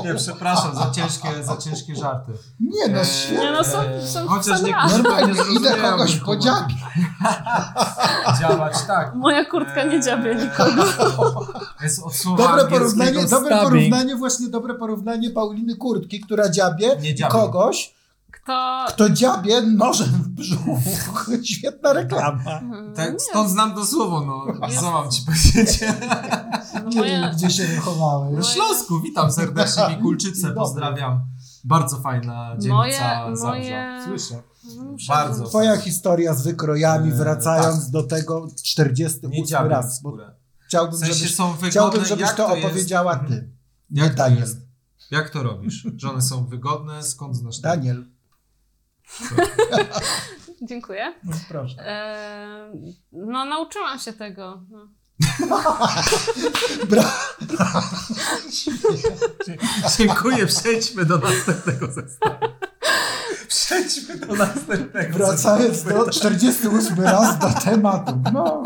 Speaker 7: Nie, przepraszam, za ciężkie, za ciężkie żarty.
Speaker 3: Nie no,
Speaker 7: Eee,
Speaker 3: świetnie.
Speaker 2: Nie no, są- są-
Speaker 7: Chociaż
Speaker 2: są
Speaker 7: niektórzy
Speaker 3: Normalnie
Speaker 7: pewnie
Speaker 3: idę
Speaker 7: zrozumieją
Speaker 3: kogoś
Speaker 7: mój
Speaker 3: po
Speaker 7: humor.
Speaker 3: dziabie.
Speaker 7: Działać, tak.
Speaker 2: Moja kurtka
Speaker 1: Eee,
Speaker 2: nie dziabie nikogo.
Speaker 7: Jest od słowa
Speaker 3: Dobre
Speaker 7: angielskiego
Speaker 3: porównanie, dobre
Speaker 7: stabbing.
Speaker 3: porównanie, właśnie dobre porównanie Pauliny Kurtki, która dziabie
Speaker 7: Nie dziabie.
Speaker 3: kogoś,
Speaker 2: Kto...
Speaker 3: kto dziabie nożem w brzuch. Świetna reklama.
Speaker 2: Mhm.
Speaker 1: Tak, stąd znam to słowo, no.
Speaker 2: Jest.
Speaker 1: Co mam ci powiedzieć?
Speaker 2: No
Speaker 3: Nie wiem,
Speaker 2: moja...
Speaker 3: gdzie się wychowałeś.
Speaker 2: No
Speaker 1: Na Śląsku, witam serdecznie, Mikulczyce,
Speaker 3: Dobry.
Speaker 1: pozdrawiam. Bardzo fajna dzielnica
Speaker 2: Moje-
Speaker 1: Zabrza.
Speaker 2: moje-
Speaker 1: Słyszę.
Speaker 2: no, muszę-
Speaker 7: Bardzo.
Speaker 3: Twoja historia z wykrojami,
Speaker 7: Eee,
Speaker 1: tak.
Speaker 3: wracając do tego
Speaker 7: Nie
Speaker 3: 48
Speaker 7: dziabie w
Speaker 3: raz, bo
Speaker 7: skórę.
Speaker 3: chciałbym,
Speaker 1: W sensie
Speaker 3: żebyś,
Speaker 1: są wygodne.
Speaker 3: chciałbym, żebyś
Speaker 1: jak
Speaker 3: to
Speaker 1: jest?
Speaker 3: opowiedziała
Speaker 1: Mhm.
Speaker 3: ty.
Speaker 1: Jak
Speaker 3: Nie
Speaker 1: to
Speaker 3: Daniel.
Speaker 1: jest? Jak to robisz? Że one są wygodne? Skąd znasz te-
Speaker 3: Daniel,
Speaker 2: Dziękuję.
Speaker 3: no proszę.
Speaker 2: Eee, no nauczyłam się tego. No.
Speaker 3: Bra-
Speaker 1: Dziękuję, przejdźmy do następnego zestawu. Przejdźmy do następnego
Speaker 3: wracając do 48 raz do tematu. No,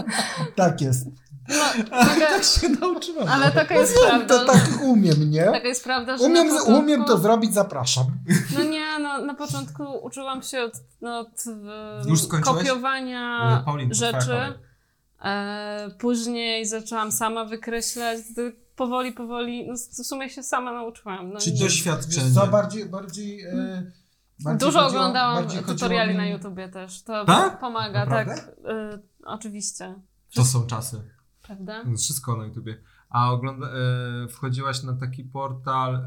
Speaker 3: tak jest.
Speaker 2: No,
Speaker 3: tak
Speaker 2: Taka,
Speaker 3: się nauczyłem.
Speaker 2: ale taka jest
Speaker 3: No, To
Speaker 2: prawda. no.
Speaker 3: tak umiem, nie?
Speaker 2: Taka jest prawda, że
Speaker 3: Umiem,
Speaker 2: na początku,
Speaker 3: umiem to zrobić, zapraszam.
Speaker 2: No nie, no na początku uczyłam się od, no, od em,
Speaker 1: Już skończyłeś?
Speaker 3: No,
Speaker 2: kopiowania
Speaker 1: Paulinko, twoja kolej.
Speaker 2: rzeczy. E, później zaczęłam sama wykreślać. d- Powoli, powoli. No, w sumie się sama nauczyłam. No,
Speaker 1: Czyli
Speaker 2: nie-
Speaker 1: doświadczenie.
Speaker 3: Wiesz co, bardziej, bardziej, e, bardziej
Speaker 2: Hmm. Dużo
Speaker 3: chodziło-
Speaker 2: oglądałam
Speaker 3: bardziej chodziło
Speaker 2: tutoriali
Speaker 3: mi-
Speaker 2: na YouTubie też. To
Speaker 1: Tak?
Speaker 2: pomaga,
Speaker 1: Naprawdę?
Speaker 2: tak. E, oczywiście.
Speaker 1: To są czasy.
Speaker 2: Prawda?
Speaker 1: Wszystko na YouTubie. A ogląda, e, wchodziłaś na taki portal e,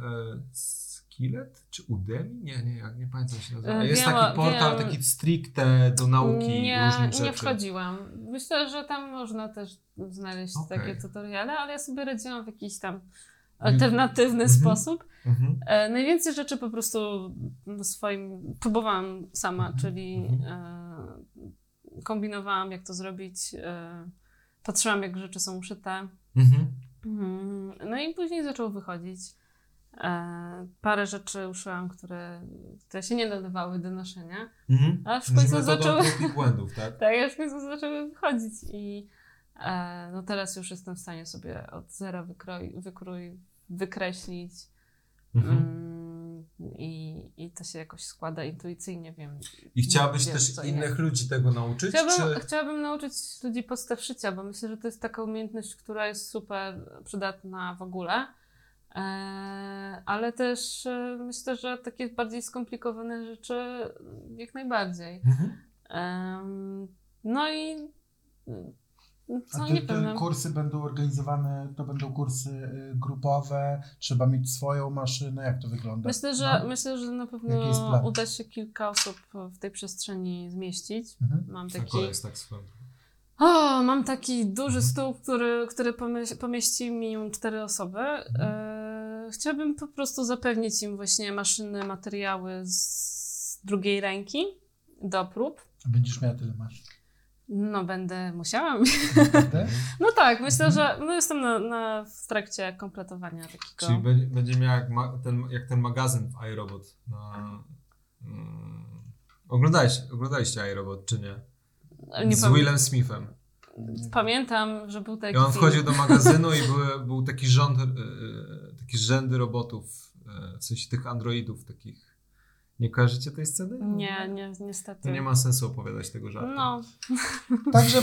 Speaker 1: Skillet czy Udemy? Nie, nie, jak nie pamiętam jak się nazywa.
Speaker 2: E,
Speaker 1: Jest
Speaker 2: wiem,
Speaker 1: taki portal
Speaker 2: wiem.
Speaker 1: taki stricte do nauki
Speaker 2: nie,
Speaker 1: różnych rzeczy.
Speaker 2: nie wchodziłam. Myślę, że tam można też znaleźć
Speaker 1: Okej.
Speaker 2: takie tutoriale, ale ja sobie radziłam w jakiś tam
Speaker 1: Mhm.
Speaker 2: alternatywny
Speaker 1: Mhm.
Speaker 2: sposób.
Speaker 1: Mhm.
Speaker 2: E, najwięcej rzeczy po prostu no, swoim próbowałam sama,
Speaker 1: Mhm.
Speaker 2: czyli e, kombinowałam, jak to zrobić. E, patrzyłam, jak rzeczy są uszyte.
Speaker 1: Mhm.
Speaker 2: Mhm. No i później zaczął wychodzić. E, parę rzeczy uszyłam, które, które się nie nadawały do noszenia.
Speaker 1: Mhm.
Speaker 2: Aż w
Speaker 1: Już
Speaker 2: końcu
Speaker 1: metodą
Speaker 2: zaczęły
Speaker 1: prób i błędów, tak?
Speaker 2: tak, aż w końcu zaczęły wychodzić i e, no teraz już jestem w stanie sobie od zera wykroi, wykrój, wykreślić
Speaker 1: Mhm.
Speaker 2: mm, i, i to się jakoś składa intuicyjnie, wiem.
Speaker 1: I chciałabyś
Speaker 2: Wiem,
Speaker 1: też
Speaker 2: co
Speaker 1: innych
Speaker 2: jest.
Speaker 1: ludzi tego nauczyć?
Speaker 2: Chciałabym,
Speaker 1: czy...
Speaker 2: chciałabym nauczyć ludzi podstaw szycia, bo myślę, że to jest taka umiejętność, która jest super przydatna w ogóle. E, Ale też e, myślę, że takie bardziej skomplikowane rzeczy jak najbardziej.
Speaker 1: Mhm.
Speaker 2: Em, No i mm,
Speaker 3: A
Speaker 2: co
Speaker 3: te,
Speaker 2: nie wiem.
Speaker 3: te
Speaker 2: no-
Speaker 3: e, kursy będą organizowane, to będą kursy y, grupowe, trzeba mieć swoją maszynę, jak to wygląda?
Speaker 2: Myślę, że,
Speaker 3: No.
Speaker 2: myślę, że na
Speaker 3: Jaki jest
Speaker 2: pewno
Speaker 3: plan?
Speaker 2: uda się kilka osób w tej przestrzeni zmieścić.
Speaker 3: Mhm.
Speaker 2: Mam
Speaker 5: Na
Speaker 2: taki,
Speaker 5: kole jest tak swoją. drogą.
Speaker 2: o, mam taki
Speaker 3: Mhm.
Speaker 2: duży stół, który, który pomyś- pomieści minimum cztery osoby.
Speaker 3: Mhm.
Speaker 2: E, chciałabym po prostu zapewnić im właśnie maszyny, materiały z drugiej ręki do prób.
Speaker 3: Będziesz miała tyle masz.
Speaker 2: No, będę musiała.
Speaker 3: Naprawdę?
Speaker 2: No tak,
Speaker 3: Mhm.
Speaker 2: myślę, że no, jestem na, na, w trakcie kompletowania
Speaker 5: Czyli
Speaker 2: takiego.
Speaker 5: będzie, będzie miał jak, ma, ten, jak ten magazyn w iRobot. Na, mm, oglądaliście, oglądaliście iRobot, czy nie?
Speaker 2: Nie
Speaker 5: Z
Speaker 2: pamię-
Speaker 5: Willem Smithem.
Speaker 2: pamiętam, że był taki.
Speaker 5: I on wchodził do magazynu i były, był taki rząd, e, taki rzędy robotów, e, w sensie tych androidów takich. Nie kojarzycie tej sceny?
Speaker 2: Nie, nie, niestety.
Speaker 5: To nie ma sensu opowiadać tego żartu.
Speaker 2: No,
Speaker 3: Także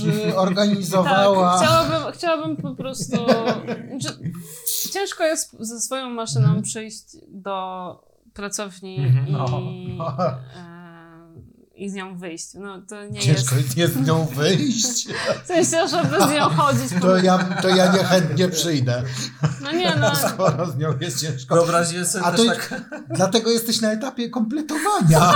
Speaker 3: y,
Speaker 2: tak,
Speaker 3: organizowała.
Speaker 2: chciałabym, chciałabym po prostu. że Ciężko jest ze swoją maszyną
Speaker 3: Mhm.
Speaker 2: przyjść do pracowni
Speaker 5: Mhm.
Speaker 2: i,
Speaker 3: No, no.
Speaker 2: e, i z nią wyjść. No, to nie
Speaker 3: Ciężko
Speaker 2: jest.
Speaker 3: jest nie z nią wyjść.
Speaker 2: W sensie, żeby z nią chodzić. Po...
Speaker 3: To ja, to ja niechętnie przyjdę,
Speaker 2: No nie, no.
Speaker 3: skoro z nią jest ciężko.
Speaker 5: Wyobraziłem sobie
Speaker 3: A
Speaker 5: też
Speaker 3: to-
Speaker 5: tak,
Speaker 3: Dlatego jesteś na etapie kompletowania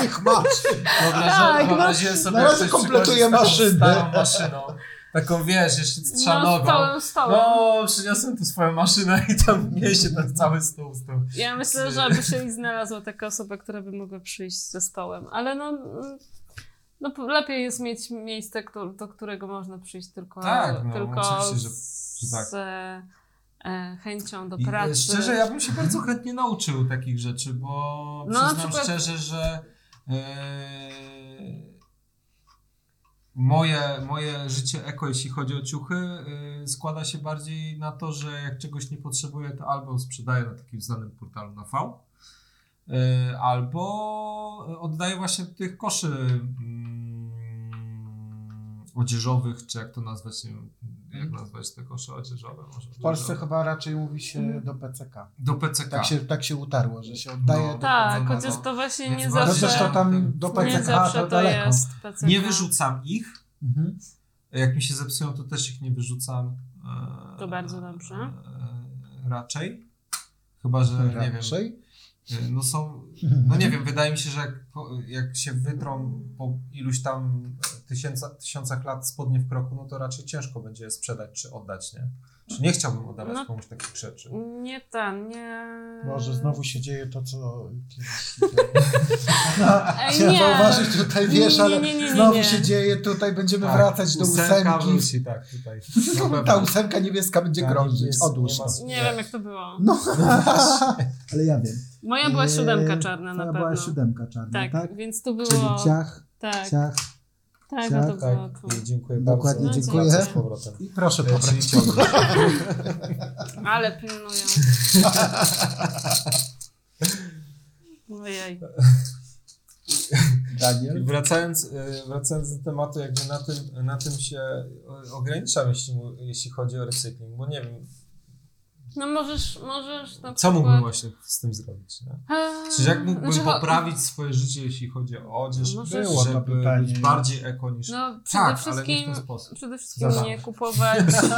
Speaker 3: tych masz.
Speaker 1: Wyobraża,
Speaker 2: Tak,
Speaker 1: wyobraziłem sobie,
Speaker 3: no na
Speaker 1: jak
Speaker 3: razie
Speaker 1: ktoś
Speaker 3: kompletuję
Speaker 1: przychodzi z taką
Speaker 3: maszynę.
Speaker 1: Starą maszyną. Taką wiesz, jeszcze
Speaker 2: No,
Speaker 1: trzanogą.
Speaker 2: stołem, stołem.
Speaker 1: No, przyniosłem tu swoją maszynę i tam niesie ten cały stół z tym.
Speaker 2: Ja myślę, że by się i znalazła taka osoba, która by mogła przyjść ze stołem, ale no, mm, no p- lepiej jest mieć miejsce, któ- do którego można przyjść tylko,
Speaker 1: Tak, no,
Speaker 2: tylko
Speaker 1: oczywiście, że-
Speaker 2: z,
Speaker 1: że tak.
Speaker 2: z e, e, chęcią do
Speaker 1: I, e,
Speaker 2: pracy.
Speaker 1: Szczerze, ja bym się bardzo chętnie nauczył takich rzeczy, bo
Speaker 2: No, na
Speaker 1: przyznam
Speaker 2: przykład-
Speaker 1: szczerze, że e, moje, moje życie eko, jeśli chodzi o ciuchy, e, składa się bardziej na to, że jak czegoś nie potrzebuję, to albo sprzedaję na takim znanym portalu na V, e, albo oddaję właśnie do tych koszy mm, odzieżowych, czy jak to nazwać, nie wiem, jak
Speaker 2: Mhm.
Speaker 1: nazwać te kosze odzieżowe? Może
Speaker 3: W Polsce
Speaker 1: odzieżowe?
Speaker 3: chyba raczej mówi
Speaker 2: Mm.
Speaker 3: się do PCK.
Speaker 1: Do PCK.
Speaker 3: Tak się, tak się utarło, że się oddaje.
Speaker 1: No.
Speaker 2: tak,
Speaker 1: No, no,
Speaker 2: chociaż
Speaker 1: no.
Speaker 2: to właśnie
Speaker 1: Więc
Speaker 2: nie
Speaker 3: No
Speaker 1: bardzo-
Speaker 2: zawsze,
Speaker 3: zresztą tam
Speaker 1: tak
Speaker 3: do
Speaker 2: nie
Speaker 3: PCK
Speaker 2: zawsze
Speaker 3: to
Speaker 2: to
Speaker 3: daleko.
Speaker 2: jest PCK.
Speaker 1: Nie wyrzucam ich.
Speaker 3: Mhm.
Speaker 1: Jak mi się zepsują, to też ich nie wyrzucam. e,
Speaker 2: To bardzo dobrze.
Speaker 1: e, Raczej. Chyba, że No, nie wiem.
Speaker 3: Raczej.
Speaker 1: e, No są. No nie wiem, wydaje mi się, że jak, po- jak się wytrą po iluś tam tysiąca, tysiącach lat spodnie w kroku, no to raczej ciężko będzie je sprzedać czy oddać, nie? Czy nie chciałbym oddawać
Speaker 2: No.
Speaker 1: komuś takich rzeczy.
Speaker 2: Nie ten, nie...
Speaker 3: Boże, znowu się dzieje to, co kiedyś się działo.
Speaker 2: Ej,
Speaker 3: Chciałem
Speaker 2: nie.
Speaker 3: zauważyć, tutaj wiesz,
Speaker 2: Nie,
Speaker 3: ale
Speaker 2: nie, nie, nie,
Speaker 3: znowu
Speaker 2: nie.
Speaker 3: się dzieje, tutaj będziemy
Speaker 1: Tak,
Speaker 3: wracać do
Speaker 1: ósemka
Speaker 3: ósemki.
Speaker 1: wróci, tak, tutaj. na pewno.
Speaker 3: Ta ósemka niebieska będzie
Speaker 1: Tak,
Speaker 3: grozić.
Speaker 1: jest-
Speaker 3: Odłóż
Speaker 1: nie
Speaker 3: nas.
Speaker 1: ma-
Speaker 2: Nie wiem, jak to było.
Speaker 3: No, ale ja wiem.
Speaker 2: Moja była siódemka
Speaker 3: Eee,
Speaker 2: czarna na
Speaker 3: Twoja
Speaker 2: pewno.
Speaker 3: była siódemka czarna,
Speaker 2: tak,
Speaker 3: tak?
Speaker 2: więc to było...
Speaker 3: Czyli ciach,
Speaker 2: tak,
Speaker 3: ciach.
Speaker 2: tak, no to
Speaker 3: ciach,
Speaker 2: było...
Speaker 1: Tak,
Speaker 2: cool.
Speaker 1: dziękuję
Speaker 3: Dokładnie,
Speaker 1: bardzo.
Speaker 2: dziękuję.
Speaker 1: Wracam Z powrotem.
Speaker 3: I proszę
Speaker 1: E, czyli
Speaker 3: pobrać.
Speaker 1: ciągle.
Speaker 2: Ale pilnują.
Speaker 1: I
Speaker 2: Ojej.
Speaker 3: Daniel.
Speaker 1: Wracając, y, wracając do tematu, jakby na tym, na tym się y, ograniczam, jeśli, mu- jeśli chodzi o recykling, bo nie wiem,
Speaker 2: No możesz, możesz na
Speaker 1: co
Speaker 2: przykład...
Speaker 1: mógłbym właśnie z tym zrobić. Nie?
Speaker 2: Eee,
Speaker 1: Czy jak mógłbym
Speaker 2: znaczy, cho-
Speaker 1: poprawić swoje życie, jeśli chodzi o odzież,
Speaker 2: No,
Speaker 1: żeby
Speaker 3: było to pytanie.
Speaker 1: być bardziej eko niż...
Speaker 2: No
Speaker 1: tak,
Speaker 2: przede
Speaker 1: ale nie w
Speaker 2: wszystkim...
Speaker 1: ten sposób.
Speaker 2: Przede wszystkim
Speaker 1: Zadam.
Speaker 2: nie kupować...
Speaker 1: Znaczy-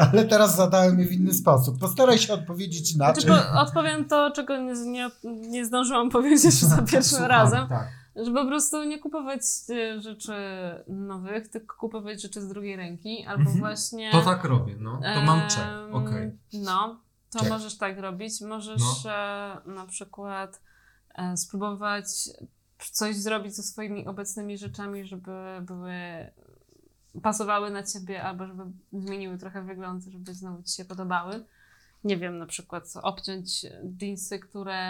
Speaker 3: ale teraz zadałem je w inny sposób. Postaraj się odpowiedzieć
Speaker 2: Znaczy,
Speaker 3: inaczej.
Speaker 2: po, odpowiem to, czego nie, nie, nie zdążyłam powiedzieć za pierwszym
Speaker 1: Słucham,
Speaker 2: razem,
Speaker 1: Tak.
Speaker 2: że po prostu nie kupować e, rzeczy nowych, tylko kupować rzeczy z drugiej ręki, albo
Speaker 1: Mhm.
Speaker 2: właśnie...
Speaker 5: to tak robię, no. To mam czek,
Speaker 2: Em,
Speaker 5: okej.
Speaker 2: No, to
Speaker 5: Czek. No.
Speaker 2: możesz tak robić. Możesz e, na przykład e, spróbować coś zrobić ze swoimi obecnymi rzeczami, żeby były pasowały na ciebie, albo żeby zmieniły trochę wygląd, żeby znowu ci się podobały. Nie wiem, na przykład obciąć jeansy, które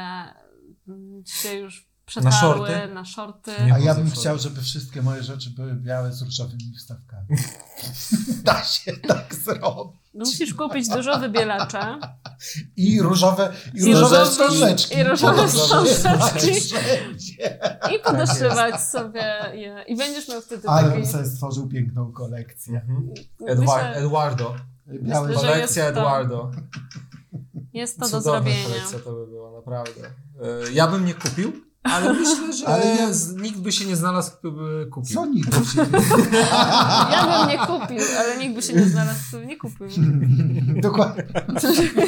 Speaker 2: mm, ci się już przetarły na
Speaker 1: shorty?
Speaker 2: szorty. Na szorty.
Speaker 1: Nie
Speaker 3: A ja
Speaker 1: chodzę
Speaker 3: bym
Speaker 1: w szortach.
Speaker 3: chciał, żeby wszystkie moje rzeczy były białe z różowymi wstawkami. da się tak zrobić.
Speaker 2: No, musisz kupić dużo wybielacza.
Speaker 3: I różowe, i
Speaker 2: I
Speaker 3: różowe
Speaker 2: różowe-
Speaker 3: wstążeczki.
Speaker 2: i różowe
Speaker 3: Boże,
Speaker 2: wstążeczki.
Speaker 3: wszędzie.
Speaker 2: I podeszywać sobie je. I będziesz miał wtedy
Speaker 3: Ale
Speaker 2: taki...
Speaker 3: bym sobie stworzył piękną kolekcję.
Speaker 1: Mhm.
Speaker 2: No, myślę-
Speaker 1: Edwar- Eduardo.
Speaker 3: białe
Speaker 2: Myślę, że
Speaker 1: Kolekcja
Speaker 2: jest to-
Speaker 1: Eduardo.
Speaker 2: Jest to do
Speaker 1: Cudowna
Speaker 2: zrobienia.
Speaker 1: kolekcja to by była, naprawdę. E, Ja bym nie kupił, ale myślę, że
Speaker 3: Ale ja-
Speaker 1: z- nikt by się nie znalazł, kto by kupił.
Speaker 3: Co niby się
Speaker 2: Ja bym nie kupił, ale nikt by się nie znalazł, który nie kupił.
Speaker 3: Dokładnie.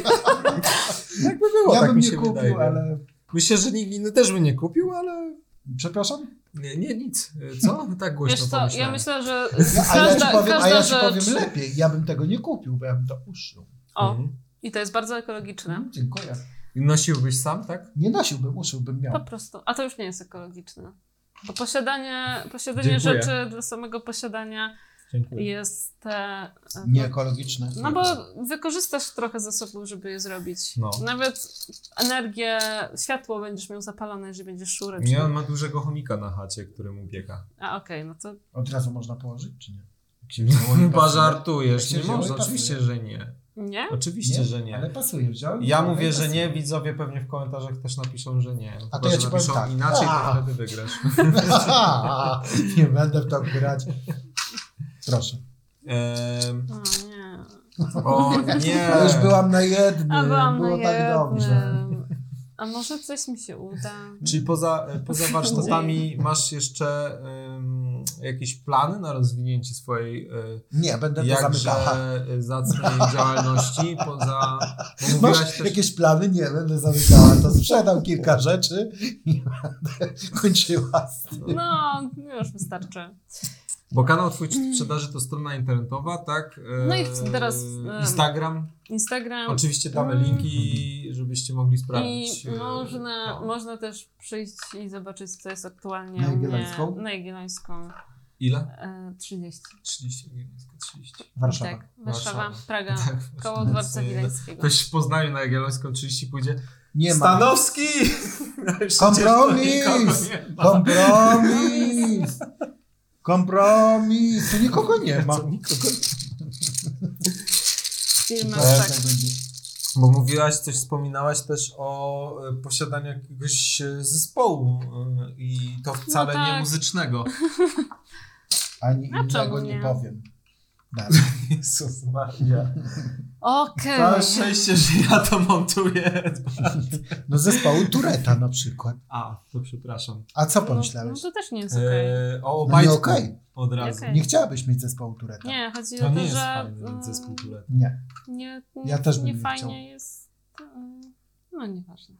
Speaker 1: Tak by było,
Speaker 3: ja
Speaker 1: tak
Speaker 3: bym
Speaker 1: mi
Speaker 3: nie
Speaker 1: się
Speaker 3: kupił,
Speaker 1: wydaje.
Speaker 3: ale...
Speaker 1: Myślę, że nikt inny też by nie kupił, ale
Speaker 3: Przepraszam?
Speaker 1: nie, nie nic. E, Co? Tak głośno
Speaker 2: Wiesz co, ja
Speaker 1: pomyślałem.
Speaker 2: myślę, że
Speaker 3: A ja ci
Speaker 2: każda,
Speaker 3: powiem, a
Speaker 2: każda
Speaker 3: ja ci
Speaker 2: rzecz...
Speaker 3: powiem lepiej. Ja bym tego nie kupił, bo ja bym to uszył.
Speaker 2: O,
Speaker 1: Mhm.
Speaker 2: i to jest bardzo ekologiczne.
Speaker 3: Dziękuję.
Speaker 1: Nosiłbyś sam, tak?
Speaker 3: Nie nosiłbym, uszyłbym
Speaker 2: Po
Speaker 3: miał.
Speaker 2: prostu. A to już nie jest ekologiczne. Bo posiadanie, posiadanie
Speaker 1: Dziękuję.
Speaker 2: rzeczy dla samego posiadania
Speaker 1: Dziękuję.
Speaker 2: jest... E, e,
Speaker 3: Nieekologiczne.
Speaker 2: No bo wykorzystasz trochę zasobów, żeby je zrobić.
Speaker 1: No.
Speaker 2: Nawet energię, światło będziesz miał zapalone, jeżeli będziesz szurać.
Speaker 8: Nie,
Speaker 1: no.
Speaker 8: on ma dużego chomika na chacie, który mu biega.
Speaker 2: A okej, no to
Speaker 3: Od razu można położyć, czy nie?
Speaker 8: Chyba
Speaker 3: Jak
Speaker 8: żartujesz,
Speaker 3: się
Speaker 8: nie
Speaker 3: wzięło i
Speaker 8: można,
Speaker 3: pasuje.
Speaker 8: oczywiście, że nie.
Speaker 2: nie?
Speaker 1: Oczywiście, że nie.
Speaker 3: Ale pasuje, wziąłem.
Speaker 1: Ja
Speaker 3: Ale
Speaker 1: mówię, że
Speaker 3: pasuje.
Speaker 1: nie, widzowie pewnie w komentarzach też napiszą, że nie.
Speaker 3: A to
Speaker 1: Chyba,
Speaker 3: ja
Speaker 1: że
Speaker 3: ci powiem
Speaker 1: napiszą
Speaker 3: tak.
Speaker 1: inaczej, to
Speaker 3: A.
Speaker 1: wtedy wygrasz.
Speaker 3: nie będę w to grać. Proszę.
Speaker 1: Em,
Speaker 2: O nie.
Speaker 1: o nie!
Speaker 3: Ja już byłam na jednym.
Speaker 2: A byłam
Speaker 3: Było
Speaker 2: na
Speaker 3: tak dobrze.
Speaker 2: jednym. A może coś mi się uda?
Speaker 1: Czy poza,
Speaker 8: e,
Speaker 1: poza warsztatami masz jeszcze em, jakieś plany na rozwinięcie swojej e,
Speaker 3: Nie, będę to
Speaker 1: jakże
Speaker 3: zamykała.
Speaker 1: zacnej działalności? Poza, bo
Speaker 3: Masz
Speaker 1: mówiłaś też,
Speaker 3: jakieś plany? Nie, będę zamykała. To sprzedam kilka rzeczy i będę kończyła. z tym.
Speaker 2: No, już wystarczy.
Speaker 8: Bo kanał twój sprzedaży to strona internetowa, tak? E,
Speaker 2: No i teraz, e,
Speaker 8: Instagram.
Speaker 2: Instagram
Speaker 8: Oczywiście
Speaker 1: damy linki, żebyście mogli sprawdzić.
Speaker 2: i
Speaker 8: e,
Speaker 2: można,
Speaker 1: tak.
Speaker 8: no.
Speaker 2: można też przyjść i zobaczyć, co jest aktualnie
Speaker 3: Na
Speaker 2: u mnie-
Speaker 3: Jagiellońską?
Speaker 2: na Jagiellońską
Speaker 8: Ile?
Speaker 2: e, 30.
Speaker 8: 30, nie, blisko 30.
Speaker 3: Warszawa.
Speaker 2: Tak, Warszawa,
Speaker 1: Warszawa. Tak. E,
Speaker 2: Praga, koło Dworca Wileńskiego.
Speaker 8: Ktoś w Poznaniu na Jagiellońską 30 pójdzie.
Speaker 3: Nie ma.
Speaker 8: Stanowski! Przecież to
Speaker 3: Kompromis!
Speaker 8: nikogo nie ma.
Speaker 3: Kompromis! Kompromis! Tu nikogo nie ma.
Speaker 2: Firma,
Speaker 3: Tak,
Speaker 2: tak.
Speaker 3: tak będzie.
Speaker 1: bo mówiłaś coś, wspominałaś też o e, posiadaniu jakiegoś e, zespołu e, i to wcale nie
Speaker 2: tak.
Speaker 1: muzycznego.
Speaker 3: Ani
Speaker 2: A czemu
Speaker 3: innego nie
Speaker 2: nie?
Speaker 3: powiem. Dalej.
Speaker 1: Jezus Maria.
Speaker 2: Okej.
Speaker 1: Całe szczęście, że ja to montuję.
Speaker 3: No zespołu Tureta na przykład.
Speaker 1: A, to przepraszam.
Speaker 3: A co
Speaker 2: No, no
Speaker 3: pomyślałeś?
Speaker 2: to też nie jest okej.
Speaker 1: E, o
Speaker 3: No nie
Speaker 1: Obajtku
Speaker 3: okej.
Speaker 1: od razu.
Speaker 2: Okej.
Speaker 3: Nie chciałabyś mieć zespołu Tureta.
Speaker 2: Nie, chodzi
Speaker 1: To
Speaker 2: o
Speaker 1: nie
Speaker 2: to,
Speaker 1: jest
Speaker 2: że
Speaker 1: fajny
Speaker 2: mm,
Speaker 1: zespół Tureta.
Speaker 3: Nie.
Speaker 2: nie, nie,
Speaker 3: Ja też bym
Speaker 2: nie
Speaker 3: nie
Speaker 2: fajnie
Speaker 3: chciał.
Speaker 2: jest. mm, No nieważne.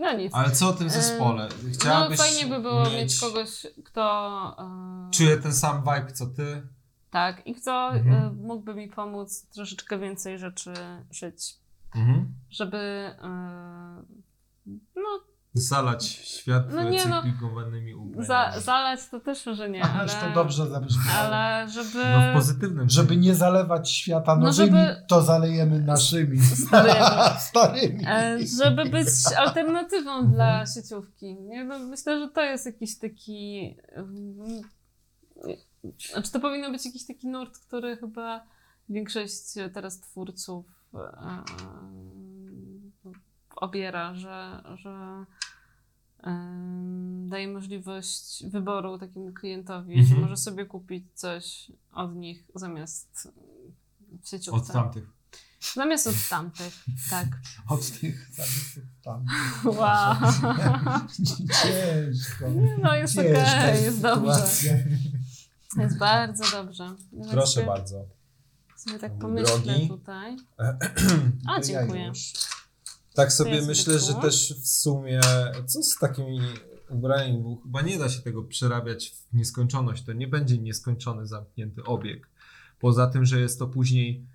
Speaker 2: no nic.
Speaker 1: Ale co o tym zespole?
Speaker 2: No
Speaker 1: Chciałabyś
Speaker 2: fajnie by było mieć,
Speaker 1: mieć
Speaker 2: kogoś, kto. e,
Speaker 1: Czuję ten sam vibe co ty.
Speaker 2: Tak, i kto
Speaker 1: Mhm.
Speaker 2: e, mógłby mi pomóc troszeczkę więcej rzeczy żyć,
Speaker 1: Mhm.
Speaker 2: żeby. e, No,
Speaker 8: Zalać świat
Speaker 2: No
Speaker 8: no
Speaker 2: nie, no.
Speaker 8: cyklingowanymi ubraniami.
Speaker 2: za, zalec to też może nie.
Speaker 3: Aż
Speaker 2: Ale,
Speaker 3: to dobrze zabrzmiało.
Speaker 2: Ale żeby.
Speaker 8: No w pozytywnym
Speaker 3: Żeby nie zalewać świata
Speaker 2: No,
Speaker 3: nowymi,
Speaker 2: żeby-
Speaker 3: to zalejemy naszymi. Starymi.
Speaker 2: E, żeby być alternatywą
Speaker 1: Mhm.
Speaker 2: dla sieciówki. Nie? No, myślę, że to jest jakiś taki. mm, Znaczy, to powinno być jakiś taki nurt, który chyba większość teraz twórców e, obiera, że, że em, daje możliwość wyboru takiemu klientowi, że
Speaker 1: Mhm.
Speaker 2: może sobie kupić coś od nich zamiast w sieciówce.
Speaker 1: Od tamtych.
Speaker 2: Zamiast od tamtych, tak.
Speaker 3: Od tych zamieszek tam.
Speaker 2: Wow.
Speaker 3: Ciężko.
Speaker 2: No jest okej,
Speaker 3: Ciężka
Speaker 2: jest dobrze.
Speaker 3: sytuacja.
Speaker 2: Jest bardzo dobrze. Ja
Speaker 1: Proszę
Speaker 2: sobie,
Speaker 1: bardzo.
Speaker 2: Sobie tak
Speaker 1: Mój
Speaker 2: pomyślę
Speaker 1: drogi.
Speaker 2: tutaj.
Speaker 3: To
Speaker 2: A,
Speaker 3: ja
Speaker 2: No, dziękuję.
Speaker 3: już.
Speaker 1: Tak
Speaker 2: To
Speaker 1: sobie
Speaker 2: jest
Speaker 1: myślę, że
Speaker 2: rytuał.
Speaker 1: też w sumie co z takimi ubraniami, bo
Speaker 8: Chyba nie da się tego przerabiać w nieskończoność. To nie będzie nieskończony zamknięty obieg. Poza tym, że jest to później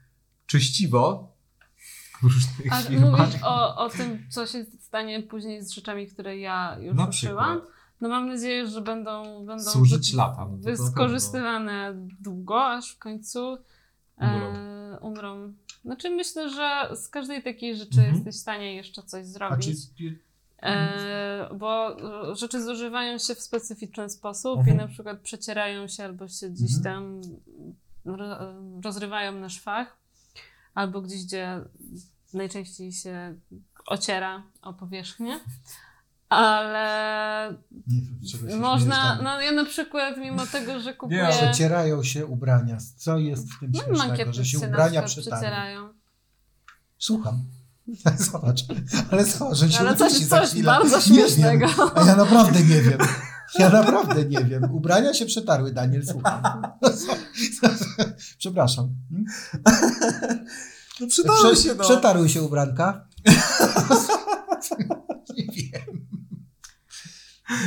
Speaker 8: czyściwo w różnych
Speaker 2: A
Speaker 8: firmach.
Speaker 2: mówisz o, o tym, co się stanie później z rzeczami, które ja już
Speaker 8: Na
Speaker 2: ruszyłam.
Speaker 8: przykład.
Speaker 2: No mam nadzieję, że będą, będą
Speaker 8: Służyć
Speaker 2: wy-
Speaker 8: lata, no to na pewno.
Speaker 2: wykorzystywane długo, aż w końcu
Speaker 8: Umrą.
Speaker 2: E, umrą. Znaczy myślę, że z każdej takiej rzeczy
Speaker 8: Mhm.
Speaker 2: jesteś w stanie jeszcze coś
Speaker 3: A
Speaker 2: zrobić.
Speaker 3: czy
Speaker 2: E,
Speaker 3: Mhm.
Speaker 2: bo e, rzeczy zużywają się w specyficzny sposób i
Speaker 1: Mhm.
Speaker 2: na przykład przecierają się albo się gdzieś
Speaker 3: Mhm.
Speaker 2: tam ro, rozrywają na szwach, albo gdzieś, gdzie najczęściej się ociera o powierzchnię. ale
Speaker 3: Nie wiem, czego się
Speaker 2: można,
Speaker 3: śmiejesz,
Speaker 2: no ja na przykład mimo tego, że kupuję...
Speaker 1: Nie,
Speaker 3: tam Przecierają się ubrania. Co jest w tym
Speaker 2: Mam
Speaker 3: śmiesznego, że
Speaker 2: mankiety
Speaker 3: się
Speaker 2: się na
Speaker 3: ubrania
Speaker 2: przykład
Speaker 3: przetają?
Speaker 2: przecierają.
Speaker 3: Słucham. Zobacz, ale zobacz, że się
Speaker 2: Ale coś,
Speaker 3: udusi za
Speaker 2: coś
Speaker 3: chwilę.
Speaker 2: bardzo
Speaker 3: Nie wiem.
Speaker 2: śmiesznego.
Speaker 3: A ja naprawdę nie wiem. Ja naprawdę nie wiem. Ubrania się przetarły, Daniel, słucham. Przepraszam. Hmm?
Speaker 1: No przydało
Speaker 3: Prze-
Speaker 1: się, no.
Speaker 3: Przetarły się ubranka? nie wiem.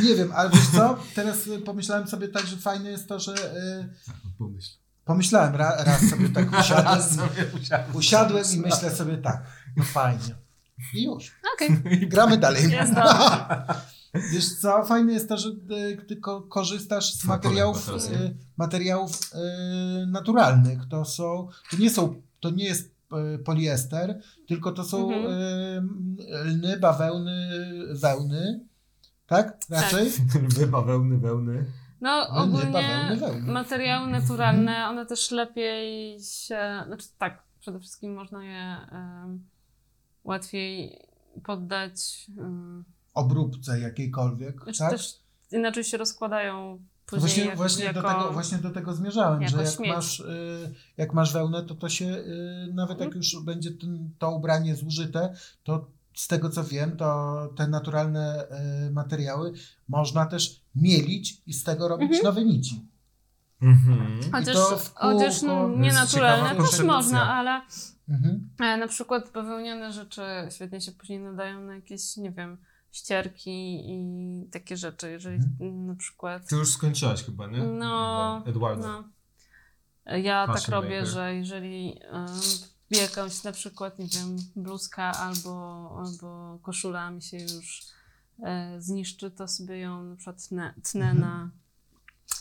Speaker 4: Nie wiem, ale wiesz co? Teraz y, pomyślałem sobie tak, że fajne jest to, że y,
Speaker 1: No,
Speaker 5: Pomyśl.
Speaker 3: Pomyślałem ra- raz sobie tak, usiadłem,
Speaker 1: Raz sobie usiadłem.
Speaker 3: usiadłem i myślę sobie tak, no fajnie. I już.
Speaker 2: Okej,
Speaker 3: Gramy dalej.
Speaker 2: jest dobrze.
Speaker 3: Wiesz co, fajne jest to, że y, ty ko- korzystasz z
Speaker 5: Smakowe
Speaker 3: materiałów,
Speaker 5: chyba teraz,
Speaker 3: y, materiałów y, naturalnych. To są, to nie są, to nie jest y, poliester, tylko to są
Speaker 2: Mhm.
Speaker 3: y, lny, bawełny, wełny. Tak? Raczej?
Speaker 5: Lwy, bawełny, wełny.
Speaker 2: No
Speaker 3: Ale nie Mhm.
Speaker 2: ogólnie
Speaker 3: bawełny, wełny.
Speaker 2: materiały naturalne, one też lepiej się, znaczy tak, przede wszystkim można je em, łatwiej poddać, um,
Speaker 3: Obróbce jakiejkolwiek,
Speaker 2: znaczy
Speaker 3: tak?
Speaker 2: też inaczej się rozkładają później
Speaker 3: Właśnie,
Speaker 2: jak,
Speaker 3: właśnie,
Speaker 2: jako...
Speaker 3: do tego, właśnie do tego zmierzałem,
Speaker 2: jako
Speaker 3: że jak
Speaker 2: śmieć.
Speaker 3: masz, y, jak masz wełnę, to to się, y, nawet
Speaker 2: Mhm.
Speaker 3: jak już będzie ten, to ubranie zużyte, to z tego co wiem, to te naturalne y, materiały można też mielić i z tego robić
Speaker 2: Mhm.
Speaker 3: nowe nici.
Speaker 5: Mhm.
Speaker 2: Chociaż
Speaker 3: to w kółko.
Speaker 2: odzież
Speaker 3: Jest
Speaker 2: nienaturalna
Speaker 5: ciekawa
Speaker 2: też
Speaker 5: koncepcja.
Speaker 2: można, ale
Speaker 3: Mhm.
Speaker 2: e, na przykład bawełniane rzeczy świetnie się później nadają na jakieś, nie wiem, ścierki i takie rzeczy, jeżeli
Speaker 3: Mhm.
Speaker 2: na przykład
Speaker 5: Ty już skończyłaś chyba, nie?
Speaker 2: No,
Speaker 5: Eduardo.
Speaker 2: No. Ja
Speaker 5: Fashion
Speaker 2: tak robię,
Speaker 5: maker.
Speaker 2: że jeżeli um, jakąś na przykład, nie wiem, bluzka albo, albo koszula mi się już e, zniszczy, to sobie ją na przykład tnę, tnę
Speaker 3: Mhm.
Speaker 2: na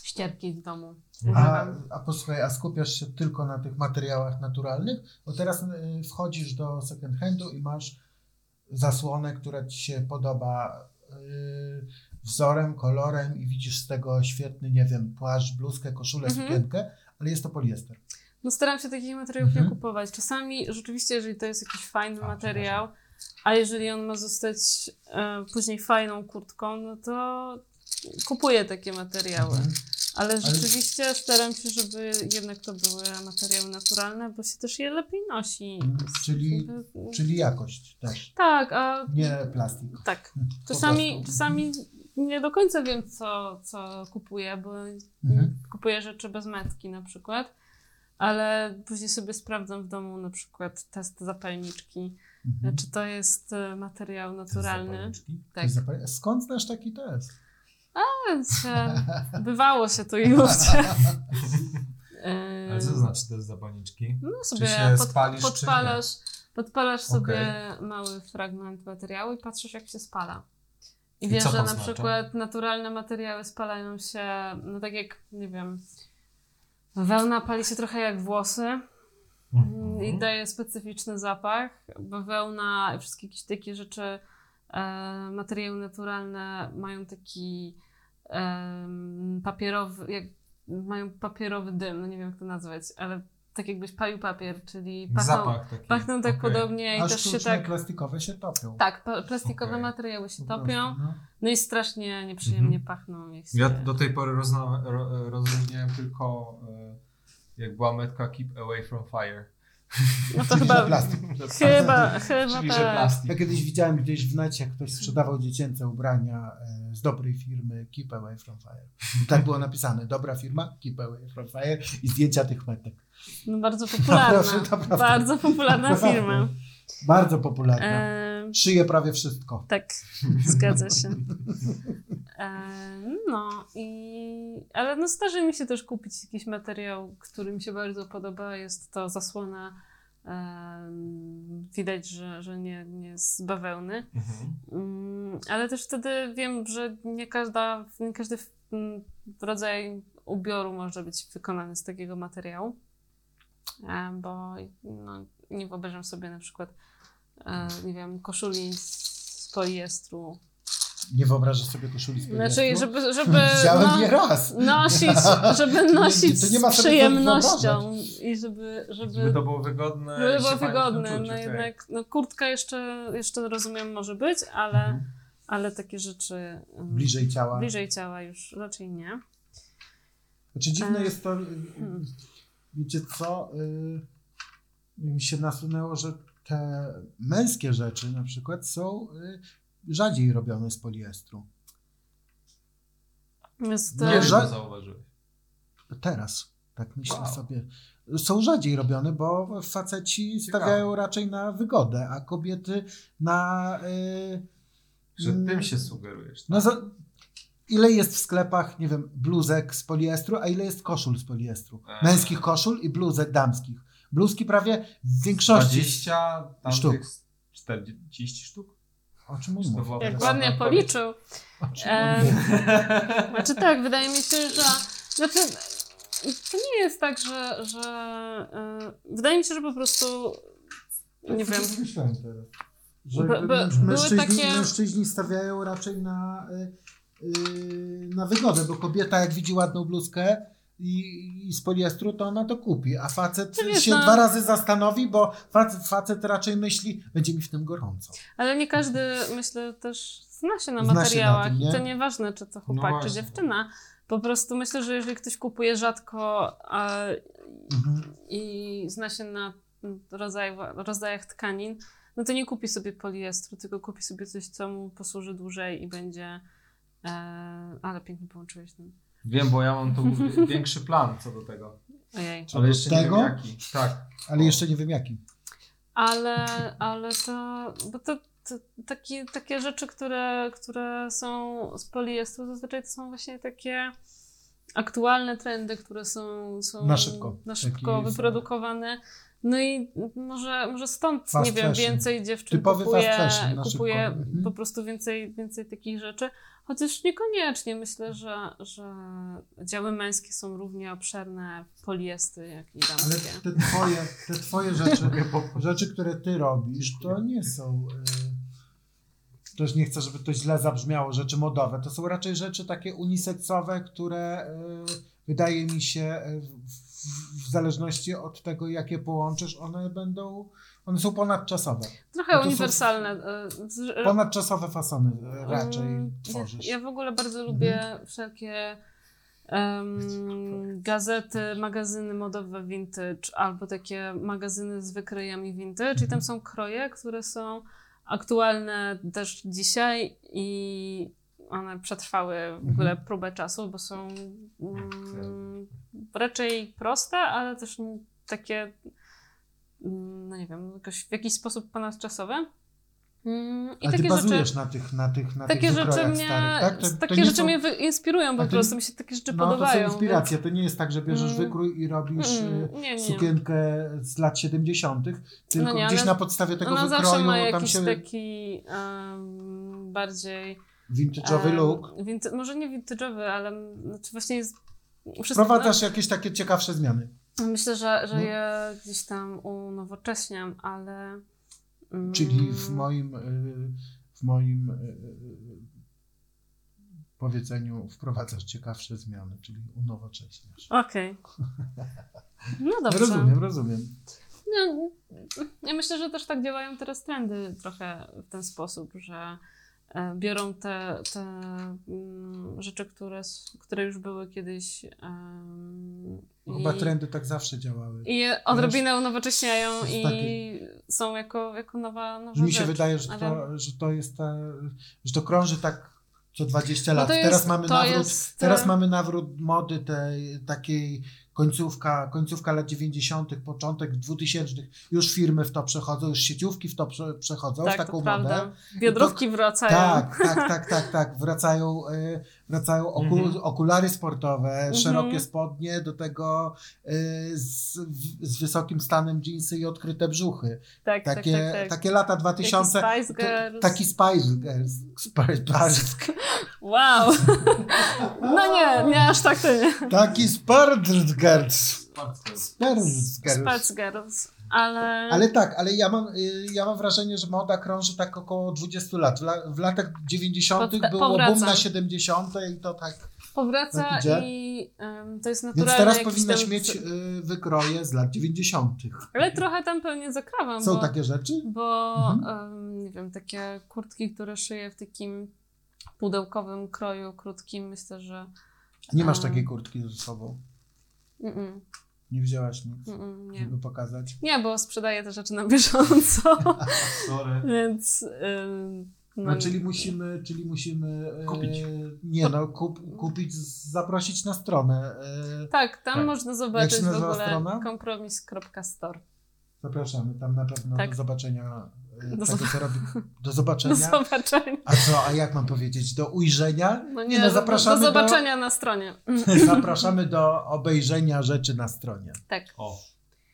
Speaker 2: ścierki w domu.
Speaker 3: A,
Speaker 2: Używam.
Speaker 3: a posłuchaj, a skupiasz się tylko na tych materiałach naturalnych, bo teraz y, wchodzisz do second handu i masz zasłonę, która ci się podoba y, wzorem, kolorem i widzisz z tego świetny, nie wiem, płaszcz, bluzkę, koszulę,
Speaker 2: Mhm.
Speaker 3: sukienkę, ale jest to poliester.
Speaker 2: No staram się takich materiałów nie
Speaker 3: Mhm.
Speaker 2: kupować. Czasami rzeczywiście, jeżeli to jest jakiś fajny materiał, a jeżeli on ma zostać e, później fajną kurtką, no to kupuję takie materiały.
Speaker 3: Mhm.
Speaker 2: Ale rzeczywiście staram się, żeby jednak to były materiały naturalne, bo się też je lepiej nosi.
Speaker 3: Mhm, czyli-
Speaker 2: Jakby-
Speaker 3: Czyli jakość też,
Speaker 2: Tak, a
Speaker 3: nie plastik.
Speaker 2: tak.
Speaker 3: Po
Speaker 2: Czasami,
Speaker 3: prostu.
Speaker 2: czasami nie do końca wiem, co, co kupuję, bo
Speaker 3: Mhm.
Speaker 2: kupuję rzeczy bez metki na przykład, ale później sobie sprawdzam w domu na przykład test zapalniczki,
Speaker 3: Mhm.
Speaker 2: czy to jest e, materiał naturalny.
Speaker 5: Zapalniczki?
Speaker 2: Tak.
Speaker 3: Zapal- Skąd znasz taki test?
Speaker 2: Więc, e, Bywało się tu i ówdzie. E,
Speaker 5: Ale co to znaczy te zapalniczki?
Speaker 2: No sobie
Speaker 1: się
Speaker 2: pod,
Speaker 1: spalisz, czy
Speaker 2: podpalasz, podpalasz sobie mały fragment materiału i patrzysz, jak się spala. I
Speaker 1: I
Speaker 2: wiesz,
Speaker 1: co
Speaker 2: że
Speaker 1: to
Speaker 2: na
Speaker 1: znaczy?
Speaker 2: przykład naturalne materiały spalają się, no tak jak, nie wiem, wełna pali się trochę jak włosy
Speaker 1: Mhm.
Speaker 2: i daje specyficzny zapach, bo wełna i wszystkie jakieś takie rzeczy, e, materiały naturalne mają taki em, papierowy, jak, mają papierowy dym, no nie wiem jak to nazwać, ale tak jakbyś palił papier, czyli pachną,
Speaker 5: Zapach taki.
Speaker 2: pachną tak
Speaker 5: Okej.
Speaker 2: podobnie i
Speaker 3: A
Speaker 2: też się
Speaker 3: sztuczne
Speaker 2: tak...
Speaker 3: plastikowe się topią.
Speaker 2: Tak, pa- plastikowe
Speaker 5: Okej.
Speaker 2: materiały się
Speaker 3: po prostu,
Speaker 2: topią,
Speaker 3: no.
Speaker 2: no i strasznie nieprzyjemnie pachną. Jak się...
Speaker 5: Mhm. Ja do tej pory rozna- ro- rozróżniałem tylko e, jak była metka Keep Away From Fire.
Speaker 2: No to
Speaker 3: Czyli że
Speaker 2: chyba...
Speaker 3: plastik.
Speaker 2: Chyba, chyba
Speaker 5: Czyli, że
Speaker 2: tak.
Speaker 5: plastik.
Speaker 3: Ja kiedyś widziałem gdzieś w necie, jak ktoś sprzedawał dziecięce ubrania e, z dobrej firmy Keep Away From Fire. I tak było napisane, dobra firma Keep Away From Fire i zdjęcia tych metek.
Speaker 2: No, bardzo popularna.
Speaker 3: Proszę, naprawdę.
Speaker 2: Bardzo popularna
Speaker 3: Naprawdę.
Speaker 2: firma. E,
Speaker 3: Bardzo popularne.
Speaker 2: Em,
Speaker 3: Szyję prawie wszystko.
Speaker 2: Tak, zgadza się. E, No i... Ale no zdarzy mi się też kupić jakiś materiał, który mi się bardzo podoba. Jest to zasłona. em, Widać, że, że nie, nie z bawełny.
Speaker 5: Mhm.
Speaker 2: Mm, Ale też wtedy wiem, że nie, każda, nie każdy mm, rodzaj ubioru może być wykonany z takiego materiału. E, Bo no, nie wyobrażam sobie na przykład, e, nie wiem, koszuli z poliestru
Speaker 3: Nie wyobrażasz sobie koszuli z
Speaker 2: znaczy,
Speaker 3: poliestru?
Speaker 2: żeby, żeby
Speaker 3: Widziałem
Speaker 2: no,
Speaker 3: nie raz.
Speaker 2: nosić, żeby nosić
Speaker 3: To nie ma
Speaker 2: z
Speaker 3: sobie
Speaker 2: przyjemnością
Speaker 3: wyobrażać.
Speaker 2: i żeby, żeby,
Speaker 5: Żeby to było wygodne.
Speaker 2: żeby
Speaker 5: i tak. się
Speaker 2: było
Speaker 5: fajnie w tym
Speaker 2: wygodne.
Speaker 3: tak.
Speaker 5: czuć,
Speaker 2: No
Speaker 5: okej.
Speaker 2: jednak no, kurtka jeszcze, jeszcze rozumiem może być, ale
Speaker 5: Mhm.
Speaker 2: ale takie rzeczy em,
Speaker 3: bliżej ciała.
Speaker 2: bliżej ciała już raczej nie.
Speaker 3: Znaczy dziwne
Speaker 2: E,
Speaker 3: jest to, y, y,
Speaker 2: hmm.
Speaker 3: wiecie co, y, mi się nasunęło, że te męskie rzeczy na przykład są y, rzadziej robione z poliestru.
Speaker 2: Jest,
Speaker 3: Nie,
Speaker 2: e,
Speaker 3: ża-
Speaker 1: to zauważyłeś.
Speaker 3: Teraz, tak myślę
Speaker 1: Wow.
Speaker 3: sobie, są rzadziej robione, bo faceci
Speaker 1: Ciekawe.
Speaker 3: stawiają raczej na wygodę, a kobiety na... y,
Speaker 1: Że
Speaker 3: mm,
Speaker 1: tym się sugerujesz. tak?
Speaker 3: No za, ile jest w sklepach, nie wiem, bluzek z poliestru, a ile jest koszul z poliestru?
Speaker 1: Eee.
Speaker 3: Męskich koszul i bluzek damskich. Bluzki prawie w większości.
Speaker 1: 20 tam
Speaker 3: sztuk.
Speaker 1: tych 40 sztuk?
Speaker 3: O czym
Speaker 1: Czy to
Speaker 3: mówię?
Speaker 1: była
Speaker 2: jak
Speaker 1: taka
Speaker 2: ładnie
Speaker 1: sama
Speaker 2: policzył. E, znaczy tak, wydaje mi się, że znaczy, to nie jest tak, że, że e, wydaje mi się, że po prostu nie
Speaker 3: Znaczy,
Speaker 2: wiem,
Speaker 3: Myślałem teraz. Że
Speaker 2: By- by-
Speaker 3: męż-
Speaker 2: były
Speaker 3: mężczyźni,
Speaker 2: takie-
Speaker 3: mężczyźni stawiają raczej na, y, y, na wygodę, bo kobieta jak widzi ładną bluzkę i, i z poliestru, to ona to kupi, a facet
Speaker 2: No wiesz,
Speaker 3: się
Speaker 2: no-
Speaker 3: dwa razy zastanowi, bo facet, facet raczej myśli, będzie mi w tym gorąco.
Speaker 2: ale nie każdy myślę też zna się na
Speaker 3: Zna się na
Speaker 2: materiałach.
Speaker 3: tym, nie?
Speaker 2: To nieważne, czy to
Speaker 1: No
Speaker 2: chłopak, czy
Speaker 1: właśnie.
Speaker 2: dziewczyna. Po prostu myślę, że jeżeli ktoś kupuje rzadko a,
Speaker 3: Mhm.
Speaker 2: i zna się na rodzaj, rodzajach tkanin, no to nie kupi sobie poliestru, tylko kupi sobie coś, co mu posłuży dłużej i będzie. E, ale pięknie połączyłeś ten.
Speaker 1: Wiem, bo ja mam tu wie- większy plan co do tego.
Speaker 2: Ojej.
Speaker 3: Co
Speaker 1: Ale
Speaker 3: do
Speaker 1: jeszcze
Speaker 3: tego?
Speaker 1: nie wiem jaki. Tak.
Speaker 3: Ale jeszcze nie wiem jaki.
Speaker 2: Ale, ale to, bo to, to takie, takie rzeczy, które, które są z poliestru, zazwyczaj to są właśnie takie aktualne trendy, które są, są
Speaker 3: Na szybko.
Speaker 2: na szybko
Speaker 3: Taki-
Speaker 2: wyprodukowane. No i może, może stąd,
Speaker 3: Fast
Speaker 2: nie wiem,
Speaker 3: fashion.
Speaker 2: więcej dziewczyn
Speaker 3: Typowy fast
Speaker 2: kupuje,
Speaker 3: fashion na szybko.
Speaker 2: kupuje
Speaker 3: Mhm.
Speaker 2: po prostu więcej, więcej takich rzeczy. Chociaż niekoniecznie myślę, że, że działy męskie są równie obszerne w poliestry, jak i damskie.
Speaker 3: Ale te twoje, te twoje rzeczy, rzeczy, które ty robisz, to nie są. y, Też nie chcę, żeby to źle zabrzmiało, rzeczy modowe. To są raczej rzeczy takie uniseksowe, które y, wydaje mi się, y, w- w- w zależności od tego, jakie połączysz, one będą. One są ponadczasowe. No
Speaker 2: Trochę
Speaker 3: to są-
Speaker 2: uniwersalne. e, z- e,
Speaker 3: Ponadczasowe fasony y,
Speaker 2: mm,
Speaker 3: raczej
Speaker 2: ja-
Speaker 3: tworzysz. Mhm.
Speaker 2: Ja w ogóle bardzo lubię wszelkie em, gazety, magazyny modowe vintage albo takie magazyny z wykrojami vintage i
Speaker 3: Mhm.
Speaker 2: tam są kroje, które są aktualne też dzisiaj i one przetrwały
Speaker 3: Mhm.
Speaker 2: w ogóle próbę czasu, bo są mm, raczej proste, ale też n- takie, mm, no nie wiem, jakoś, w jakiś sposób ponadczasowe. Mm, I
Speaker 3: Ale ty
Speaker 2: takie rzeczy,
Speaker 3: bazujesz na tych, na tych, na
Speaker 2: takie
Speaker 3: tych
Speaker 2: rzeczy
Speaker 3: wykrojach
Speaker 2: mnie,
Speaker 3: starych, tak? To- to
Speaker 2: takie
Speaker 3: nie
Speaker 2: rzeczy
Speaker 3: są-
Speaker 2: mnie wy- inspirują
Speaker 3: A
Speaker 2: po
Speaker 3: ty-
Speaker 2: prostu, mi się takie rzeczy
Speaker 3: no, to są
Speaker 2: podobają.
Speaker 3: inspiracje. To nie jest tak, że bierzesz
Speaker 2: Mm.
Speaker 3: wykrój i robisz.
Speaker 2: więc-
Speaker 3: y,
Speaker 2: Mm, nie, nie.
Speaker 3: sukienkę z lat 70., tylko
Speaker 2: No nie,
Speaker 3: gdzieś
Speaker 2: ale-
Speaker 3: na podstawie tego
Speaker 2: Ona zawsze ma
Speaker 3: wykroju, tam
Speaker 2: jakiś tak,
Speaker 3: się
Speaker 2: taki em, bardziej...
Speaker 3: vintage'owy
Speaker 2: em,
Speaker 3: look.
Speaker 2: Winty- może nie vintage'owy, ale m, znaczy właśnie jest... Wszystko,
Speaker 3: Wprowadzasz jakieś takie ciekawsze zmiany.
Speaker 2: no, myślę, że, że
Speaker 3: No.
Speaker 2: je gdzieś tam unowocześniam, ale... mm,
Speaker 3: Czyli w moim, y, w moim y, powiedzeniu wprowadzasz ciekawsze zmiany, czyli unowocześniasz.
Speaker 2: Okej. No dobrze.
Speaker 3: Rozumiem, rozumiem.
Speaker 2: No, ja myślę, że też tak działają teraz trendy trochę w ten sposób, że e, biorą te, te mm, rzeczy, które, s- które już były kiedyś em,
Speaker 3: Chyba
Speaker 2: i,
Speaker 3: trendy tak zawsze działały.
Speaker 2: i je odrobinę unowocześniają
Speaker 3: to jest
Speaker 2: i
Speaker 3: takie-
Speaker 2: są jako, jako nowa, nowa
Speaker 3: Że mi się
Speaker 2: rzecz.
Speaker 3: wydaje, że to,
Speaker 2: ale-
Speaker 3: że to jest ta, że to krąży tak co 20
Speaker 2: No
Speaker 3: lat.
Speaker 2: to jest-
Speaker 3: Teraz mamy
Speaker 2: to
Speaker 3: nawrót
Speaker 2: jest,
Speaker 3: Teraz
Speaker 2: e,
Speaker 3: mamy nawrót mody tej takiej końcówka, końcówka lat 90., początek 2000. Już firmy w to przechodzą, już sieciówki w to prze, przechodzą, w
Speaker 2: tak, to
Speaker 3: taką modę.
Speaker 2: prawda. Biodrówki wracają.
Speaker 3: Tak, tak, tak, tak, tak. Wracają, y, wracają oku,
Speaker 1: Mhm.
Speaker 3: okulary sportowe,
Speaker 2: Mhm.
Speaker 3: szerokie spodnie, do tego y, z, w- z wysokim stanem jeansy i odkryte brzuchy.
Speaker 2: tak, tak,
Speaker 3: Takie,
Speaker 2: tak, tak.
Speaker 3: takie lata
Speaker 2: Taki
Speaker 3: 2000.
Speaker 2: Spice
Speaker 3: te-
Speaker 2: Girls.
Speaker 3: Taki Spice Girls. Spice Girls.
Speaker 2: Wow. No nie, nie aż tak to nie.
Speaker 3: Taki Spice Girls.
Speaker 1: Bardzo.
Speaker 3: Spurs.
Speaker 2: Spice Girls. Ale...
Speaker 3: Ale tak, ale ja mam, y, ja mam wrażenie, że moda krąży tak około 20 lat. W, la, w latach 90.
Speaker 2: Powta-
Speaker 3: było boom
Speaker 2: powraca.
Speaker 3: na 70. i to tak
Speaker 2: powraca
Speaker 3: idzie.
Speaker 2: i em, to jest naturalne.
Speaker 3: Więc teraz
Speaker 2: jakiś
Speaker 3: powinnaś
Speaker 2: tam-
Speaker 3: mieć y, wykroje z lat 90.
Speaker 2: Ale trochę tam pewnie zakrawam,
Speaker 3: Są
Speaker 2: No bo,
Speaker 3: takie rzeczy?
Speaker 2: bo
Speaker 3: Mhm.
Speaker 2: em, nie wiem, takie kurtki, które szyję w takim pudełkowym kroju krótkim, myślę, że
Speaker 3: Nie masz
Speaker 2: A.
Speaker 3: takiej kurtki ze sobą.
Speaker 2: mm-mm,
Speaker 3: Nie wzięłaś nic,
Speaker 2: mm-mm, mm, nie.
Speaker 3: żeby pokazać.
Speaker 2: Nie, bo sprzedaję te rzeczy na bieżąco,
Speaker 1: Sorry.
Speaker 2: więc em, no,
Speaker 3: No, czyli musimy, czyli musimy e,
Speaker 1: Kupić.
Speaker 3: Nie no, kup, kupić, z- zaprosić na stronę. E,
Speaker 2: Tak, tam
Speaker 1: Tak.
Speaker 2: można zobaczyć w
Speaker 3: nazywa
Speaker 2: ogóle
Speaker 3: strona?
Speaker 2: kompromis.store.
Speaker 3: zapraszamy tam na pewno
Speaker 2: Tak.
Speaker 3: do zobaczenia. e,
Speaker 2: Do
Speaker 3: tego, co robi. do
Speaker 2: Do
Speaker 3: zobaczenia.
Speaker 2: zobaczenia.
Speaker 3: A co, a jak mam powiedzieć? Do ujrzenia?
Speaker 2: No
Speaker 3: Nie no,
Speaker 2: do-
Speaker 3: zapraszamy
Speaker 2: do
Speaker 3: do-
Speaker 2: zobaczenia na stronie.
Speaker 3: Zapraszamy do obejrzenia rzeczy na stronie.
Speaker 2: Tak.
Speaker 1: O,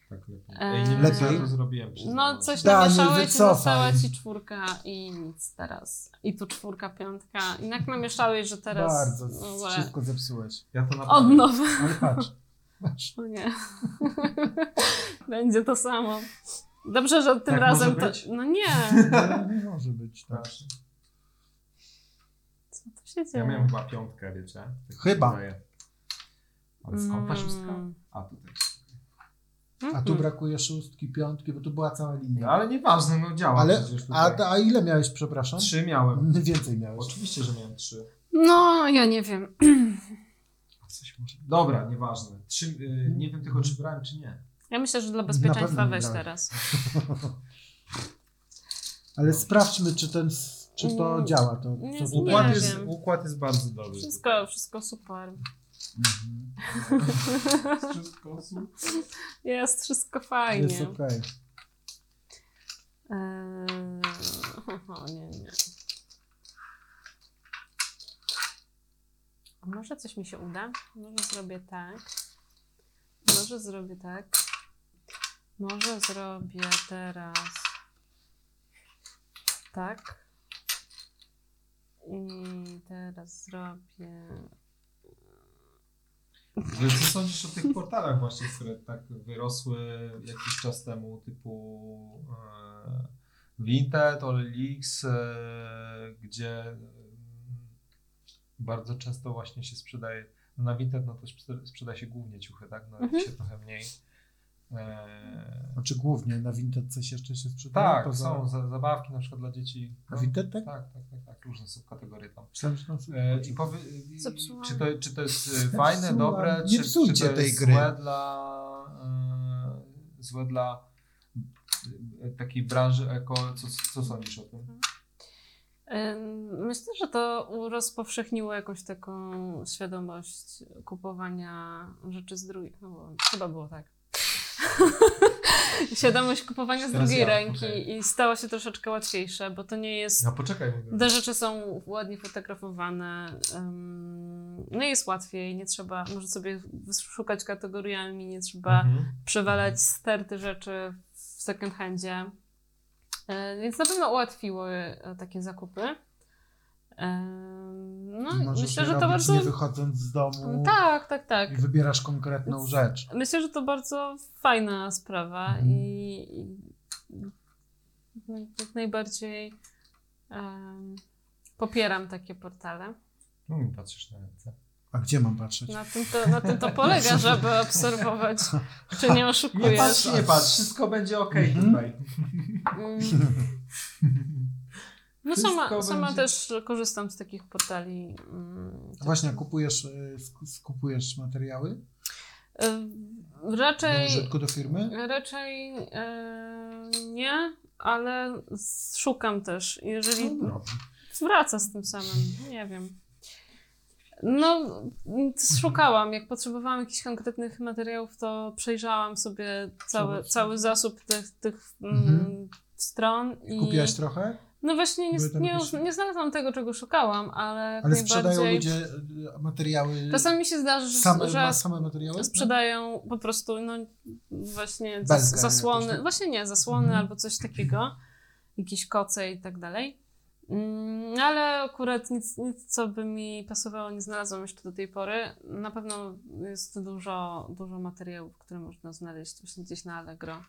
Speaker 1: tak lepiej.
Speaker 2: Eee,
Speaker 1: Ej, nie wiem, co ja
Speaker 3: lepiej?
Speaker 1: tu zrobiłem. przyznam.
Speaker 2: No coś
Speaker 3: Daniel,
Speaker 2: namieszałeś i
Speaker 3: wycofaj.
Speaker 2: została ci czwórka i nic teraz. I tu czwórka, piątka. I jak namieszałeś, że teraz
Speaker 3: Bardzo
Speaker 2: w ogóle
Speaker 3: wszystko zepsułeś.
Speaker 1: Ja to
Speaker 2: od
Speaker 1: naprawdę.
Speaker 2: nowa.
Speaker 3: Ale patrz,
Speaker 2: O nie. Będzie to samo. Dobrze, że tym
Speaker 1: Tak
Speaker 2: razem
Speaker 1: może
Speaker 2: to...
Speaker 1: być?
Speaker 2: No nie.
Speaker 3: no, nie może być tak.
Speaker 2: Co tu się dzieje?
Speaker 1: Ja miałem chyba piątkę, wiecie? Tak
Speaker 3: Chyba.
Speaker 1: się wydaje. Ale skąd ta szóstka?
Speaker 2: Mm.
Speaker 1: A tutaj.
Speaker 3: A tu
Speaker 2: Mhm.
Speaker 3: brakuje szóstki, piątki, bo tu była cała
Speaker 1: No,
Speaker 3: linia.
Speaker 1: ale nieważne, no działa
Speaker 3: Ale,
Speaker 1: przecież tutaj.
Speaker 3: a, ta- a ile miałeś, przepraszam?
Speaker 1: Trzy miałem.
Speaker 3: Więcej miałeś.
Speaker 1: Oczywiście, że miałem trzy.
Speaker 2: No, ja nie wiem.
Speaker 1: Coś może... Dobra, nieważne. Trzy, y, nie wiem tylko, czy brałem, czy nie.
Speaker 2: Ja myślę, że dla
Speaker 3: Na
Speaker 2: bezpieczeństwa
Speaker 3: pewno
Speaker 2: weź
Speaker 3: nie brałem.
Speaker 2: teraz.
Speaker 3: Ale sprawdźmy, czy, ten, czy to
Speaker 2: Mm,
Speaker 3: działa. To,
Speaker 2: nie
Speaker 3: co tu
Speaker 1: Układ
Speaker 2: Nie
Speaker 1: jest,
Speaker 2: wiem.
Speaker 1: układ jest bardzo dobry.
Speaker 2: Wszystko, wszystko super.
Speaker 3: Mhm.
Speaker 1: Wszystko super.
Speaker 2: Jest wszystko fajnie.
Speaker 3: Jest okej.
Speaker 2: Eee, o nie, nie. A Może coś mi się uda? Może zrobię tak. Może zrobię tak. Może zrobię teraz tak. I teraz zrobię.
Speaker 1: Ale co sądzisz o tych portalach właśnie, które tak wyrosły jakiś czas temu, typu e, Vinted, OLX, e, gdzie e, bardzo często właśnie się sprzedaje, no na Vinted no to sprze- sprzeda się głównie ciuchy, tak, na
Speaker 2: Mhm.
Speaker 1: się trochę mniej. E,
Speaker 3: Znaczy głównie na Vinted coś jeszcze się sprzedaje?
Speaker 1: tak,
Speaker 3: poza-
Speaker 1: są za, zabawki na przykład dla dzieci.
Speaker 3: Na Vinted, tak?
Speaker 1: tak, tak, tak, tak, różne subkategorie tam.
Speaker 3: Myślałem, że tam są-
Speaker 1: E, I powie, i-
Speaker 2: Zepsułam.
Speaker 1: czy, to, czy to jest e, fajne,
Speaker 3: Zepsułam.
Speaker 1: dobre,
Speaker 3: Nie
Speaker 1: czy,
Speaker 3: psujcie
Speaker 1: czy to
Speaker 3: tej
Speaker 1: jest
Speaker 3: gry.
Speaker 1: złe dla, e, złe dla e, takiej branży eko, co, co sądzisz o tym?
Speaker 2: Ym, Myślę, że to rozpowszechniło jakąś taką świadomość kupowania rzeczy z drugiej. No, bo chyba było tak. świadomość kupowania z
Speaker 1: Teraz
Speaker 2: drugiej
Speaker 1: ja,
Speaker 2: ręki
Speaker 1: okej.
Speaker 2: i stało się troszeczkę łatwiejsze, bo to nie jest.
Speaker 1: No poczekaj. mówię.
Speaker 2: Te rzeczy są ładnie fotografowane. ym, No i jest łatwiej, nie trzeba, może sobie szukać kategoriami, nie trzeba
Speaker 1: Mhm.
Speaker 2: przewalać sterty rzeczy w second handzie. E, Więc na pewno ułatwiły e, takie zakupy. E, No,
Speaker 3: Możesz
Speaker 2: myślę,
Speaker 3: je
Speaker 2: że to
Speaker 3: robić,
Speaker 2: bardzo.
Speaker 3: nie wychodząc z domu
Speaker 2: Tak, tak, tak.
Speaker 3: i wybierasz konkretną rzecz.
Speaker 2: Myślę, że to bardzo fajna sprawa
Speaker 3: Mhm.
Speaker 2: i, i no, jak najbardziej em, popieram takie portale.
Speaker 1: No mi patrzysz na ręce.
Speaker 3: A gdzie mam patrzeć?
Speaker 2: Na tym to, na tym to polega, żeby obserwować, czy nie
Speaker 1: Nie
Speaker 2: oszukujesz.
Speaker 1: patrz, nie patrz, wszystko będzie okej
Speaker 3: Mhm.
Speaker 1: tutaj.
Speaker 2: Mm. No sama,
Speaker 1: Wszystko
Speaker 2: sama
Speaker 1: będzie-
Speaker 2: też korzystam z takich portali. mm,
Speaker 3: A Właśnie, a kupujesz, y, sk- skupujesz materiały
Speaker 2: y,
Speaker 3: do
Speaker 2: Raczej,
Speaker 3: użytku do firmy?
Speaker 2: raczej e, nie, ale s- szukam też. Jeżeli
Speaker 3: No, no.
Speaker 2: wraca z tym samym, nie wiem. No, m, szukałam. Jak potrzebowałam jakichś konkretnych materiałów, to przejrzałam sobie cały,
Speaker 3: Zobacz.
Speaker 2: cały zasób tych, tych mm,
Speaker 3: Mhm.
Speaker 2: stron. I...
Speaker 3: Kupiłaś trochę?
Speaker 2: No właśnie, nie,
Speaker 3: Były tam
Speaker 2: nie,
Speaker 3: jakieś-
Speaker 2: nie znalazłam tego, czego szukałam, ale, jak
Speaker 3: Ale sprzedają
Speaker 2: najbardziej-
Speaker 3: ludzie y, materiały,
Speaker 2: Czasami się zdarza, że,
Speaker 3: same,
Speaker 2: że
Speaker 3: ma- same materiały?
Speaker 2: sprzedają po prostu no, właśnie
Speaker 3: Belkę
Speaker 2: zas, zasłony,
Speaker 3: jakąś, tak?
Speaker 2: właśnie nie, zasłony
Speaker 3: Mhm.
Speaker 2: albo coś takiego, jakieś koce i tak dalej. Mm, ale akurat nic, nic, co by mi pasowało, nie znalazłam jeszcze do tej pory. Na pewno jest dużo, dużo materiałów, które można znaleźć właśnie gdzieś na Allegro.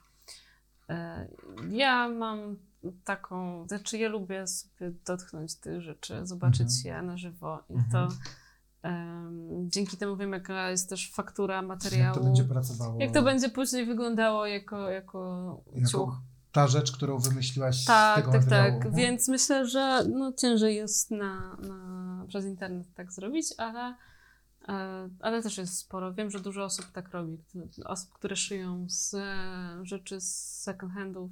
Speaker 2: E, Ja mam taką, znaczy ja lubię sobie dotknąć tych rzeczy, zobaczyć
Speaker 3: Mhm.
Speaker 2: je na żywo i
Speaker 1: Mhm.
Speaker 2: to Em, Dzięki temu wiem, jaka jest też faktura
Speaker 3: Jak
Speaker 2: materiału.
Speaker 3: to będzie pracowało?
Speaker 2: jak to będzie później wyglądało jako, jako
Speaker 3: Jako
Speaker 2: ciuch.
Speaker 3: Ta rzecz, którą wymyśliłaś z
Speaker 2: Tak,
Speaker 3: tego
Speaker 2: tak,
Speaker 3: materiału. Mhm.
Speaker 2: tak. Więc myślę, że no, ciężej jest na, na, przez internet tak zrobić, ale, e, ale też jest sporo. Wiem, że dużo osób tak robi. Osób, które szyją z e, rzeczy z second handów,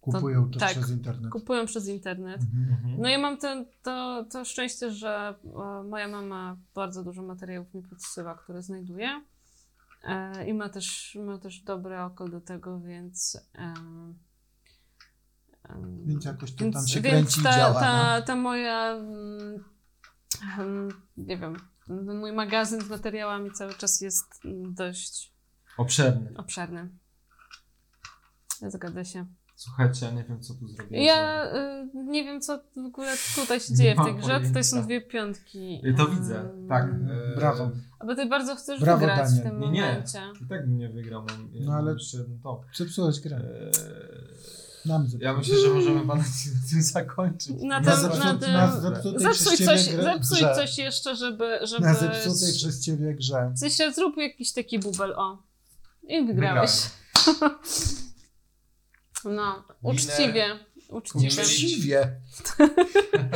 Speaker 3: Kupują to
Speaker 2: tak.
Speaker 3: przez internet.
Speaker 2: kupują przez internet.
Speaker 3: Mhm.
Speaker 2: No ja mam ten, to, to szczęście, że e, moja mama bardzo dużo materiałów mi podsyła, które znajduje. E, I ma też, ma też dobre oko do tego, więc. E, e,
Speaker 3: Więc jakoś to
Speaker 2: więc-
Speaker 3: tam się
Speaker 2: więc
Speaker 3: kręci
Speaker 2: ta,
Speaker 3: i działa. no.
Speaker 2: Ta, ta moja. mm, em, Nie wiem, ten mój magazyn z materiałami cały czas jest mm, dość
Speaker 1: Obszerny.
Speaker 2: obszerny. Zgadza się.
Speaker 1: Słuchajcie, ja nie wiem, co tu zrobiłem.
Speaker 2: Ja y, nie wiem, co w ogóle tutaj się
Speaker 1: Nie
Speaker 2: dzieje w
Speaker 1: mam
Speaker 2: tej grze. Tutaj są
Speaker 1: pojęcia.
Speaker 2: dwie piątki.
Speaker 1: Y, To widzę, tak. e,
Speaker 3: Brawo.
Speaker 2: Bo ty bardzo chcesz
Speaker 3: Brawo,
Speaker 2: wygrać
Speaker 3: Daniel.
Speaker 2: w tym
Speaker 1: Nie, nie.
Speaker 2: momencie.
Speaker 1: I tak bym nie wygrał, mam
Speaker 3: No,
Speaker 1: no,
Speaker 3: ale-
Speaker 1: ale... jeszcze jeden Y, top.
Speaker 3: Zepsułeś
Speaker 1: E,
Speaker 3: grę. Nam zepsułeś.
Speaker 1: Ja myślę, że możemy banalnie na tym zakończyć.
Speaker 2: Na
Speaker 3: Na
Speaker 2: tym-
Speaker 3: zepsu-
Speaker 2: na tym-
Speaker 3: Mm. na
Speaker 1: tak.
Speaker 3: zepsutej
Speaker 2: e, Zepsuj
Speaker 3: przez
Speaker 2: coś,
Speaker 3: ciebie grę-
Speaker 2: zepsuj
Speaker 3: grze.
Speaker 2: coś jeszcze, żeby... żeby...
Speaker 3: Na zepsutej przez ciebie grze.
Speaker 2: W sensie zrób jakiś taki bubel, o.
Speaker 1: Wygrałem.
Speaker 2: I wygrałeś. No, uczciwie. Uczciwie.
Speaker 3: Uczciwie.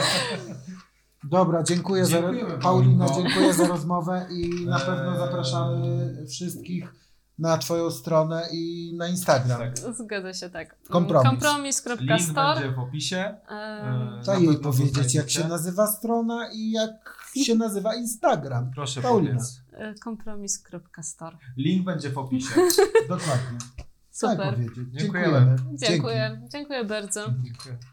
Speaker 3: Dobra, dziękuję za,
Speaker 1: Dziękujemy,
Speaker 3: Paulina,
Speaker 1: Paulinko.
Speaker 3: dziękuję za rozmowę i na pewno
Speaker 1: Eee.
Speaker 3: zapraszamy wszystkich na Twoją stronę i na Instagram.
Speaker 1: Tak.
Speaker 2: Zgadza się, tak.
Speaker 3: Kompromis.
Speaker 1: Link
Speaker 2: Kompromis.store.
Speaker 1: będzie w opisie.
Speaker 2: Em,
Speaker 1: e,
Speaker 3: Daj
Speaker 1: Na
Speaker 3: Tak, jej
Speaker 1: pewno to
Speaker 3: powiedzieć,
Speaker 1: znajdziecie.
Speaker 3: jak się nazywa strona i jak się nazywa Instagram.
Speaker 1: Proszę
Speaker 3: Paulina.
Speaker 1: powiedz.
Speaker 2: e, Kompromis.store.
Speaker 3: Tak
Speaker 1: Link będzie w opisie.
Speaker 3: Dokładnie. Daj
Speaker 2: Super.
Speaker 3: powiedzieć.
Speaker 1: Dziękujemy.
Speaker 3: Dziękujemy. Dzięki.
Speaker 2: Dziękuję. Dziękuję bardzo.
Speaker 1: Dziękuję.